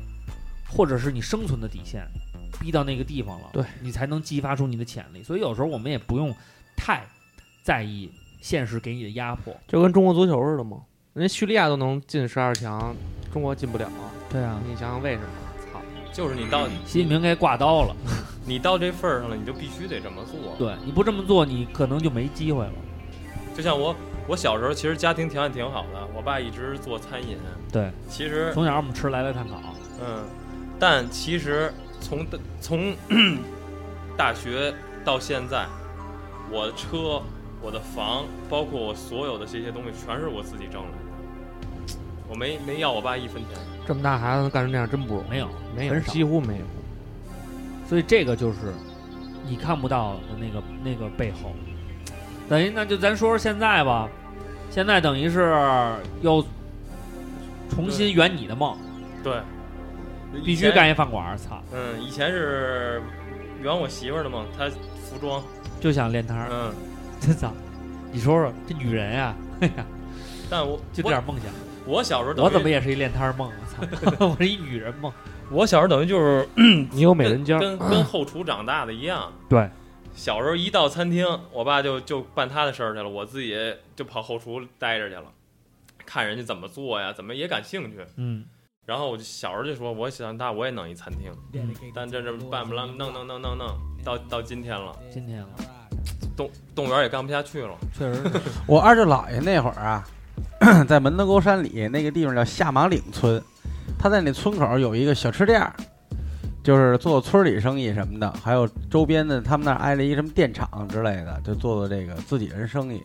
或者是你生存的底线，逼到那个地方了，
对
你才能激发出你的潜力。所以有时候我们也不用太在意现实给你的压迫。
就跟中国足球似的嘛，人家叙利亚都能进十二强，中国进不了，
对啊，
你想想为什么？操！
就是你到
习近平该挂刀了。
你到这份儿上了，你就必须得这么做。
对，你不这么做，你可能就没机会了。
就像我，我小时候其实家庭条件挺好的，我爸一直做餐饮。
对，
其实
从小我们吃来来炭烤，
嗯，但其实从大从 (clears throat) 大学到现在，我的车、我的房，包括我所有的这些东西，全是我自己挣来的，我没没要我爸一分钱。
这么大孩子能干成这样真不容易，
没有，
没有，
很少
几乎没有。
所以这个就是你看不到的那个那个背后。等于那就咱说说现在吧，现在等于是又重新圆你的梦，
对，
必
以
须
前
干一饭馆儿，操，
嗯，以前是圆我媳妇儿的梦，她服装，
就想练摊儿，
嗯，
真操！你说说这女人呀、
但我
就这点梦想，
我，我小时候等于
我怎么也是一练摊儿梦，我 (laughs) 操，我是一女人梦。
我小时候等于就是
你有美人尖儿，
跟跟后厨长大的一样。
对，
小时候一到餐厅，我爸就就办他的事儿去了，我自己就跑后厨待着去了，看人家怎么做呀，怎么也感兴趣。
嗯，
然后我就小时候就说，我想大我也弄一餐厅， (laughs) 但这这办不了，弄弄弄弄弄，到到今天了，
今天了，
动动物园也干不下去了。
确实是
我二舅姥爷那会儿啊，在门头沟山里那个地方叫下马岭村，他在那村口有一个小吃店儿，就是做村里生意什么的，还有周边的他们那儿挨了一个什么电厂之类的，就做做这个自己人生意。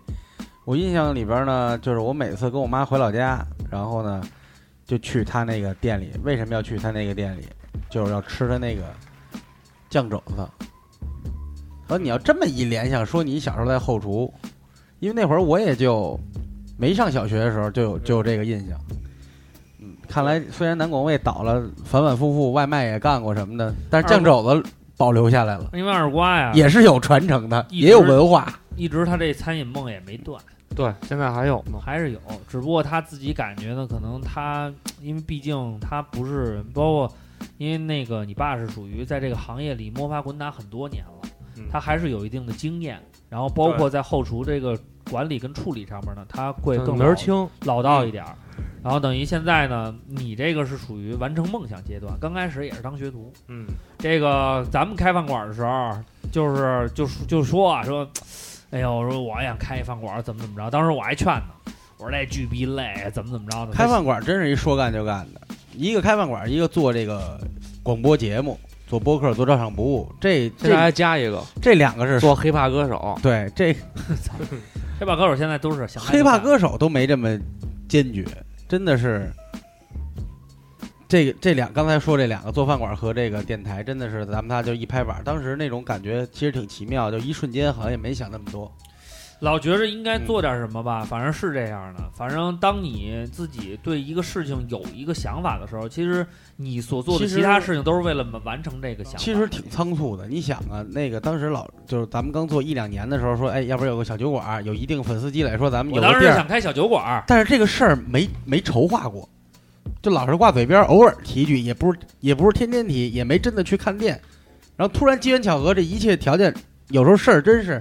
我印象里边呢，就是我每次跟我妈回老家，然后呢就去他那个店里。为什么要去他那个店里？就是要吃他那个酱肘子。然后你要这么一联想，说你小时候在后厨，因为那会儿我也就没上小学的时候就有就有这个印象。嗯，看来虽然南广卫倒了，反反复复外卖也干过什么的，但是酱肘子保留下来了，
因为二瓜呀，
也是有传承的，
啊一直
也有文化。
一直他这餐饮梦也没断，
对，现在还有呢。
还是有，只不过他自己感觉呢，可能他因为毕竟他不是包括，因为那个你爸是属于在这个行业里摸爬滚打很多年了，
嗯
他还是有一定的经验，然后包括在后厨这个管理跟处理上面呢，他会更
嗯门儿
老
清，嗯
老道一点儿。然后等于现在呢，你这个是属于完成梦想阶段，刚开始也是当学徒，
嗯，
这个咱们开饭馆的时候，就是就说就说啊，说，哎呦，我说我也想开一饭馆，怎么怎么着？当时我还劝呢，我说这巨逼累，怎么怎么着的。
开饭馆真是一说干就干的，一个开饭馆，一个做这个广播节目，做播客，做照常不误，这
现在
这
还加一个
这两个是
做黑怕歌手，
对这
黑怕歌手现在都是想
黑怕歌手都没这么坚决，真的是。这个这两刚才说这两个做饭馆和这个电台，真的是咱们仨就一拍板，当时那种感觉其实挺奇妙，就一瞬间好像也没想那么多。
老觉着应该做点什么吧，
嗯
反正是这样的。反正当你自己对一个事情有一个想法的时候，其实你所做的
其实
其他事情都是为了完成这个想法。
其实挺仓促的。你想啊，那个当时老就是咱们刚做一两年的时候说，哎，要不然有个小酒馆，有一定粉丝积累，说咱们
我
有
当
个
时
地
是
儿
想，开小酒馆儿，
但是这个事儿没没筹划过，就老是挂嘴边，偶尔提一句，也不是也不是天天提，也没真的去看店。然后突然机缘巧合，这一切条件，有时候事儿真是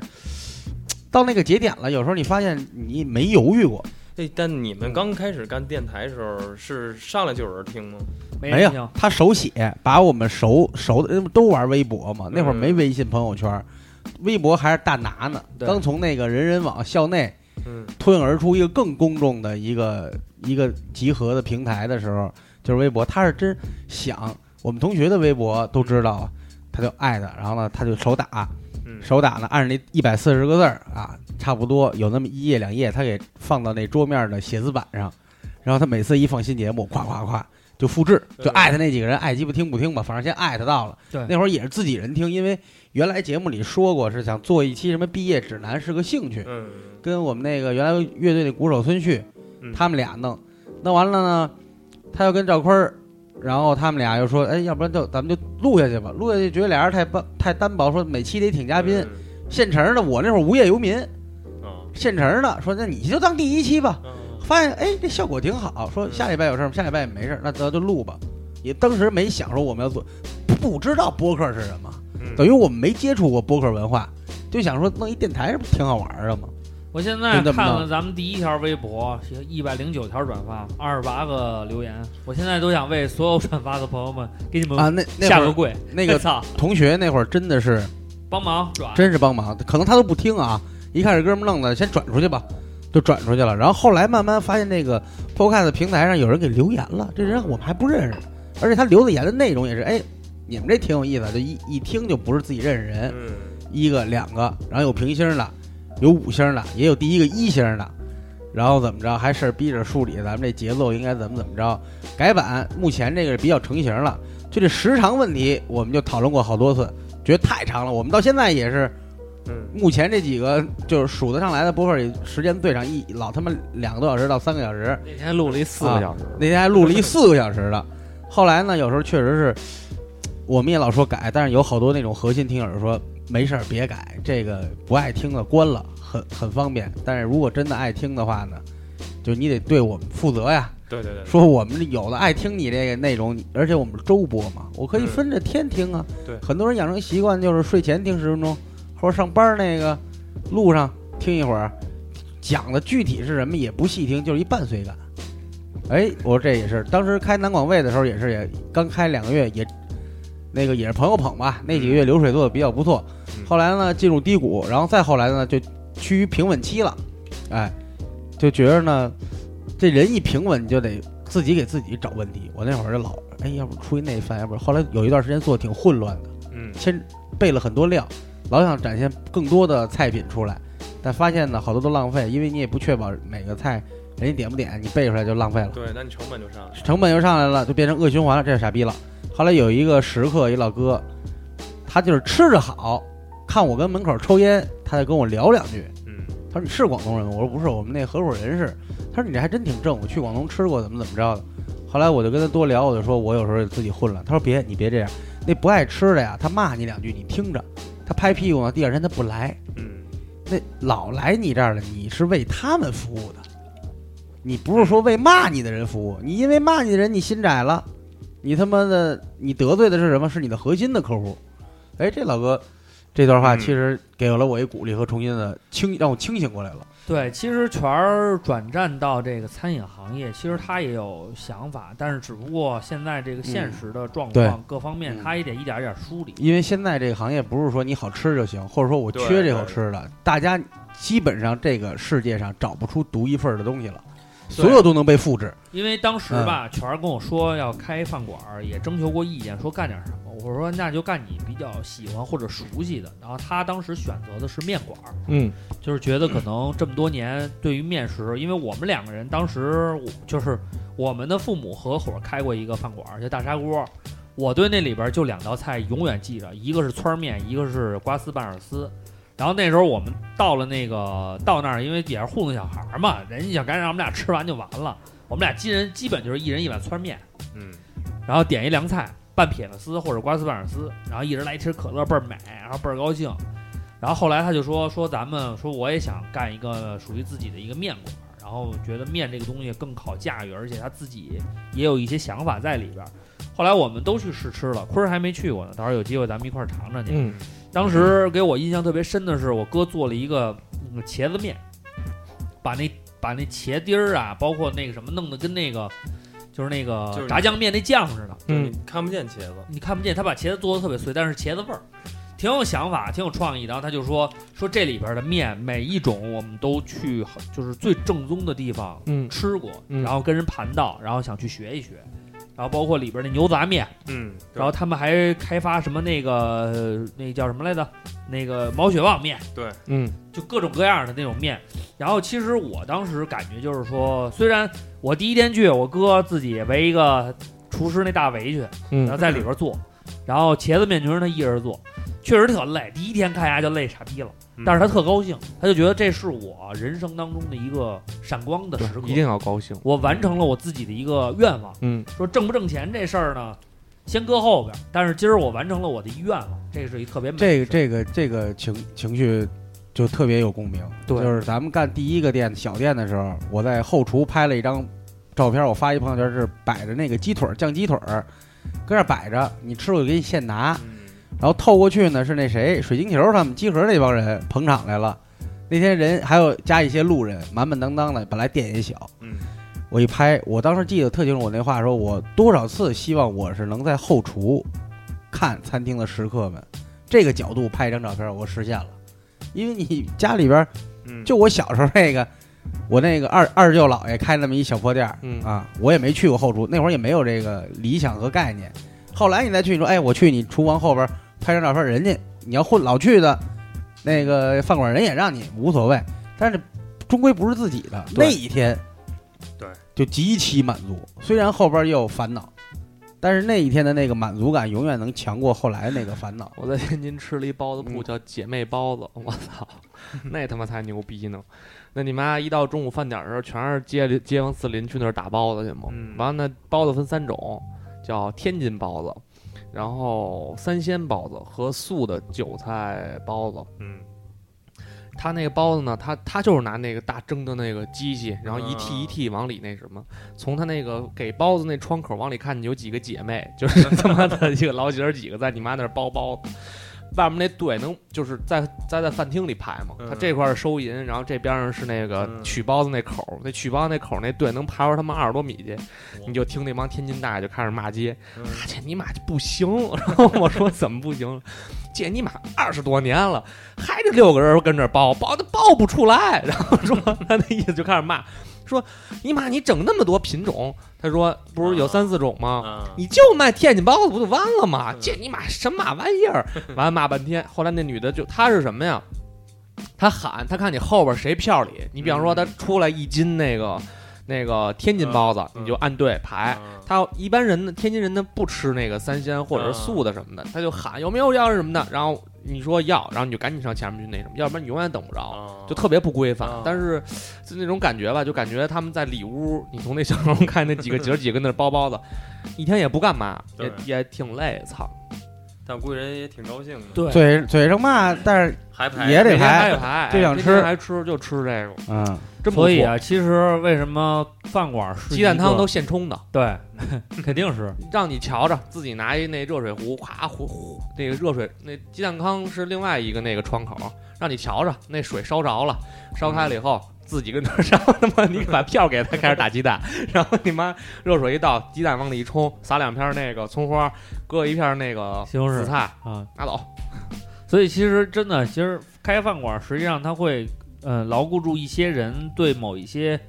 到那个节点了，有时候你发现你没犹豫过，
哎，但你们刚开始干电台的时候，是上来就有人听吗？
没
哎没
人
有
听。
他手写把我们熟熟的都玩微博嘛，那会儿没微信朋友圈，微博还是大拿呢，
对
刚从那个人人网校内
嗯，
脱颖而出一个更公众的一个一个集合的平台的时候，就是微博，他是真想我们同学的微博都知道，他就艾特，然后呢，他就手打，
嗯，
手打呢，按着那一百四十个字儿啊，差不多有那么一页两页，他给放到那桌面的写字板上，然后他每次一放新节目，咵咵咵就复制，
对
就艾特那几个人，爱鸡巴听不听吧，反正先艾特到了。
对
那会儿也是自己人听，因为原来节目里说过是想做一期什么毕业指南，是个兴趣，
嗯，
跟我们那个原来乐队的鼓手孙旭，
嗯
他们俩弄，弄完了呢，他又跟赵坤儿，然后他们俩又说，哎，要不然就咱们就录下去吧，录下去觉得俩人太单太单薄，说每期得请嘉宾。现成的，我那会儿无业游民，
嗯，
现成的说，那你就当第一期吧。
嗯，
发现哎，这效果挺好。说下礼拜有事儿吗，下礼拜也没事儿，那咱就录吧。也当时没想说我们要做，不知道播客是什么，
嗯
等于我们没接触过播客文化，就想说弄一电台，这不挺好玩儿的吗？
我现在
真的
看
不闹
了咱们第一条微博，一百零九条转发，二十八个留言，我现在都想为所有转发的朋友们给
嗯
你
啊，
们
那那
下
会
个
儿
跪。
那个
(laughs) 操，
同学那会儿真的是
帮忙转。
真是帮忙，可能他都不听啊。一看这哥们儿弄的，先转出去吧，就转出去了。然后后来慢慢发现，那个 Podcast 平台上有人给留言了，这人我们还不认识，而且他留的言的内容也是，哎，你们这挺有意思，就一一听就不是自己认识人，
嗯，
一个、两个，然后有评星的，有五星的，也有第一个一星的，然后怎么着，还是逼着梳理咱们这节奏应该怎么怎么着改版。目前这个是比较成型了，就这时长问题，我们就讨论过好多次，觉得太长了。我们到现在也是，
嗯
目前这几个就是数得上来的播客里时间最长，一老他妈两个多小时到三个小时，
那天录了一四个小时，
那天还录了一四个小时的。后来呢，有时候确实是，我们也老说改，但是有好多那种核心听友说没事儿别改，这个不爱听的关了，很很方便。但是如果真的爱听的话呢，就你得对我们负责呀。
对对对，
说我们有的爱听你这个内容，而且我们周播嘛，我可以
嗯
分着天听啊。
对
很多人养成习惯就是睡前听十分钟，或者上班那个路上听一会儿，讲的具体是什么也不细听，就是一伴随感。哎，我说这也是，当时开南广卫的时候也是，也刚开两个月，也那个也是朋友捧吧，那几个月流水做的比较不错。
嗯
后来呢，进入低谷，然后再后来呢，就趋于平稳期了。哎，就觉着呢，这人一平稳，你就得自己给自己找问题。我那会儿就老，哎，要不出一内翻，要不后来有一段时间做的挺混乱的，
嗯
先备了很多料，老想展现更多的菜品出来，但发现呢，好多都浪费，因为你也不确保每个菜人家点不点，你备出来就浪费了。
对，那你成本就上了，
成本又上来了，就变成恶循环了，这是傻逼了。后来有一个食客，一老哥，他就是吃着好，看我跟门口抽烟，他就跟我聊两句。
嗯
他说你是广东人吗？我说不是，我们那合伙人是。他说你这还真挺正，我去广东吃过，怎么怎么着的。后来我就跟他多聊，我就说我有时候自己混了。他说别，你别这样，那不爱吃的呀，他骂你两句，你听着，他拍屁股呢，第二天他不来。
嗯
那老来你这儿了，你是为他们服务的，你不是说为骂你的人服务。你因为骂你的人，你心窄了，你他妈的，你得罪的是什么？是你的核心的客户。哎，这老哥这段话
嗯
其实给了我一鼓励和重新的清，让我清醒过来了。
对，其实全儿转战到这个餐饮行业，其实他也有想法，但是只不过现在这个现实的状
对
况、各方面，
嗯
他也得一点一点梳理。
因为现在这个行业不是说你好吃就行，或者说我缺这口吃的，大家基本上这个世界上找不出独一份儿的东西了，所有都能被复制。
因为当时
嗯
吧，全儿跟我说要开饭馆儿，也征求过意见，说干点什么。我说那就干你比较喜欢或者熟悉的。然后他当时选择的是面馆儿，
嗯，
就是觉得可能这么多年对于面食，因为我们两个人当时我就是我们的父母合伙开过一个饭馆儿，叫大砂锅。我对那里边就两道菜永远记着，一个是汆儿面，一个是瓜丝拌饵丝。然后那时候我们到了那个到那儿，因为也是糊弄小孩儿嘛，人家想赶紧让我们俩吃完就完了。我们俩基人基本就是一人一碗汆儿面，
嗯
然后点一凉菜，拌撇了丝或者瓜丝拌饵丝，然后一人来一瓶可乐，倍儿美，然后倍儿高兴。然后后来他就说说咱们说我也想干一个属于自己的一个面馆儿，然后觉得面这个东西更考驾驭，而且他自己也有一些想法在里边儿。后来我们都去试吃了，坤儿还没去过呢，到时候有机会咱们一块儿尝尝去。
嗯，
当时给我印象特别深的是，我哥做了一个、嗯、茄子面，把那把那茄丁儿啊，包括那个什么，弄得跟那个就是那
就是
个
那
炸酱面那酱似的，
就
嗯
是你看不见茄子，
你看不见，他把茄子做的特别碎，但是茄子味儿，挺有想法，挺有创意。然后他就说说这里边的面每一种我们都去好就是最正宗的地方
嗯
吃过，
嗯
然后跟人盘道，然后想去学一学。然后包括里边那牛杂面，
嗯，对
然后他们还开发什么那个呃那叫什么来着？那个毛血旺面，
对，
嗯，
就各种各样的那种面。然后其实我当时感觉就是说，虽然我第一天去，我哥自己围一个厨师那大围去，
嗯
然后在里边做，然后茄子面群他一人做，确实特累。第一天看牙就累傻逼了，
嗯
但是他特高兴，他就觉得这是我人生当中的一个闪光的
对
时刻，
一定要高兴。
我完成了我自己的一个愿望。
嗯，
说挣不挣钱这事儿呢，先搁后边儿。但是今儿我完成了我的一愿望，这是一特别美的
这
事
个
儿
这个这个情情绪就特别有共鸣。
对
就是咱们干第一个店小店的时候，我在后厨拍了一张照片，我发一朋友圈是摆着那个鸡腿儿酱鸡腿儿，搁那儿摆着，你吃了我给你现拿。
嗯
然后透过去呢是那谁水晶球他们集合那帮人捧场来了，那天人还有加一些路人，满满当当的，本来店也小，
嗯，
我一拍，我当时记得特清楚，我那话说，我多少次希望我是能在后厨看餐厅的食客们，这个角度拍一张照片，我实现了。因为你家里边儿，
嗯，
就我小时候那个，我那个二二舅姥爷开那么一小破店儿
嗯
啊，我也没去过后厨，那会儿也没有这个理想和概念。后来你再去，你说，哎，我去你厨房后边儿拍张照片，人家你要混老去的那个饭馆，人也让你无所谓，但是终归不是自己的那一天，
对，
就极其满足。虽然后边儿也有烦恼，但是那一天的那个满足感永远能强过后来的那个烦恼。
我在天津吃了一包子铺，
嗯
叫姐妹包子，我操，那他妈才牛逼呢！那你妈一到中午饭点儿的时候，全是街里街坊四邻去那儿打包子去嘛。
嗯
完了，那包子分三种，叫天津包子，然后三鲜包子和素的韭菜包子。
嗯，
他那个包子呢，他他就是拿那个大蒸的那个机器，然后一
啊
屉一屉往里那什么，从他那个给包子那窗口往里看，有几个姐妹，就是他妈的一个老姐儿几个在你妈那儿包包子。外面那队能就是在在在饭厅里排嘛，
嗯
他这块儿是收银，然后这边上是那个
嗯
取包子那口儿，那取包子那口儿那队能排出他妈二十多米去，你就听那帮天津大爷就开始骂街，
嗯
啊这尼玛就不行， (laughs) 然后我说怎么不行？这尼玛二十多年了，还这六个人跟这包包，他包不出来。 (laughs) 然后说他那意思就开始骂，说尼玛你整那么多品种，他说不是有三四种吗？
啊，嗯
你就卖天津包子不就完了吗？这你妈神马玩意
(laughs)
儿！完了骂半天，后来那女的就她是什么呀？她喊，她看你后边谁票里，你比方说她出来一斤那个那个天津包子，
嗯
你就按队排。
啊，
她一般人呢，天津人呢不吃那个三鲜或者是素的什么的，她就喊有没有要什么的，然后你说要，然后你就赶紧上前面去那什么，要不然你永远等不着。
啊
就特别不规范
啊，
但是就那种感觉吧，就感觉他们在里屋，你从那小时候看那几个姐儿几个那包包子，一天也不干嘛，也
对
也挺累，操，
但估计人也挺高兴的，
对，
嘴嘴上骂，但是
还排
也得
哎
每天
排
还得排，
就想
天天
吃
还吃就吃这个，
嗯，
真不
所以
错
啊，其实为什么饭馆儿是
鸡蛋
一个
汤都现冲的，
对， (laughs) 肯定是
让你瞧着，自己拿一那热水壶，咵壶壶那个热水，那鸡蛋汤是另外一个那个窗口，让你瞧着那水烧着了，烧开了以后。自己跟那儿 (laughs) 烧，他妈你把票给他，开始打鸡蛋，然后你妈热水一倒，鸡蛋往里一冲，撒两片那个葱花，搁一片那个
西红
紫
柿
菜，
啊。
拿走。
所以其实真的，其实开饭馆儿实际上它会，嗯、牢固住一些人对某一些。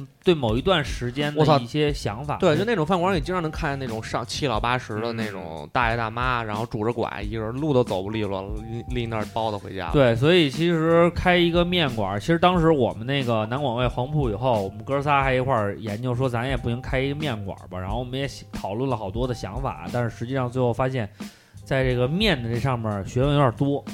嗯对某一段时间
我操
的一些想法，
对，就那种饭馆儿，你经常能看见那种上七老八十的那种大爷大妈，然后拄着拐，一个人路都走不利落了，立立那儿包子回家了。
对，所以其实开一个面馆儿，其实当时我们那个南广味黄铺以后，我们哥仨还一块儿研究说，咱也不行开一个面馆儿吧。然后我们也讨论了好多的想法，但是实际上最后发现，在这个面的这上面儿学问有点多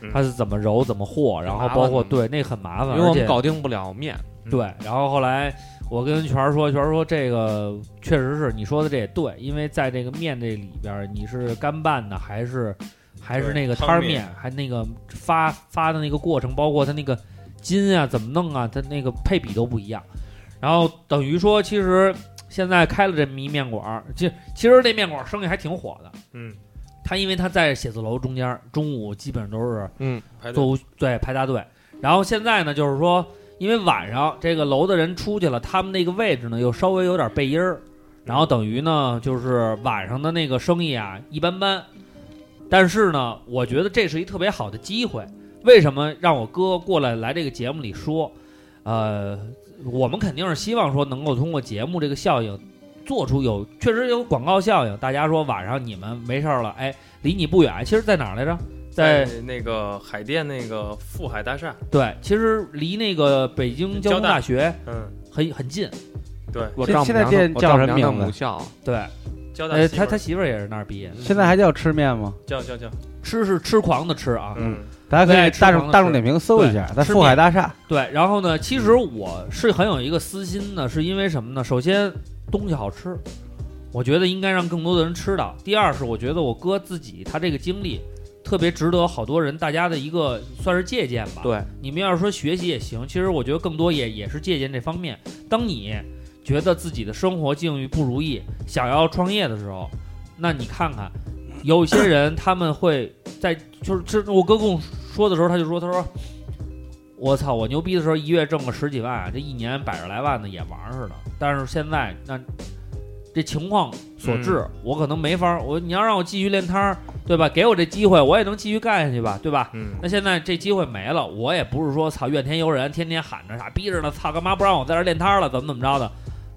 嗯，
它是怎么揉、怎么和，然后包括
麻烦嗯
对那很麻烦，
因为我
而且
们搞定不了面，
嗯
对，然后后来我跟全儿说，全儿说这个确实是你说的这也对，因为在这个面这里边儿，你是干拌的还是还是
对
那个
汤
摊儿
面
面，还那个发发的那个过程，包括它那个筋啊怎么弄啊，它那个配比都不一样。然后等于说，其实现在开了这么一面馆儿，其其实这面馆儿生意还挺火的。
嗯，
它因为它在写字楼中间儿，中午基本上都是
排队
做无对排大队。然后现在呢，就是说，因为晚上这个楼的人出去了，他们那个位置呢又稍微有点背阴儿，然后等于呢就是晚上的那个生意啊一般般。但是呢，我觉得这是一特别好的机会。为什么让我哥过来来这个节目里说？呃，我们肯定是希望说能够通过节目这个效应，做出有确实有广告效应。大家说晚上你们没事儿了，哎，离你不远，其实在哪儿来着？在
那个海淀那个富海大厦，
对，其实离那个北京
交
交通
大
大学
嗯，
很很近。
对，
我
现
丈母
现在
娘
这
的我
叫
丈
什
母
么
娘的
名字
母校，
对，
交大
呃，
西门
他
儿
他媳妇儿也是那儿毕业，
现在还叫吃面吗？
叫叫叫，
吃是吃狂的吃啊。
嗯，
大家可
对
以
吃
大
黄
众
的
大
吃
众点评搜一下，
对
在
吃
富海
面
大厦。
对，然后呢，其实我是很有一个私心呢，是因为什么呢？首先东西好吃，我觉得应该让更多的人吃到。第二是我觉得我哥自己他这个经历。特别值得好多人大家的一个算是借鉴吧。
对，
你们要是说学习也行，其实我觉得更多也也是借鉴这方面。当你觉得自己的生活境遇不如意，想要创业的时候，那你看看，有些人他们会在就是这我哥跟我说的时候，他就说他说我操，我牛逼的时候一月挣个十几万，啊这一年百十来万的也玩儿似的。但是现在那这情况所致，我可能没法儿。我你要让我继续练摊儿，对吧？给我这机会，我也能继续干下去吧，对吧？
嗯，
那现在这机会没了，我也不是说操怨天尤人，天天喊着傻逼着呢，操干嘛不让我在这儿练摊儿了，怎么怎么着的？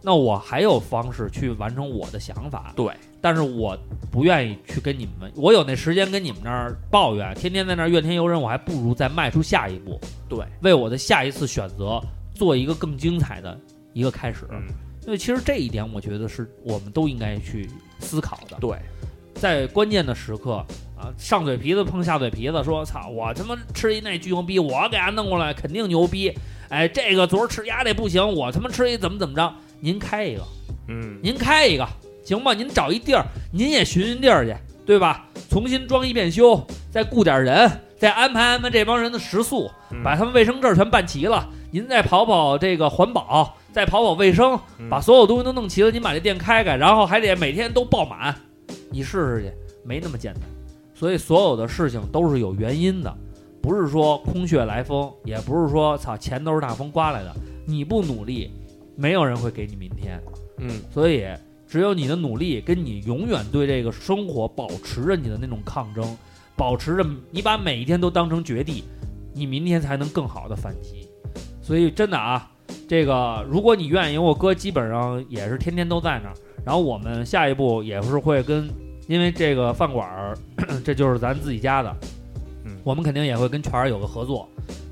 那我还有方式去完成我的想法，
对。
但是我不愿意去跟你们，我有那时间跟你们那儿抱怨，天天在那儿怨天尤人，我还不如再迈出下一步，
对，
为我的下一次选择做一个更精彩的一个开始。
嗯
所以其实这一点，我觉得是我们都应该去思考的。
对，
在关键的时刻啊，上嘴皮子碰下嘴皮子，说操，我他妈吃一那巨牛逼，我给他弄过来肯定牛逼。哎，这个昨儿吃鸭这不行，我他妈吃一怎么怎么着？您开一个，
嗯，
您开一个行吧？您找一地儿，您也寻寻地儿去，对吧？重新装一遍修，再雇点人，再安排安排这帮人的食宿，
嗯
把他们卫生证全办齐了。您再跑跑这个环保，再跑跑卫生，
嗯
把所有东西都弄齐了，您把这店开开，然后还得每天都爆满，你试试去，没那么简单。所以所有的事情都是有原因的，不是说空穴来风，也不是说操钱都是大风刮来的。你不努力，没有人会给你明天。
嗯，
所以只有你的努力跟你永远对这个生活保持着你的那种抗争，保持着你把每一天都当成绝地，你明天才能更好的反击。所以真的啊，这个如果你愿意，因为我哥基本上也是天天都在那儿。然后我们下一步也是会跟，因为这个饭馆儿， (clears throat) 这就是咱自己家的，
嗯
我们肯定也会跟全儿有个合作。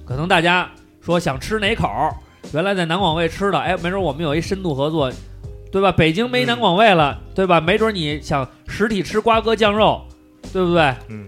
可能大家说想吃哪口儿，原来在南广味吃的，哎，没准我们有一深度合作，对吧？北京没南广味了，
嗯
对吧？没准你想实体吃瓜哥酱肉，对不对？
嗯，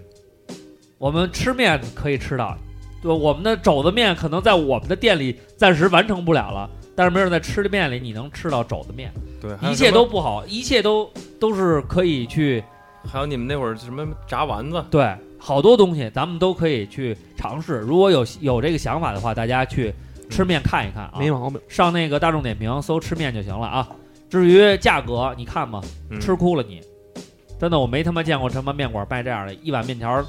我们吃面可以吃到，对吧，我们的肘子面可能在我们的店里暂时完成不了了，但是没准在吃的面里你能吃到肘子面，
对，还有
一切
什
都
么
不好，一切都都是可以去
还有你们那会儿什么炸丸子，
对好多东西，咱们都可以去尝试。如果有有这个想法的话，大家去吃面看一看啊，
没毛病。
上那个大众点评搜吃面就行了啊。至于价格，你看吧，
嗯
吃哭了你。真的，我没他妈见过什么面馆卖这样的，一碗面条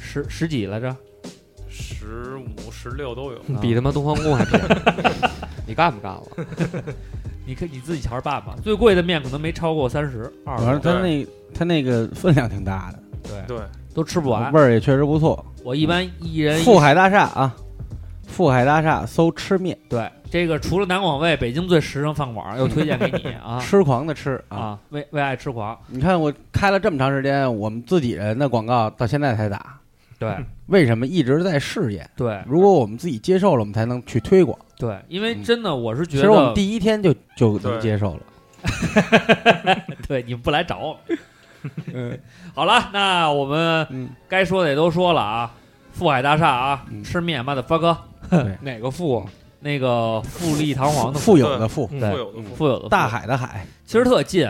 十十几来着，
十五十六都有，
啊
比他妈东方宫还便宜，嗯 (laughs) 你干不干了？
你看你自己瞧着办吧。最贵的面可能没超过三十、二
反正
十，
它那它那个分量挺大的，
(laughs)
对，
都吃不完
味。儿也确实不错。
我一般一人一
富海大厦啊，富海大厦搜吃面，
对这个，除了南广味，北京最时尚饭馆又推荐给
(laughs)
你啊
吃狂的吃啊！
啊，为为爱痴狂。
你看我开了这么长时间，我们自己人的广告到现在才打，
对
为什么一直在试验？
对
如果我们自己接受了，我们才能去推广。
对，因为真的我是
其
觉
实我们
得，
第一天就就能
对
接受了。
(laughs) 对你们不来
(laughs)
找我。嗯好了，那我们
嗯，
(laughs) 该说的也都说了啊。富海大厦啊，
嗯
吃面妈的发哥，
(laughs) 哪个富？啊
那个富丽堂皇的
富有的富，
富
对嗯
有的富，
富有的富
大，海的海，
其实特近，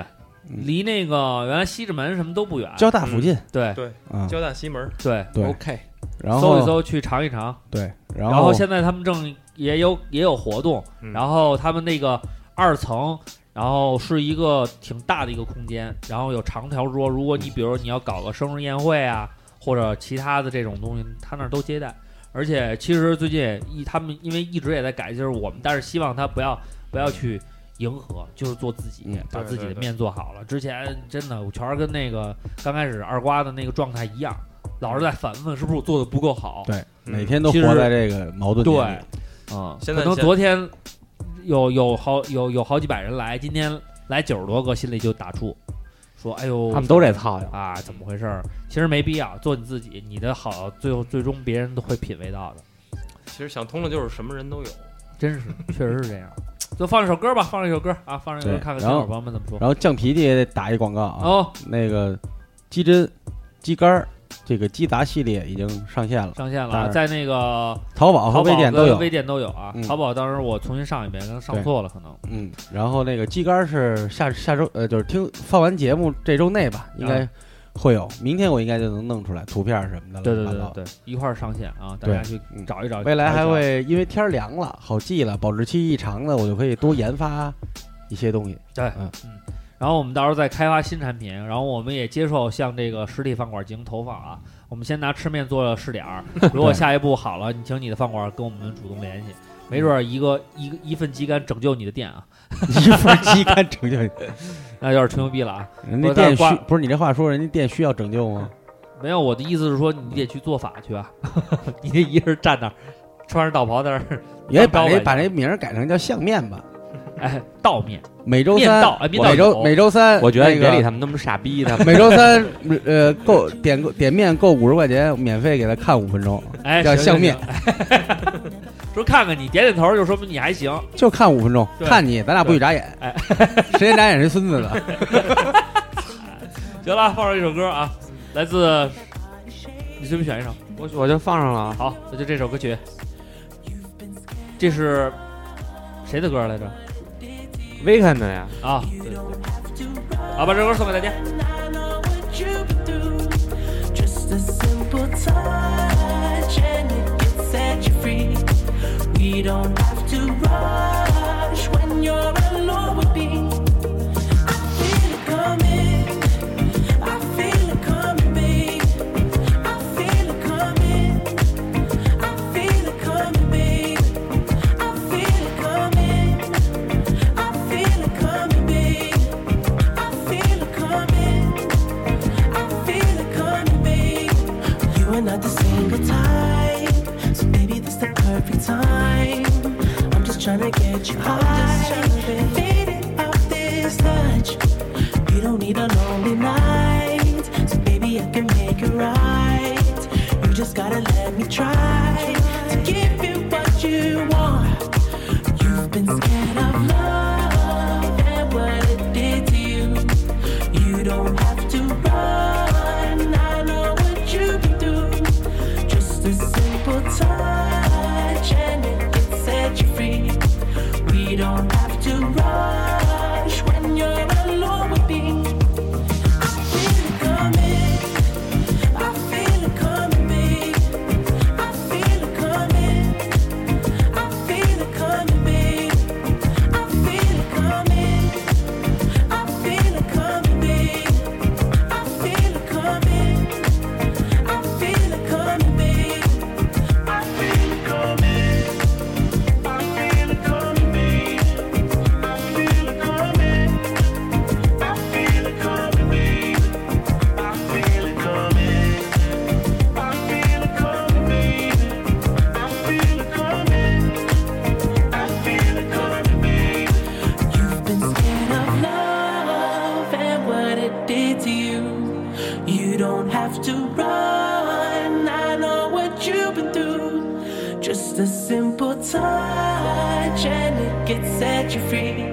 嗯
离那个原来西直门什么都不远。
交大
嗯
附近
对
啊。
交大西门儿，
对，
对
OK，
然
搜一
后
搜去尝一尝。
对，然
然后现在他们正也有也有活动，
嗯
然后他们那个二层，然后是一个挺大的一个空间，然后有长条桌。如果你比如你要搞个生日宴会啊，或者其他的这种东西，他那儿都接待。而且其实最近也一他们因为一直也在改，就是我们，但是希望他不要不要去迎合，就是做自己，
嗯
把
对
自己
对
的
对
面做好了。之前真的，我全是跟那个刚开始二瓜的那个状态一样，老是在反问是不是我做的不够好。
对
嗯
每天都
其实
活在这个矛盾
对
点里。，
嗯，
现
可
在
能
现
昨天有有好有有好几百人来，今天来九十多个，心里就打怵，说哎呦，
他们都这操性。
啊，怎么回事儿？其实没必要，做你自己，你的好，最后最终别人都会品味到的。
其实想通了，就是什么人都有。
真是，确实是这样。就放一首歌吧，放一首歌啊，放一首歌，
对
看看
然
小
后
伙伴们怎么说。
然后酱皮的也得打一广告啊，
哦，
那个鸡胗、鸡肝儿这个鸡杂系列已经上线了，
上线了
当
啊，
然
在那个
淘宝哦和
淘宝
微店都
跟
有。
微店都有啊
嗯。
淘宝当时我重新上一遍，刚上错了可能。
嗯，然后那个鸡肝儿是下下周呃，就是听放完节目这周内
啊
吧，应该会有。明天我应该就能弄出来图片儿什么的了。
对对对
看到了
嗯对对，一块儿上线啊，大家去
嗯
找一找。
未来还
找一找
会因为天儿凉了，好记了，保质期一长了，我就可以多研发一些
(laughs)
东西。
对，嗯
嗯
然后我们到时候再开发新产品，然后我们也接受向这个实体饭馆进行投放啊。我们先拿吃面做试点儿，如果下一步好了，你请你的饭馆跟我们主动联系，没准儿一个一个一份鸡肝拯救你的店啊，
一份鸡肝拯
(laughs)
救你，
那就是吹牛逼了啊。
人
我
家
在
店需
挂
不是你这话说，人家店需要拯救吗？
没有，我的意思是说，你得去做法去啊， (laughs) 你得一人站那儿，穿着道袍在那儿， (laughs)
也得把
当招
这
牌
把这名儿改成叫相面吧。
哎，倒面，
每周
面
三
道哎，面道
每
有
周每周三，
我觉得你别
那
理
个
他们那么傻逼， (laughs) 他
(laughs)
们
每周三，呃，购点购点面购五十块钱，免费给他看五分钟，
哎，
叫
行
相面，，
行行 (laughs) 说看看你点点头，就说明你还行。
就看五分钟，
对
看你，咱俩不许眨眼
哎，
(laughs) 谁先眨眼谁孙子的。
(laughs) 行了，放上一首歌啊，来自，你随便选一首。
我我就放上了啊。
好，那就这首歌曲。这是谁的歌来着？
Weekend 的呀，
啊，对对好，把这歌送给大家。
I know what you've been through. Just a simple touch and it can set you free. We don't have to rush when you're alone with me. I feel it coming. I feel it coming, babe. I feel it coming. I feel it coming, babe. I feel it coming. I feel it coming, babe. I feel it coming. I feel it coming, babe. You are not the single type, so maybe this the perfect time. I'm just trying to get you high, faded off this touch. You don't need a lonely night, so baby I can make it right. You just gotta let me try to give you what you want. You've been scared of love and what it did to you. You don't have to run. I know what you've been through. Just a simple touch and it can set you free. We don't have to rush when you're alone with me. I feel it coming. I feel it coming, babe. I feel it coming. I feel it coming, babe. I feel it coming. I feel it coming, babe. I feel it coming. I feel it coming, babe. I feel it coming. I feel it coming, babe. I feel it coming. I feel it coming, babe. I feel it coming. I feel it coming, babe. I feel it coming. I feel it coming, babe. You've been scared of love and what it did to you. You don't have to run. I know what you've been through. Just a simple touch and it can set you free.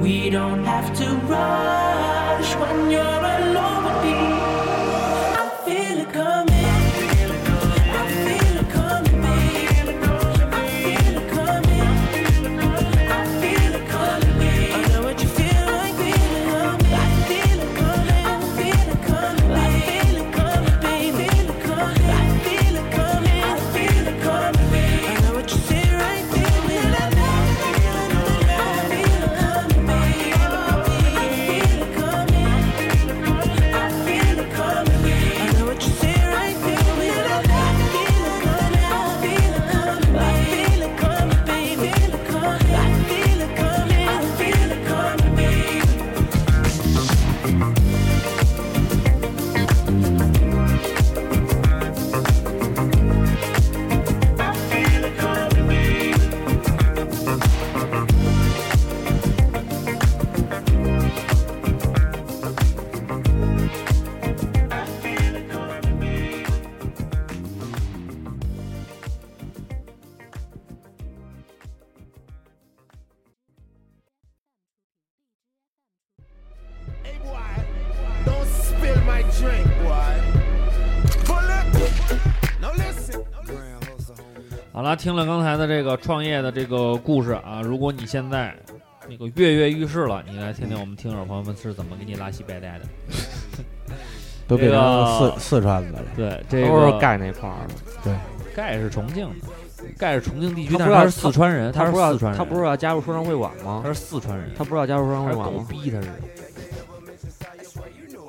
We don't have to rush when you're alone with me. I feel it coming. I feel it coming, babe. I feel it coming. I feel it coming, babe. I know what you feel like. I feel it coming. I feel it coming. I feel it coming, babe. I feel it coming. I feel it coming. I feel it coming, babe. I know what you feel right there. I feel it coming, babe. I feel it coming. I
drink, boy. Pull up. Now listen. Grand hustle, homie.
好了，听了刚才的这个创业的这个故事啊，如果你现在那个跃跃欲试了，你来听听我们听友朋友们是怎么给你拉稀白带的。
都变
这
成
个
四四川的了。
对，这
都是
个
盖那块儿的。
盖是重庆的，盖是重庆地区，
他
但是
不是要
他是四川人，
他
是
不是要
四川人，
他不是要加入说唱会馆吗
他？是四川人，
他不是要加入说唱
他
会
是
馆
狗
吗？
逼，他是。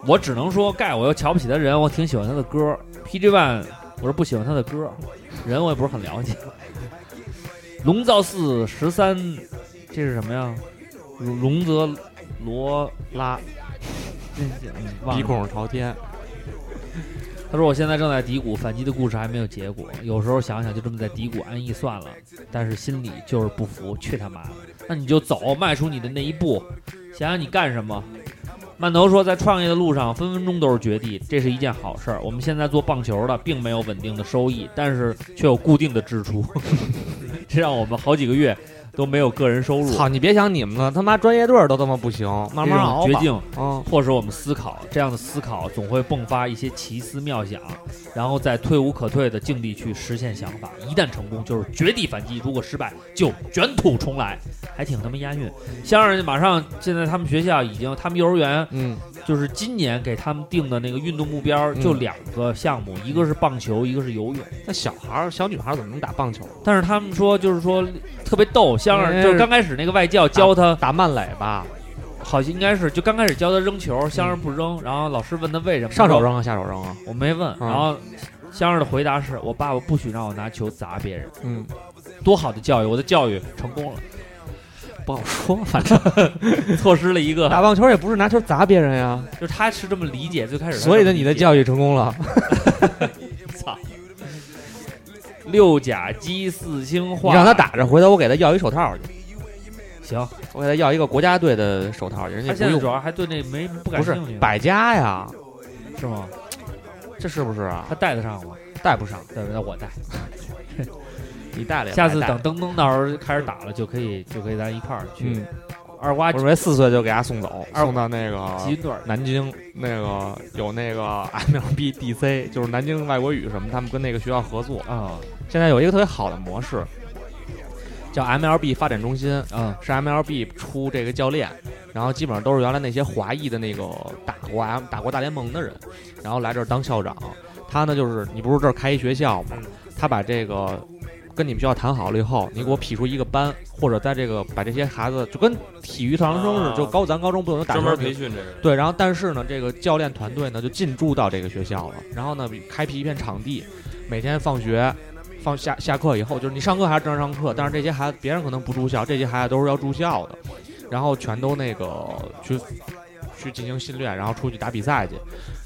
我只能说盖，我又瞧不起他人，我挺喜欢他的歌。PG One，我是不喜欢他的歌，人我也不是很了解。龙造寺十三，这是什么呀？龙龙泽罗拉，嗯忘
鼻
了。
孔朝天，
他说我现在正在低谷，反击的故事还没有结果。有时候想想就这么在低谷安逸算了，但是心里就是不服，去他妈的！那你就走，迈出你的那一步，想想你干什么。曼头说，在创业的路上，分分钟都是绝地，这是一件好事儿。我们现在做棒球的，并没有稳定的收益，但是却有固定的支出， (laughs) 这让我们好几个月都没有个人收入。
操！你别想你们了，他妈专业队儿都他妈不行，慢慢熬
这种
吧
绝。境
嗯，
迫使我们思考，这样的思考总会迸发一些奇思妙想，然后在退无可退的境地去实现想法。一旦成功，就是绝地反击；如果失败，就卷土重来。还挺他妈押韵。相声马上现在他们学校已经，他们幼儿园
嗯，
就是今年给他们定的那个运动目标
嗯
就两个项目，一个是棒球，一个是游泳。
那小孩儿、小女孩儿怎么能打棒球？
但是他们说就是说特别逗，相声
哎
就是刚开始那个外教教他。
打慢垒吧，
好像应该是就刚开始教他扔球，相声不扔，然后老师问他为什么
上手扔啊，下手扔啊。
我没问。
嗯
然后香儿的回答是我爸爸不许让我拿球砸别人，
嗯，
多好的教育！我的教育成功了，
不好说，反正
(laughs) 错失了一个，
打棒球也不是拿球砸别人呀。
就是他是这么理解，最开始他
所以
这
呢，
么
你的
理解
教育成功了，
操。六甲基四氢
你
化，
让他打着，回头我给他要一手套去，
行。
我给他要一个国家队的手套去，人
他
家不
现在
用
主。要还对那没不感
不是
兴趣，
百家呀，
是吗？
这是不是啊
他？带得上吗？
带不上，
对不对？我带。
你带了也
下次
白带
等登登到时候开始打了，就可以就可以咱一块儿去
嗯。
二瓜
我
集
准备四岁就给他送走，
二
送到那
军
个
队儿，
南京，那个有那个 (laughs) MLBDC，就是南京外国语什么，他们跟那个学校合作。
啊
现在有一个特别好的模式，叫 MLB 发展中心，
啊
是 MLB 出这个教练，然后基本上都是原来那些华裔的那个打过 M 打过大联盟的人，然后来这儿当校长。他呢就是你不是这儿开一学校
嗯
吗？他把这个跟你们学校谈好了以后，你给我匹出一个班，或者在这个把这些孩子就跟体育特长生似的，
啊
就高咱高中不都能打
专门
球
培训这个。
对，然后但是呢，这个教练团队呢就进驻到这个学校了，然后呢开辟一片场地，每天放学、放下下课以后，就是你上课还是正常上课，但是这些孩子别人可能不住校，这些孩子都是要住校的，然后全都那个去去进行训练，然后出去打比赛去，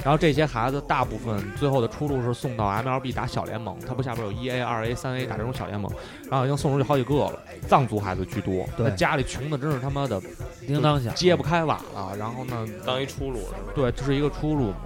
然后这些孩子大部分最后的出路是送到 MLB 打小联盟，他不下边有一 A、二 A、三 A 打这种小联盟，然后已经送出去好几个了，藏族孩子居多，
对
那家里穷的真是他妈的
叮当响，
揭不开瓦了，然后呢
当一出路是吧？
对，这是一个出路嘛。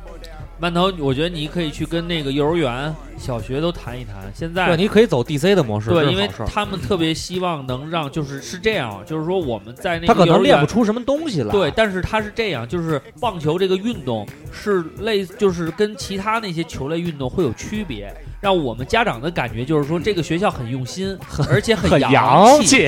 馒头，我觉得你可以去跟那个幼儿园、小学都谈一谈。现在
对，你可以走 DC 的模式，这
对
是
因为
好事儿
他们特别希望能让，就是是这样，啊就是说我们在那个
他可
幼
能
儿
练
园
不出什么东西来。
对，，但是他是这样，就是棒球这个运动是类，就是跟其他那些球类运动会有区别，让我们家长的感觉就是说这个学校很用心，而且很
很
洋
洋。气。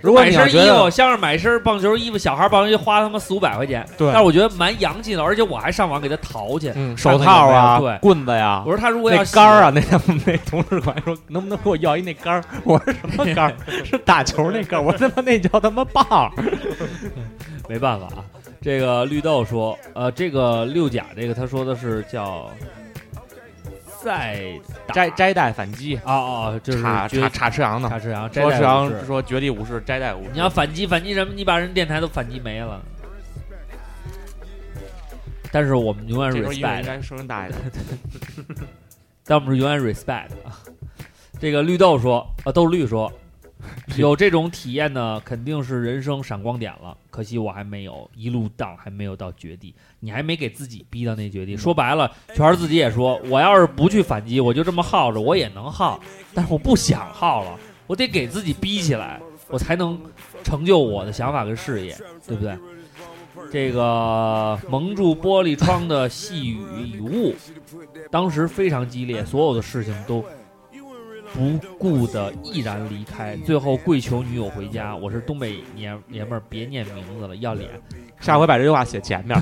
如果
买
你要
身衣
觉
服，
得
像是买身棒球衣服，小孩棒球衣花他妈四五百块钱，
(laughs) 对
但是我觉得蛮洋气的，而且我还上网给他淘去。
嗯手套啊
看看有没有、对
棍子呀
我、说他如果要
那
喜
杆儿啊，那天我们 (laughs) 那同事管说能不能给我要一那杆儿？我说什么杆儿？是打球那杆儿？我说他妈那叫他妈棒儿。
没办法啊。这个绿豆说，呃，这个六甲这个他说的是叫再打
(laughs) 摘摘带反击，
啊啊，就是
插
绝
插插赤羊呢
插？赤羊，摘
说
带
赤
武士
羊说绝地武士摘带武士，
你要反击反击什么？你把人电台都反击没了。但是我们永远
这时候音乐
respect
应。该声大一点。
但我们是永远 respect 啊。这个绿豆说，呃，豆绿说，有这种体验呢，肯定是人生闪光点了。可惜我还没有，一路荡还没有到绝地，你还没给自己逼到那绝地。说白了，全儿自己也说，我要是不去反击，我就这么耗着，我也能耗，但是我不想耗了，我得给自己逼起来，我才能成就我的想法跟事业，对不对？这个蒙住玻璃窗的细雨与雾，当时非常激烈，所有的事情都不顾的毅然离开，最后跪求女友回家。我是东北爷爷们儿，别念名字了，要脸。
(laughs) 下回把这句话写前面。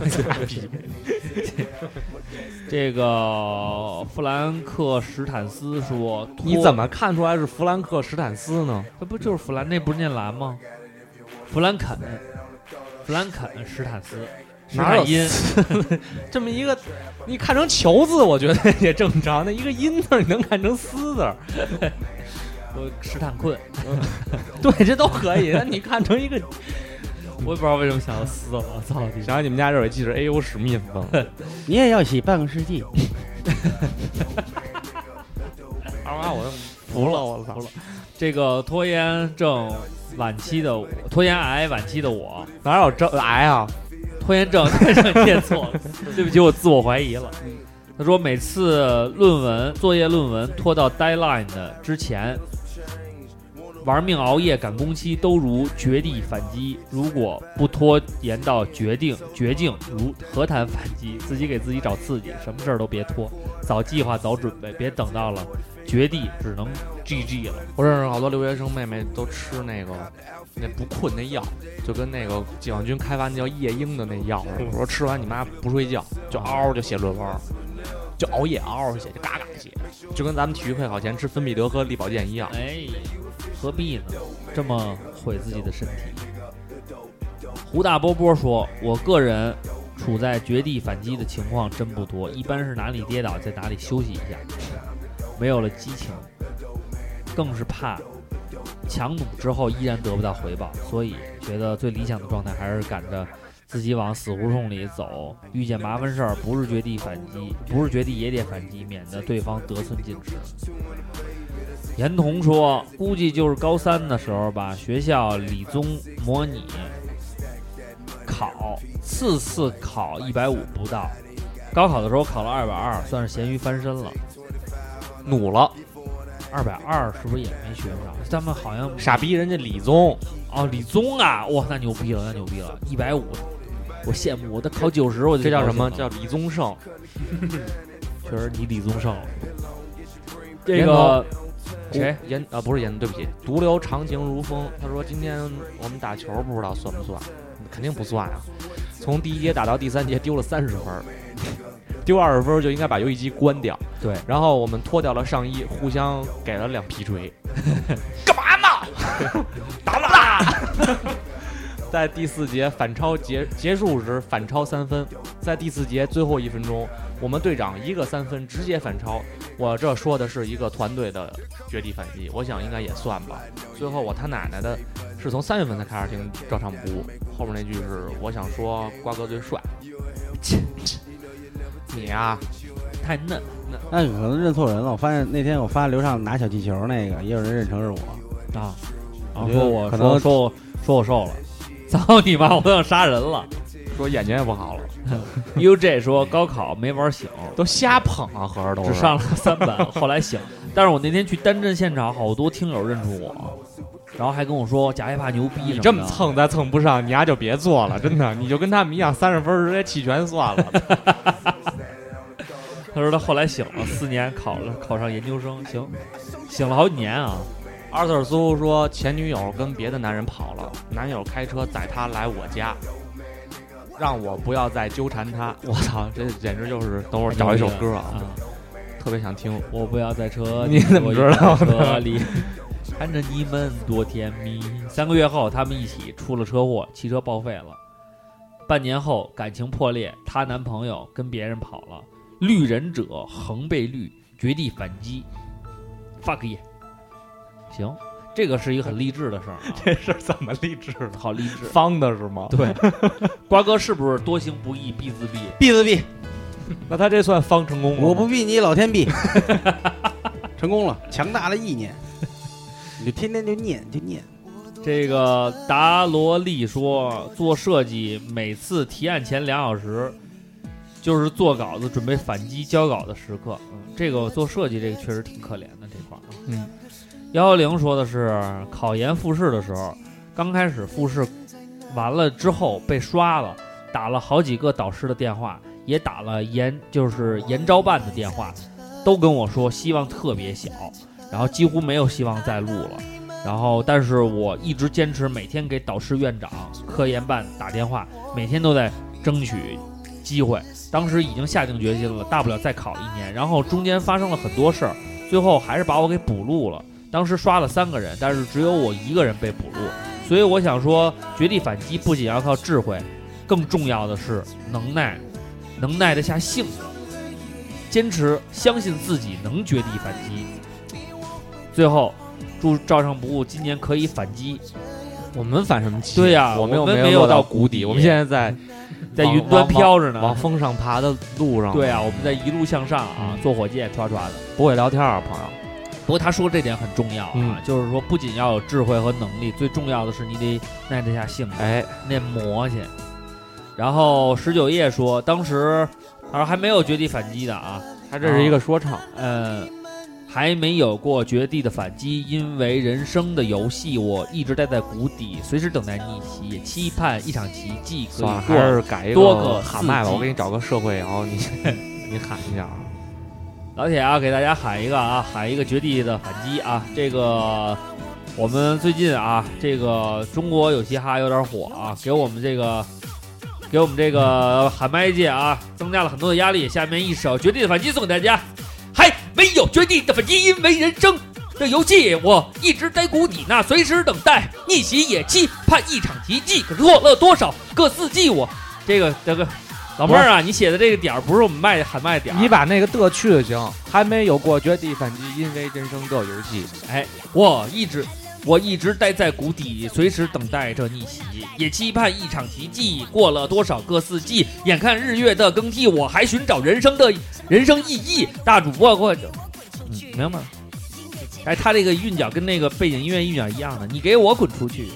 (laughs)
这个弗兰克·史坦斯说：“
你怎
么
么看出来是弗兰克·史坦斯呢？
这不就是弗兰？那不是念兰吗？弗兰肯，弗兰肯·史坦斯，史
哪有
坦因。
(laughs) 这么一个，你看成球字，我觉得也正常。那一个音字，你能看成思字儿， (laughs)
我史坦困，
对，这都可以。那你看成一个，
(laughs) 我也不知道为什么想要撕了，我操你！
想起你们家这有一记者哎 A.U. 史密斯了。
你也要洗半个世纪。 (laughs)
二娃，我 (laughs) 服了，我操！
这个拖延症晚期的我拖延癌晚期的我，
哪有这癌啊？
拖延症 (laughs) 拖延症念错了，对不起，我自我怀疑了。他说每次论文作业论文拖到 deadline 的之前，玩命熬夜赶工期都如绝地反击，如果不拖延到决定绝境，如何谈反击？自己给自己找刺激，什么事儿都别拖，早计划早准备，别等到了绝地只能 GG 了。
我认识好多留学生妹妹都吃那个那不困那药，就跟那个解放军开发那叫夜鹰的那药似的。我说吃完你妈不睡觉，就嗷嗷就写论文儿，就熬夜嗷嗷写，就嘎嘎写，就跟咱们体育课考前吃芬必得和力保健一样。
哎，何必呢？这么毁自己的身体？胡大波波说：“我个人处在绝地反击的情况真不多，一般是哪里跌倒在哪里休息一下，没有了激情，更是怕强弩之后依然得不到回报，所以觉得最理想的状态还是赶着。”自己往死胡同里走，遇见麻烦事儿不是绝地反击，不是绝地也得反击，免得对方得寸进尺。严童说：“估计就是高三的时候吧，学校理综模拟考，次次考一百五不到，高考的时候考了二百二，算是咸鱼翻身了。
努了，
二百二是不是也没学上？他们好像
傻逼，人家李宗
哦，理综啊，哇，那牛逼了，那牛逼了，一百五，我羡慕，我都考九十，我就
这叫
高
什
兴
么
了
叫李宗盛？
确实你理综上了。这
严
个
童
谁
谁严啊？不是严，对不起，独留长情如风。他说今天我们打球不知道算不算，肯定不算啊。从第一节打到第三节丢了三十分儿，丢二十分儿就应该把游戏机关掉。
对，
然后我们脱掉了上衣，互相给了两皮锤。 (laughs) 干嘛呢？ (laughs) 打不打？ (laughs) 在第四节反超结结束时反超三分，在第四节最后一分钟，我们队长一个三分直接反超。我这说的是一个团队的绝地反击，我想应该也算吧。最后我他奶奶的，是从三月份才开始听照常不误，后面那句是我想说瓜哥最帅。你啊，
太嫩，
那你可能认错人了。我发现那天我发刘畅拿小气球那个，也有人认成是我。
啊，
我
然后
觉得
说我
可
说
能
说我说我瘦了， (laughs) 操你妈！我都想杀人了。
说眼睛也不好了，
UJ 说高考没玩醒，
都瞎捧啊，合着都
只
是。
上 (laughs) 了三本，后来醒。但是我那天去单阵现场，好多听友认出我，然后还跟我说假黑怕牛逼什
你
的
这么，蹭再蹭不上，你丫就别做 (laughs) 了，真的，你就跟他们一样，三十分儿直接弃权算 (laughs) 了。
他说他后来醒了，四年考了考上研究生，行，醒了好几年啊。
阿瑟苏说前女友跟别的男人跑了，男友开车载她来我家，让我不要再纠缠她。我操，这简直就是！等会儿找一首歌啊，
啊，
特别想听。
我不要在车里，
(laughs) 你怎么知道
我
的
一个人在车里看着你们多甜蜜。三个月后，他们一起出了车祸，汽车报废了。半年后，感情破裂，她男朋友跟别人跑了。绿忍者横被绿，绝地反击，fuck yeah！行，这个是一个很励志的事儿、
(laughs)
啊，
(laughs) 这是怎么励志的？ (laughs)
好励志。
方的是吗？
对，瓜哥是不是多行不义必自毙？
必自毙，
那他这算方成功了吗？
我不毙你老天
(laughs)
毙。成功了，强大的意念，你就天天就念就念。
这个达罗利说，做设计每次提案前两小时，就是做稿子准备反击交稿的时刻。嗯，这个做设计这个确实挺可怜的这块儿啊。
嗯，
幺幺零说的是考研复试的时候，刚开始复试完了之后被刷了，打了好几个导师的电话，也打了研就是研招办的电话，都跟我说希望特别小，然后几乎没有希望再录了。然后，但是我一直坚持每天给导师、院长、科研办打电话，每天都在争取机会。当时已经下定决心了，大不了再考一年。然后中间发生了很多事儿，最后还是把我给补录了。当时刷了三个人，但是只有我一个人被补录。所以我想说，绝地反击不仅要靠智慧，更重要的是能耐，能耐得下性子，坚持，相信自己能绝地反击。最后， (clears throat) 祝照常不误，今年可以反击，
我们反什么期？
对呀
我们又
我们
没
没有
落
到
到
谷
谷底，
底
我们现在在
在
往
云端
往
飘着呢。
往峰上爬的路上。
对啊，我们在一路向上
嗯
啊，坐火箭刷刷的。
不会聊天啊，朋友。
不过他说这点很重要啊，
嗯
就是说不仅要有智慧和能力，最重要的是你得耐得下性子，
哎，
那磨去。然后十九夜说，当时他说还没有绝地反击的啊，
他这是一个说唱，嗯
呃，还没有过绝地的反击，因为人生的游戏，我一直待在谷底，随时等待逆袭，也期盼一场奇迹可
算了，
以
还
过。
是改一
多个
喊麦吧。
刺激
我给你找个社会，然后 (laughs) 你你喊一下啊。
老铁啊，给大家喊一个啊，喊一个绝地的反击啊！这个我们最近啊，这个中国有嘻哈有点火啊，给我们这个。给我们这个喊麦界啊，增加了很多的压力。下面一首《绝地的反击》送给大家。还没有绝地的反击，因为人生的游戏，我一直在谷底，那随时等待逆袭，也期盼一场奇迹。可是错了多少个四季我？这个这个老妹儿啊，你写的这个点儿不是我们卖喊麦点儿。啊
你把那个的去了行，还没有过绝地反击，因为人生的游戏。
哎，我一直我一直待在谷底，随时等待着逆袭，也期盼一场奇迹。过了多少个四季，眼看日月的更替，我还寻找人生的人生意义。大主播过，嗯，明白了。哎，他这个韵脚跟那个背景音乐韵脚一样的，你给我滚出去！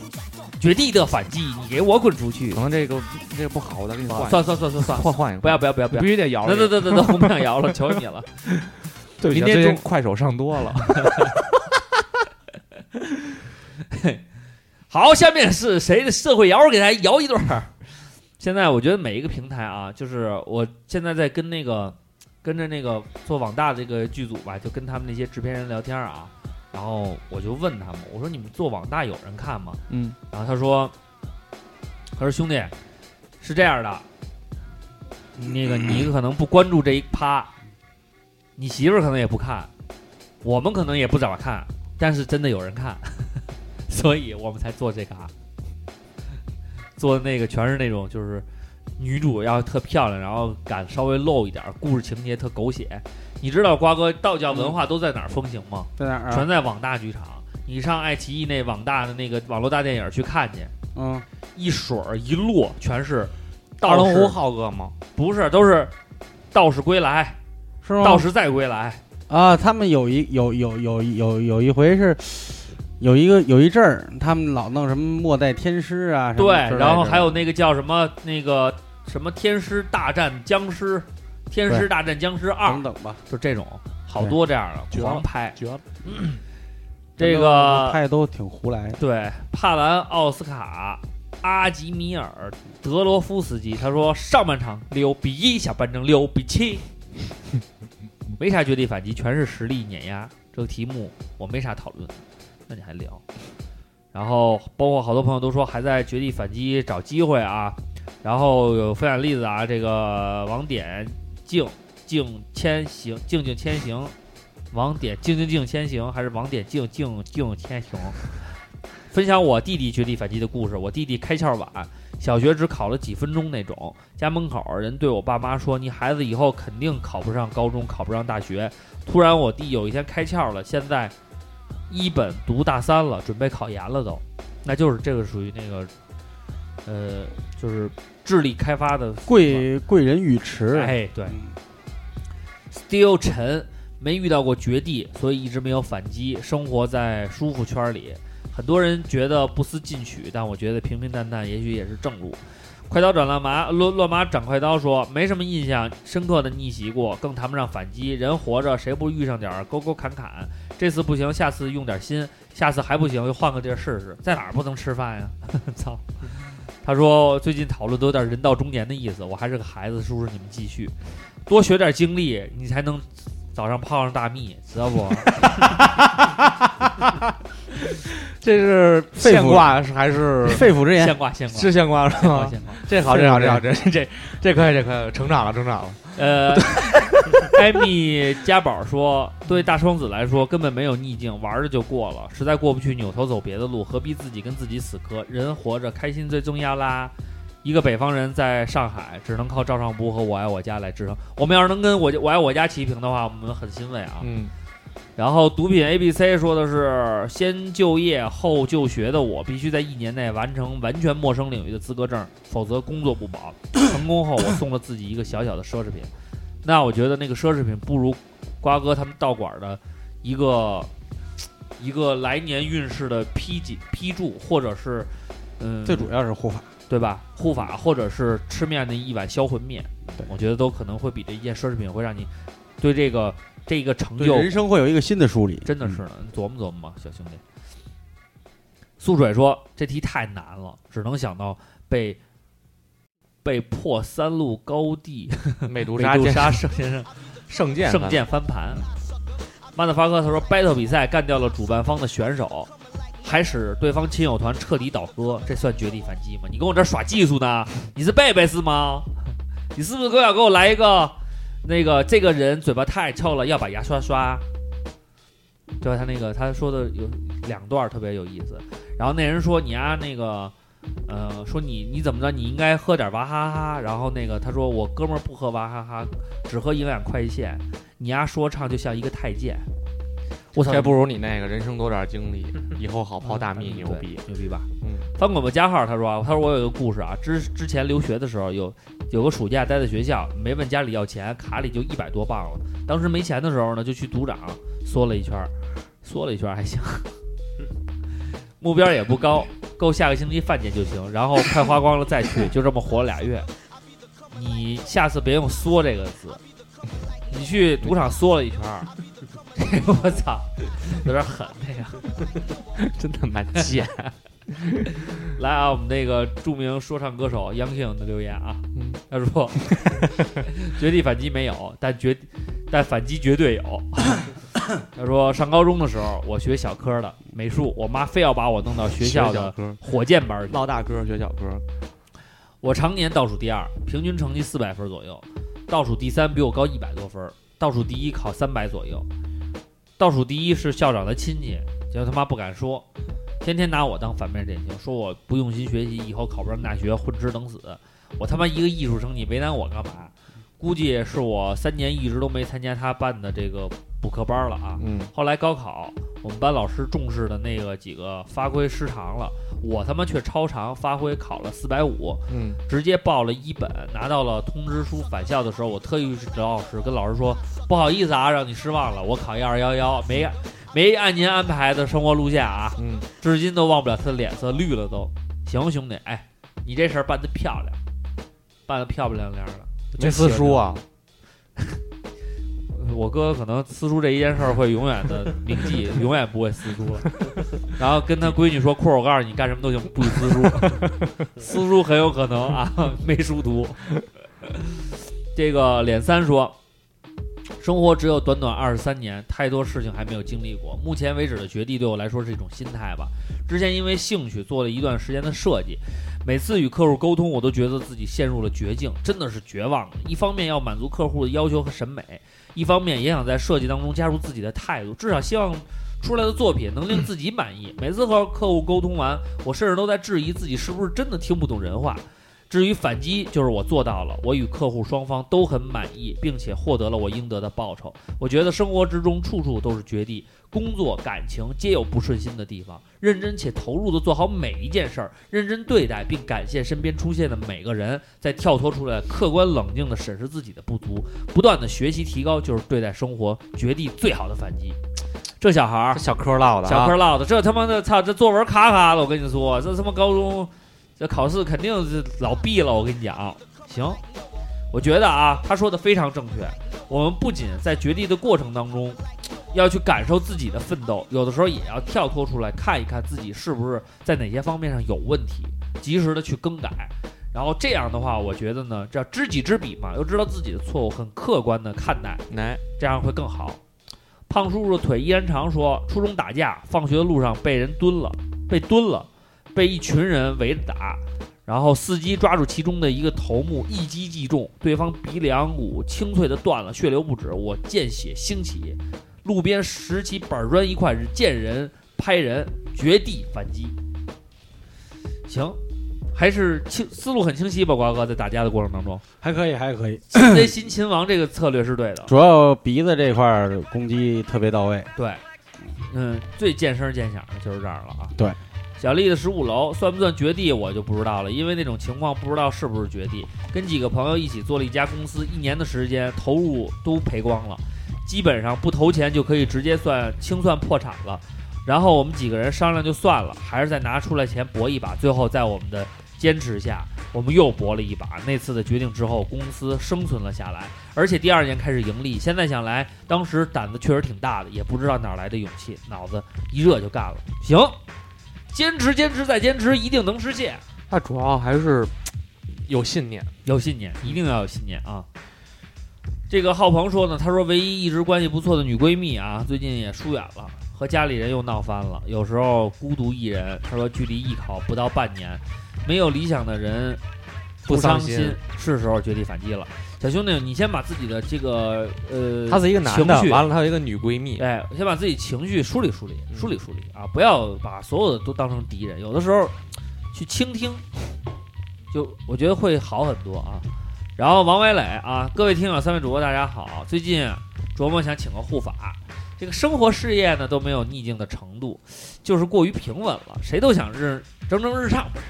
绝地的反击，你给我滚出去！
可能这个这个不好，我再给你换一个
算算算算算，
换换一个，
不要不要不要不要
必！须得摇
得
着。
得得得得，我不想摇了，求你了。
对不起
明
啊，
天
最近
中
快手上多了。 (laughs)
好，下面是谁的社会摇？给大家摇一段儿。现在我觉得每一个平台啊，就是我现在在跟那个跟着那个做网大这个剧组吧，就跟他们那些制片人聊天儿啊，然后我就问他们，我说你们做网大有人看吗？
嗯，
然后他说，他说兄弟，是这样的，那个你可能不关注这一趴，你媳妇儿可能也不看，我们可能也不怎么看，但是真的有人看， (laughs) 所以我们才做这个啊，做那个全是那种就是女主要特漂亮，然后敢稍微露一点，故事情节特狗血。你知道瓜哥道教文化都在哪儿风行
嗯
吗？
在哪儿啊？
全在网大剧场。你上爱奇艺那网大的那个网络大电影去看去，
嗯，
一水儿一落全是道
大龙湖
士，
浩哥吗？
不是都是道士归来，
是吗？
道士再归来。
啊，他们有一有有有有有一回是有一个有一阵儿，他们老弄什么末代天师啊，什么之
对，
类
然后
的
还有那个叫什么那个什么天师大战僵尸，天师
对
大战僵尸二
等，等吧，
就这种好
对
多这样的
绝了
狂拍。
绝了！
这
反正
个
拍的都挺胡来的。
对帕兰奥斯卡。阿吉米尔·德罗夫斯基他说：“上半场六比一，下半场六比七，没啥绝地反击，全是实力碾压。这个题目我没啥讨论的，那你还聊？然后包括好多朋友都说还在绝地反击找机会啊，然后有分享例子啊，这个网点静静千行，静静千行，网点静静静千行，还是网点静静静千行？分享我弟弟绝地反击的故事。我弟弟开窍晚，小学只考了几分钟那种。家门口人对我爸妈说：“你孩子以后肯定考不上高中，考不上大学。”突然，我弟有一天开窍了，现在一本读大三了，准备考研了都。那就是这个属于那个，呃，就是智力开发的
贵贵人语迟，
哎，对
嗯
，Still 陈没遇到过绝地，所以一直没有反击，生活在舒服圈里。很多人觉得不思进取，但我觉得平平淡淡也许也是正路。快刀斩乱麻，乱乱麻斩快刀说没什么印象深刻的逆袭过，更谈不上反击。人活着谁不遇上点儿沟沟坎坎？这次不行，下 (laughs) 次用点心，下次还不行又换个地儿试试。在哪儿不能吃饭呀？操！他说最近讨论都有点人到中年的意思，我还是个孩子，叔叔你们继续，多学点经历，你才能早上泡上大蜜，知道
(laughs)
不？
这是
肺
现
腑
挂还是
肺腑之言
现挂现挂，
哎是现挂是
现挂
吗？
现挂。
这好，这好，这好，这这这可以，这可以，成长了，成长了。
呃，艾米家宝说，对大双子来说根本没有逆境，玩着就过了，实在过不去扭头走别的路，何必自己跟自己死磕？人活着开心最重要啦。一个北方人在上海，只能靠照常不和我爱我家来支撑。我们要是能跟我我爱我家齐平的话，我们很欣慰啊。
嗯，
然后毒品 A B C 说的是先就业后就学的我，必须在一年内完成完全陌生领域的资格证，否则工作不
(coughs)
保。成功后，我送了自己一个小小的奢侈品。那我觉得那个奢侈品不如瓜哥他们道馆的一个一个来年运势的批给批注，或者是嗯，
最主要是护法。
对吧？护法或者是吃面的一碗销魂面，
对
我觉得都可能会比这一件奢侈品会让你对这个这个成
对
就
人生会有一个新的梳理，嗯
真的是呢，你琢磨琢磨吧，小兄弟。苏水说：“这题太难了，只能想到被被破三路高地
美杜
被
莎
杜
剑
莎圣先生
圣剑，
圣剑翻盘。”曼德法克他说：“battle 比赛干掉了主办方的选手，还使对方亲友团彻底倒戈，这算绝地反击吗？你跟我这耍技术呢？你是贝贝是吗？你是不是给我要给我来一个那个这个人嘴巴太臭了，要把牙刷刷？对吧？他那个他说的有两段特别有意思。然后那人说你啊那个，呃，说你你怎么着？你应该喝点娃哈哈。然后那个他说我哥们儿不喝娃哈哈，只喝营养快线。你丫说唱就像一个太监。我操，
这不如你那个人生多点经历，以后好泡大蜜
嗯
牛逼。
对牛逼吧？
嗯，
翻滚吧加号，他说啊，他说我有一个故事啊，之之前留学的时候有有个暑假待在学校，没问家里要钱，卡里就一百多磅了。当时没钱的时候呢，就去赌场缩了一圈儿，缩了一圈儿还
(laughs)
行，目标也不高，够下个星期饭钱就行，然后快花光了再去，就这么活了俩月。你下次别用“缩”这个字，你去赌场缩了一圈儿， (laughs) 我操，有点狠这个。
(laughs) 真的蛮贱。
来啊，我们那个著名说唱歌手杨 king 的留言啊，
嗯
他 (laughs) 说：“绝地反击没有，但绝但反击绝对 (laughs) 有。”他说：“上高中的时候，我学小科的美术，我妈非要把我弄到学校的
歌，
火箭班去。
唠大歌，学小歌，
我常年倒数第二，平均成绩四百分左右，倒数第三比我高一百多分，倒数第一考三百左右，倒数第一是校长的亲戚，结果他妈不敢说，天天拿我当反面典型，说我不用心学习，以后考不上大学，混吃等死。我他妈一个艺术生，你为难我干嘛？估计是我三年一直都没参加他办的这个补课班了啊。
嗯，
后来高考，我们班老师重视的那个几个发挥失常了，我他妈却超常发挥考了四百五，
嗯，
直接报了一本，拿到了通知书。返校的时候，我特意去找老师，跟老师说不好意思啊，让你失望了，我考一二幺幺，没没按您安排的生活路线啊，
嗯，
至今都忘不了他的脸色绿了都。行，兄弟，哎，你这事儿办得漂亮，办得漂漂亮亮的。
没撕书啊，
我哥可能撕书这一件事儿会永远的铭记，永远不会撕书了。然后跟他闺女说：“阔儿，我告诉你，干什么都行，不许撕书。撕书很有可能啊，没书读。”这个脸三说：“生活只有短短二十三年，太多事情还没有经历过。目前为止的绝地对我来说是一种心态吧。之前因为兴趣做了一段时间的设计，每次与客户沟通，我都觉得自己陷入了绝境，真的是绝望了。一方面要满足客户的要求和审美，一方面也想在设计当中加入自己的态度，至少希望出来的作品能令自己满意。每次和客户沟通完，我甚至都在质疑自己是不是真的听不懂人话。至于反击，就是我做到了，我与客户双方都很满意，并且获得了我应得的报酬。我觉得生活之中处处都是绝地，工作、感情皆有不顺心的地方。认真且投入的做好每一件事儿，认真对待并感谢身边出现的每个人，再跳脱出来，客观冷静的审视自己的不足，不断的学习提高，就是对待生活绝地最好的反击。这小孩儿
这，小科唠的啊，
小科唠的，这他妈的操，这作文咔咔的，我跟你说，这他妈高中这考试肯定是老毕了，我跟你讲。行，我觉得啊，他说的非常正确。我们不仅在绝地的过程当中，要去感受自己的奋斗，有的时候也要跳脱出来看一看自己是不是在哪些方面上有问题，及时的去更改。然后这样的话，我觉得呢，这知己知彼嘛，又知道自己的错误，很客观的看待，
来，
这样会更好。胖叔叔的腿依然长说，初中打架，放学的路上被人蹲了，被蹲了，被一群人围着打，然后司机抓住其中的一个头目，一击即中，对方鼻梁骨清脆的断了，血流不止，我见血兴起，路边拾起板砖一块，见人拍人，绝地反击。行，还是清思路很清晰吧，瓜哥在打架的过程当中，
还可以，还可以。
擒贼擒秦王这个策略是对的，
主要鼻子这块儿攻击特别到位，
对，嗯，最见声见响的就是这儿了啊。
对，
小丽的十五楼算不算绝地我就不知道了，因为那种情况不知道是不是绝地。跟几个朋友一起做了一家公司，一年的时间投入都赔光了，基本上不投钱就可以直接算清算破产了。然后我们几个人商量就算了，还是再拿出来钱搏一把。最后在我们的坚持下，我们又搏了一把。那次的决定之后，公司生存了下来。而且第二年开始盈利。现在想来，当时胆子确实挺大的，也不知道哪儿来的勇气，脑子一热就干了。行，坚持，坚持，再坚持，一定能实现。
那主要还是有信念。
有信念，一定要有信念啊！这个浩鹏说呢，他说唯一一直关系不错的女闺蜜啊，最近也疏远了，和家里人又闹翻了，有时候孤独一人。他说距离艺考不到半年，没有理想的人不
不伤
心，
心
是时候绝地反击了。小兄弟，你先把自己的这个呃，
他是一个男
情
的，
绪
完了他有一个女闺蜜，
哎，先把自己情绪梳理梳理，梳理梳理啊，不要把所有的都当成敌人。有的时候去倾听，就我觉得会好很多啊。然后王伟磊啊，各位听友三位主播大家好，最近琢磨想请个护法，这个生活事业呢都没有逆境的程度，就是过于平稳了，谁都想日蒸蒸日上不是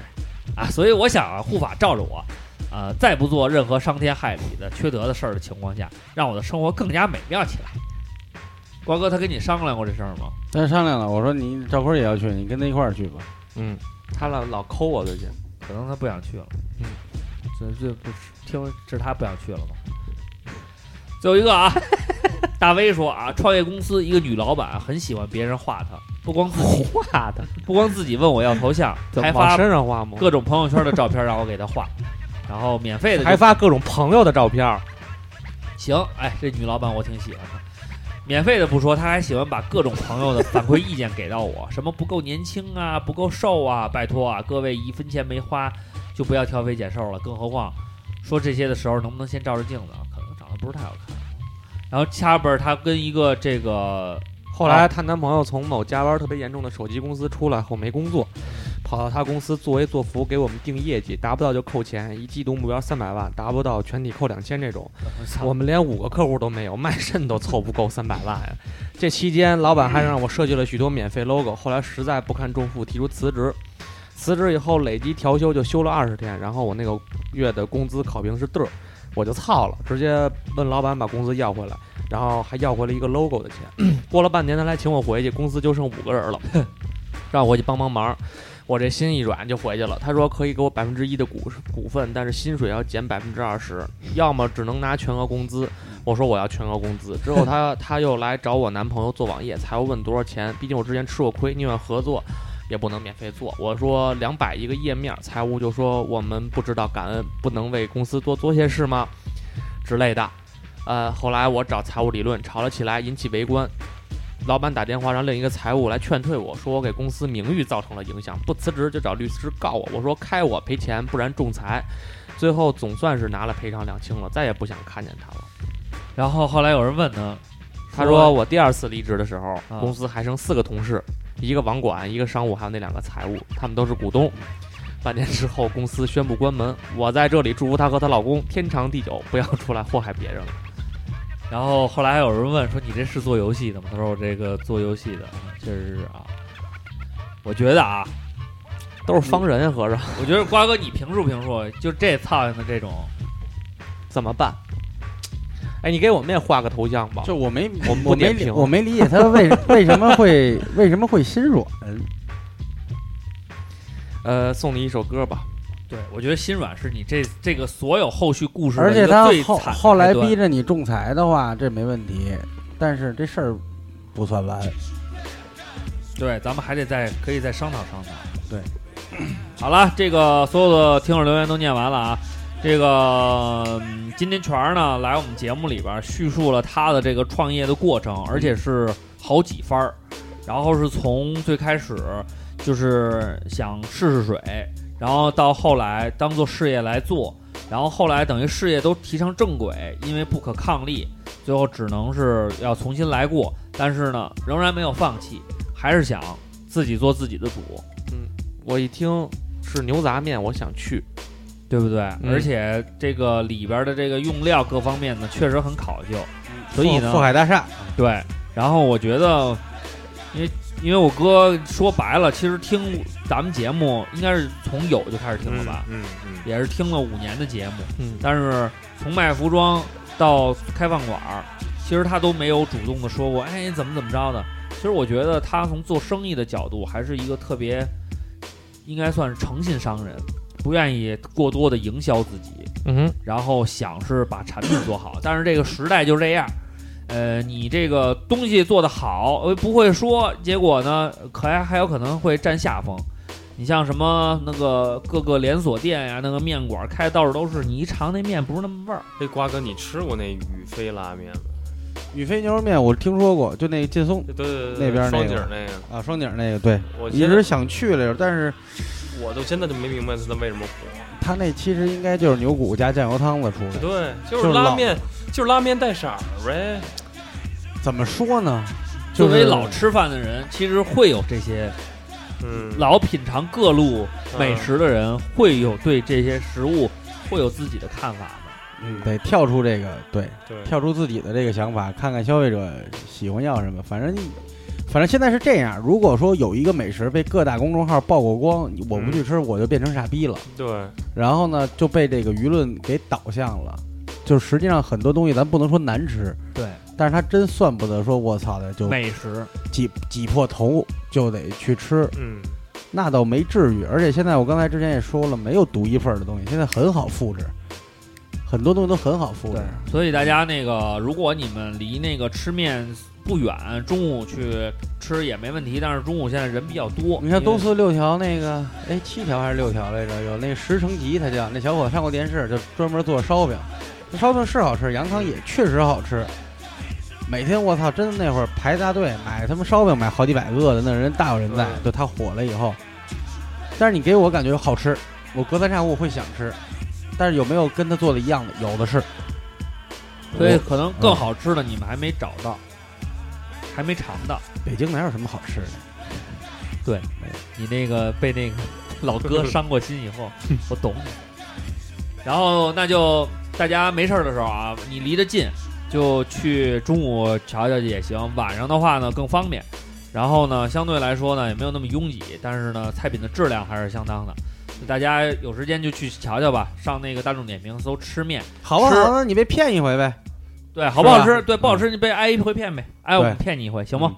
啊？所以我想啊，护法罩着我。呃，再不做任何伤天害理的、缺德的事儿的情况下，让我的生活更加美妙起来。瓜哥，他跟你商量过这事儿吗？
但是商量了，我说你赵坤也要去，你跟他一块儿去吧。
嗯，他老老抠我最近，
可能他不想去了。
嗯，
这这不是听这是他不想去了吗？最后一个啊， (laughs) 大威说啊，创业公司一个女老板很喜欢别人画她，不光自己画她，不光自己问我要头像，
怎
还
么往
发
身上画吗？
各种朋友圈的照片让我给她画，然后免费的就
还发各种朋友的照片儿，
行，哎，这女老板我挺喜欢的。免费的不说，她还喜欢把各种朋友的反馈意见给到我，什么不够年轻啊，不够瘦啊，拜托啊，各位一分钱没花就不要挑肥拣瘦了，更何况说这些的时候，能不能先照着镜子啊？可能长得不是太好看。然后下边儿她跟一个这个
后来她男朋友从某加班特别严重的手机公司出来后没工作，跑到她公司作威作福给我们定业绩，达不到就扣钱，一季度目标三百万，达不到全体扣两千这种。我们连五个客户都没有，卖肾都凑不够三百万呀。 (laughs) 这期间，老板还让我设计了许多免费 logo，后来实在不堪重负，提出辞职。辞职以后累计调休就休了二十天，然后我那个月的工资考评是嘚儿，我就操了，直接问老板把工资要回来，然后还要回来一个 logo 的钱。过了半年，他来请我回去，公司就剩五个人了，让我去帮帮忙。我这心一软就回去了。他说可以给我百分之一的股股份，但是薪水要减百分之二十，要么只能拿全额工资。我说我要全额工资。之后他他又来找我男朋友做网页，财务问多少钱，毕竟我之前吃过亏，宁愿合作也不能免费做。我说两百一个页面，财务就说我们不知道感恩，不能为公司多做些事吗？之类的。呃，后来我找财务理论，吵了起来，引起围观。老板打电话让另一个财务来劝退我，说我给公司名誉造成了影响，不辞职就找律师告我。我说开我赔钱，不然仲裁。最后总算是拿了赔偿两清了，再也不想看见他了。
然后后来有人问他，
他说我第二次离职的时候，
啊
公司还剩四个同事，一个网管，一个商务，还有那两个财务，他们都是股东。半年之后，公司宣布关门。我在这里祝福她和她老公天长地久，不要出来祸害别人了。
然后后来还有人问说你这是做游戏的吗？他说我这个做游戏的，确实是啊。我觉得啊，
都是方人呀，合着
我觉得瓜哥你评述评述，就这操性的这种。
怎么办？哎，你给我们也画个头像吧。
就我没
我
我
不
没
点
理
评，
我没理解他为为什么会为什么会心软，
呃，送你一首歌吧。
对，我觉得心软是你这这个所有后续故事的
而且
一个
他
最
后
惨的
后来
开端
逼着你仲裁的话，这没问题。但是这事儿不算完。
对，咱们还得再可以再商讨商讨。
对，
好了，这个所有的听众留言都念完了啊。这个、嗯今天全儿呢来我们节目里边儿叙述了他的这个创业的过程，而且是好几番儿，然后是从最开始就是想试试水，然后到后来当做事业来做，然后后来等于事业都提上正轨，因为不可抗力，最后只能是要重新来过，但是呢仍然没有放弃，还是想自己做自己的主，
我一听是牛杂面，我想去。
对不对？
嗯
而且这个里边的这个用料各方面呢，确实很考究，所以呢
富，海大厦
对。然后我觉得，因为因为我哥说白了，其实听咱们节目应该是从有就开始听了吧，
嗯嗯
也是听了五年的节目，
嗯
但是从卖服装到开饭馆儿，其实他都没有主动的说过，哎，怎么怎么着的。其实我觉得他从做生意的角度，还是一个特别，应该算是诚信商人，不愿意过多的营销自己，
嗯
然后想是把产品做好。但是这个时代就这样，呃，你这个东西做得好，呃，不会说，结果呢，可还还有可能会占下风。你像什么那个各个连锁店呀、那个面馆开到处都是，你一尝那面不是那么味儿。
哎，瓜哥，你吃过那宇飞拉面吗？
宇飞牛肉面我听说过，就那劲松
对对对，
那边那
双
个
井那个，
啊，双井那个，对
我
一
现
直
在
想去来着，但是
我都现在都没明白它为什么火。
他那其实应该就是牛骨加酱油汤子出的。
对，
就
就
是是
拉
老
面，就是拉面带色儿呗。
怎么说呢？
作
就是
为老吃饭的人，其实会有这些
嗯，
老品尝各路美食的人，会有对这些食物会有自己的看法的。
嗯，得跳出这个，对，
对，
跳出自己的这个想法，看看消费者喜欢要什么。反正，反正现在是这样。如果说有一个美食被各大公众号曝过光，我不去吃，我就变成傻逼了。
对，
然后呢，就被这个舆论给导向了。就实际上很多东西，咱不能说难吃，
对，
但是它真算不得说我操的就
美食，
挤挤破头就得去吃，
嗯，
那倒没至于。而且现在我刚才之前也说了，没有独一份儿的东西，现在很好复制，很多东西都很好复制。
所以大家那个，如果你们离那个吃面不远，中午去吃也没问题。但是中午现在人比较多，
你看
因为
东四六条那个，哎，七条还是六条来着？有那个石成吉，他叫那小伙子上过电视，就专门做烧饼。那烧饼是好吃，羊汤也确实好吃。每天我操，真的那会儿排大队买他妈烧饼，买好几百个的，那人大有人在。就他火了以后，但是你给我感觉好吃，我隔三差五我会想吃，但是有没有跟他做的一样的？有的是。
所以可能更好吃的你们还没找到，还没尝到。
北京哪有什么好吃的？
你那个被那个老哥伤过心以后，我懂你。然后那就大家没事儿的时候啊，你离得近就去中午瞧瞧也行，晚上的话呢更方便。然后呢，相对来说呢也没有那么拥挤，但是呢菜品的质量还是相当的。大家有时间就去瞧瞧吧，上那个大众点评搜吃面，
好不好啊
吃
呢？你被骗一回呗。
对，好不好
是
吃？对，不好吃你被挨一回骗呗，挨我们骗你一回行吗？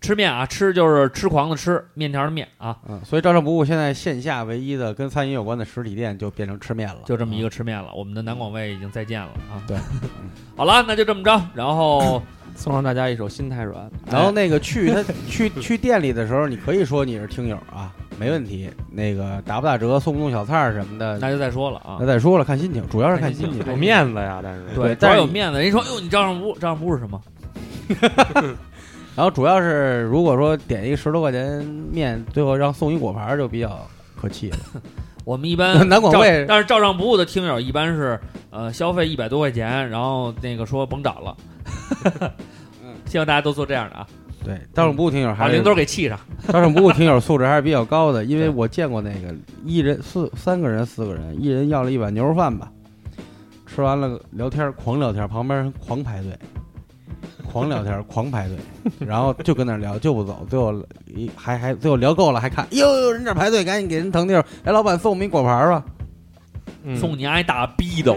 吃面啊，吃就是痴狂的吃，面条的面啊，
嗯，所以照常不误，现在线下唯一的跟餐饮有关的实体店就变成吃面了，
就这么一
个。
个吃面了。我们的南广味已经再见了 (laughs) 啊！
对，
好了，那就这么着。然后
送上大家一首《心太软》，
然后那个去他去去店里的时候，你可以说你是听友啊，没问题。那个打不打折，送不送小菜儿什么的，
那就再说了
嗯
啊
那。再说了，看心情，主要是看心情。
有面子呀，但是
对
主要
但是
有
你
面子，人说哟，你照上不照上不是什么？
然后主要是如果说点一个十多块钱面，最后让送一果盘儿就比较可气了。
我们一
(laughs)
般
南广
照
味
但是照上不误的听友一般是呃消费一百多块钱，然后那个说甭找了。
(laughs)
希望大家都做这样的啊，
对，照常不误听友
把
还
零
是
头给气上。
照常不误听友素质还是比较高的，因为
对
我见过那个一人四三个人四个人，一人要了一碗牛肉饭吧，吃完了聊天儿狂聊天儿，旁边人狂排队，狂聊天儿狂排队，然后就跟那儿聊就不走，最后一还还最后聊够了还看，哟呦人这儿排队，赶紧给人腾地儿，哎老板送我们一果盘儿吧，嗯
嗯
送你挨大逼
(laughs)
斗，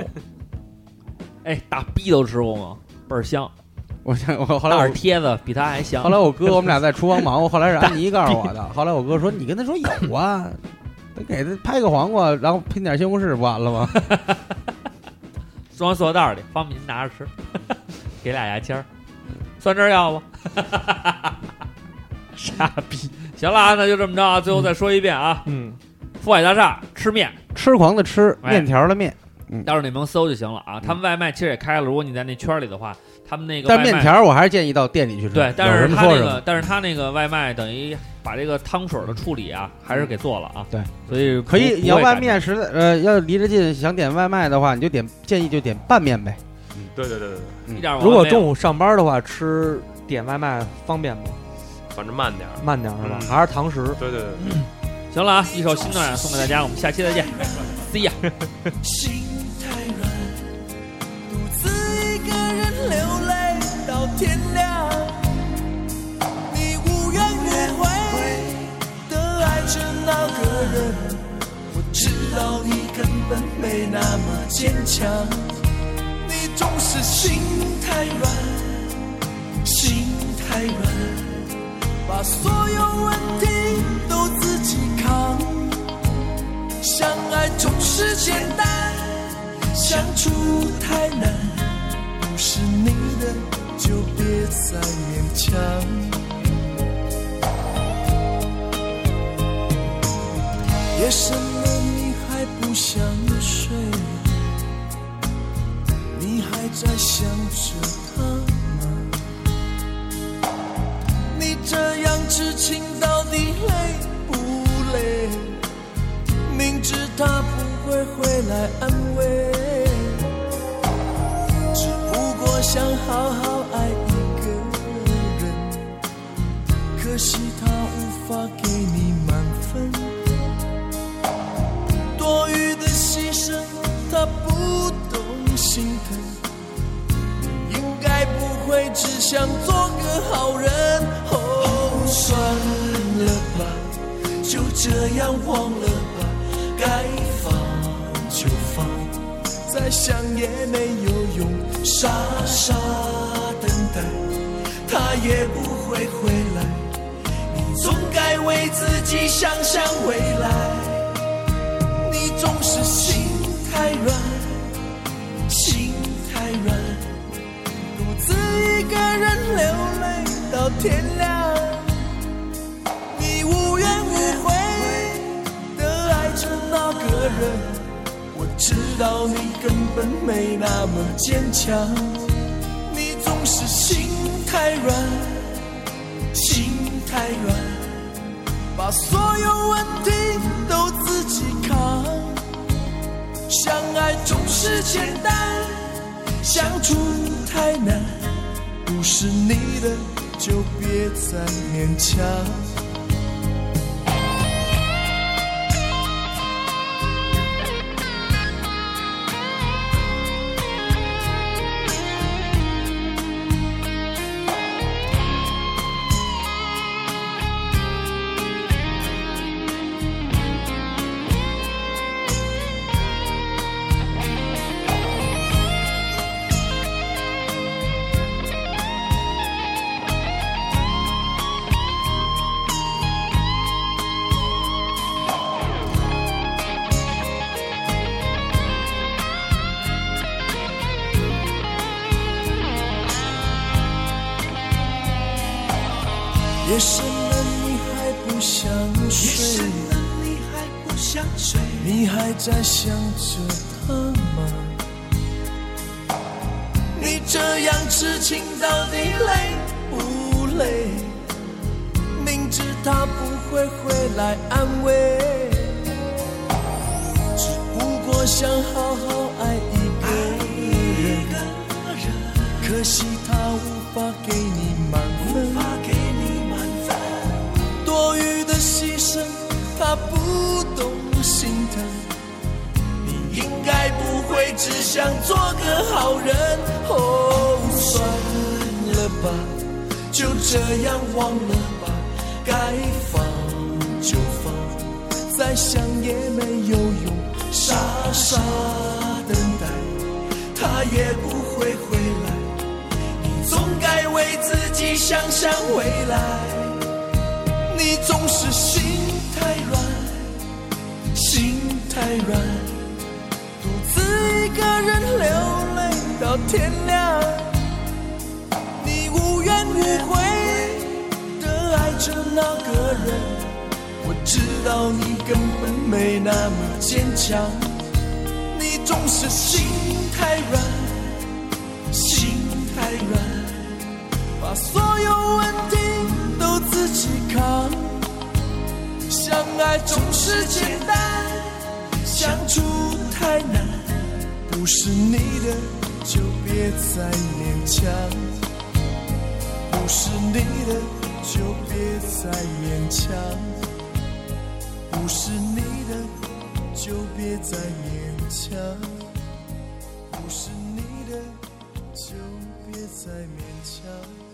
哎，大逼斗吃过吗？倍儿香，
我想我后来
大
我
耳贴子比它还香。
后来我哥我们俩在厨房忙活，后来是安妮告诉我的。后来我哥说：“你跟他说有啊，得给他拍个黄瓜，然后拼点西红柿，不完了吗
装塑料袋里，方便您拿着吃，给俩牙签儿。
算这儿要不？
(laughs) 傻逼。行了啊，那就这么着啊。最后再说一遍啊，
嗯，
富海大厦吃面，
吃狂的吃，
哎
面条的面，
到时候你能搜就行了啊。他们外卖其实也开了，如果你在那圈里的话，他们那个
但
外卖
面条我还是建议到店里去吃。
对，但
有
是
什么
他
说
那
什么
个，但是他那个外卖等于把这个汤水的处理啊，还是给做了啊。
对，
所以
可以，
不
你要
不会改
外面实在呃要离着近，想点外卖的话，你就点建议就点拌面呗。
对对对对，对
一点儿我
如果
没有
中午上班的话，吃点外卖方便吗？
反正慢点儿。
慢点儿是吧？
嗯
还是堂食？
对对对。
行了啊，一首新暖送给大家，我们下期再见，See ya。
心太软，独自一个人流泪到天亮。你无怨无悔的爱着那个人，我知道你根本没那么坚强。你总是心太软，心太软，把所有问题都自己扛。相爱总是简单，相处太难。不是你的就别再勉强。夜深了，你还不想睡？你还在想着他吗？你这样痴情到底累不累？明知他不会回来安慰，只不过想好好爱一个人，可惜他无法给你满分，多余的牺牲他不懂心疼，你应该不会只想做个好人，哦，算了吧。就这样忘了吧，该放就放，再想也没有用，傻傻等待，他也不会回来，你总该为自己想想未来，你总是心太软，心太软，独自一个人流泪到天亮。你无怨无悔的爱着那个人，我知道你根本没那么坚强，你总是心太软，心太软，把所有问题都自己扛。相爱总是简单，相处太难，不是你的就别再勉强。夜深了，你还不想睡？夜深了，你还不想睡？你还在想着他吗？你这样痴情到底累不累？明知他不会回来安慰，只不过想好好爱一个人。可惜他无法给你满分，多余的牺牲他不懂心疼，你应该不会只想做个好人，哦，算了吧，就这样忘了吧，该放就放，再想也没有用，傻傻等待，他也不会回来。总该为自己想想未来。你总是心太软，心太软，独自一个人流泪到天亮。你无怨着那个人，我知道你根本没那么坚强，你总是心太软，心太软，把所有问题都自己扛。相爱总是简单，相处太难，不是你的就别再勉强。不是你的就别再勉强，不是你的就别再勉强，不是你的就别再勉强。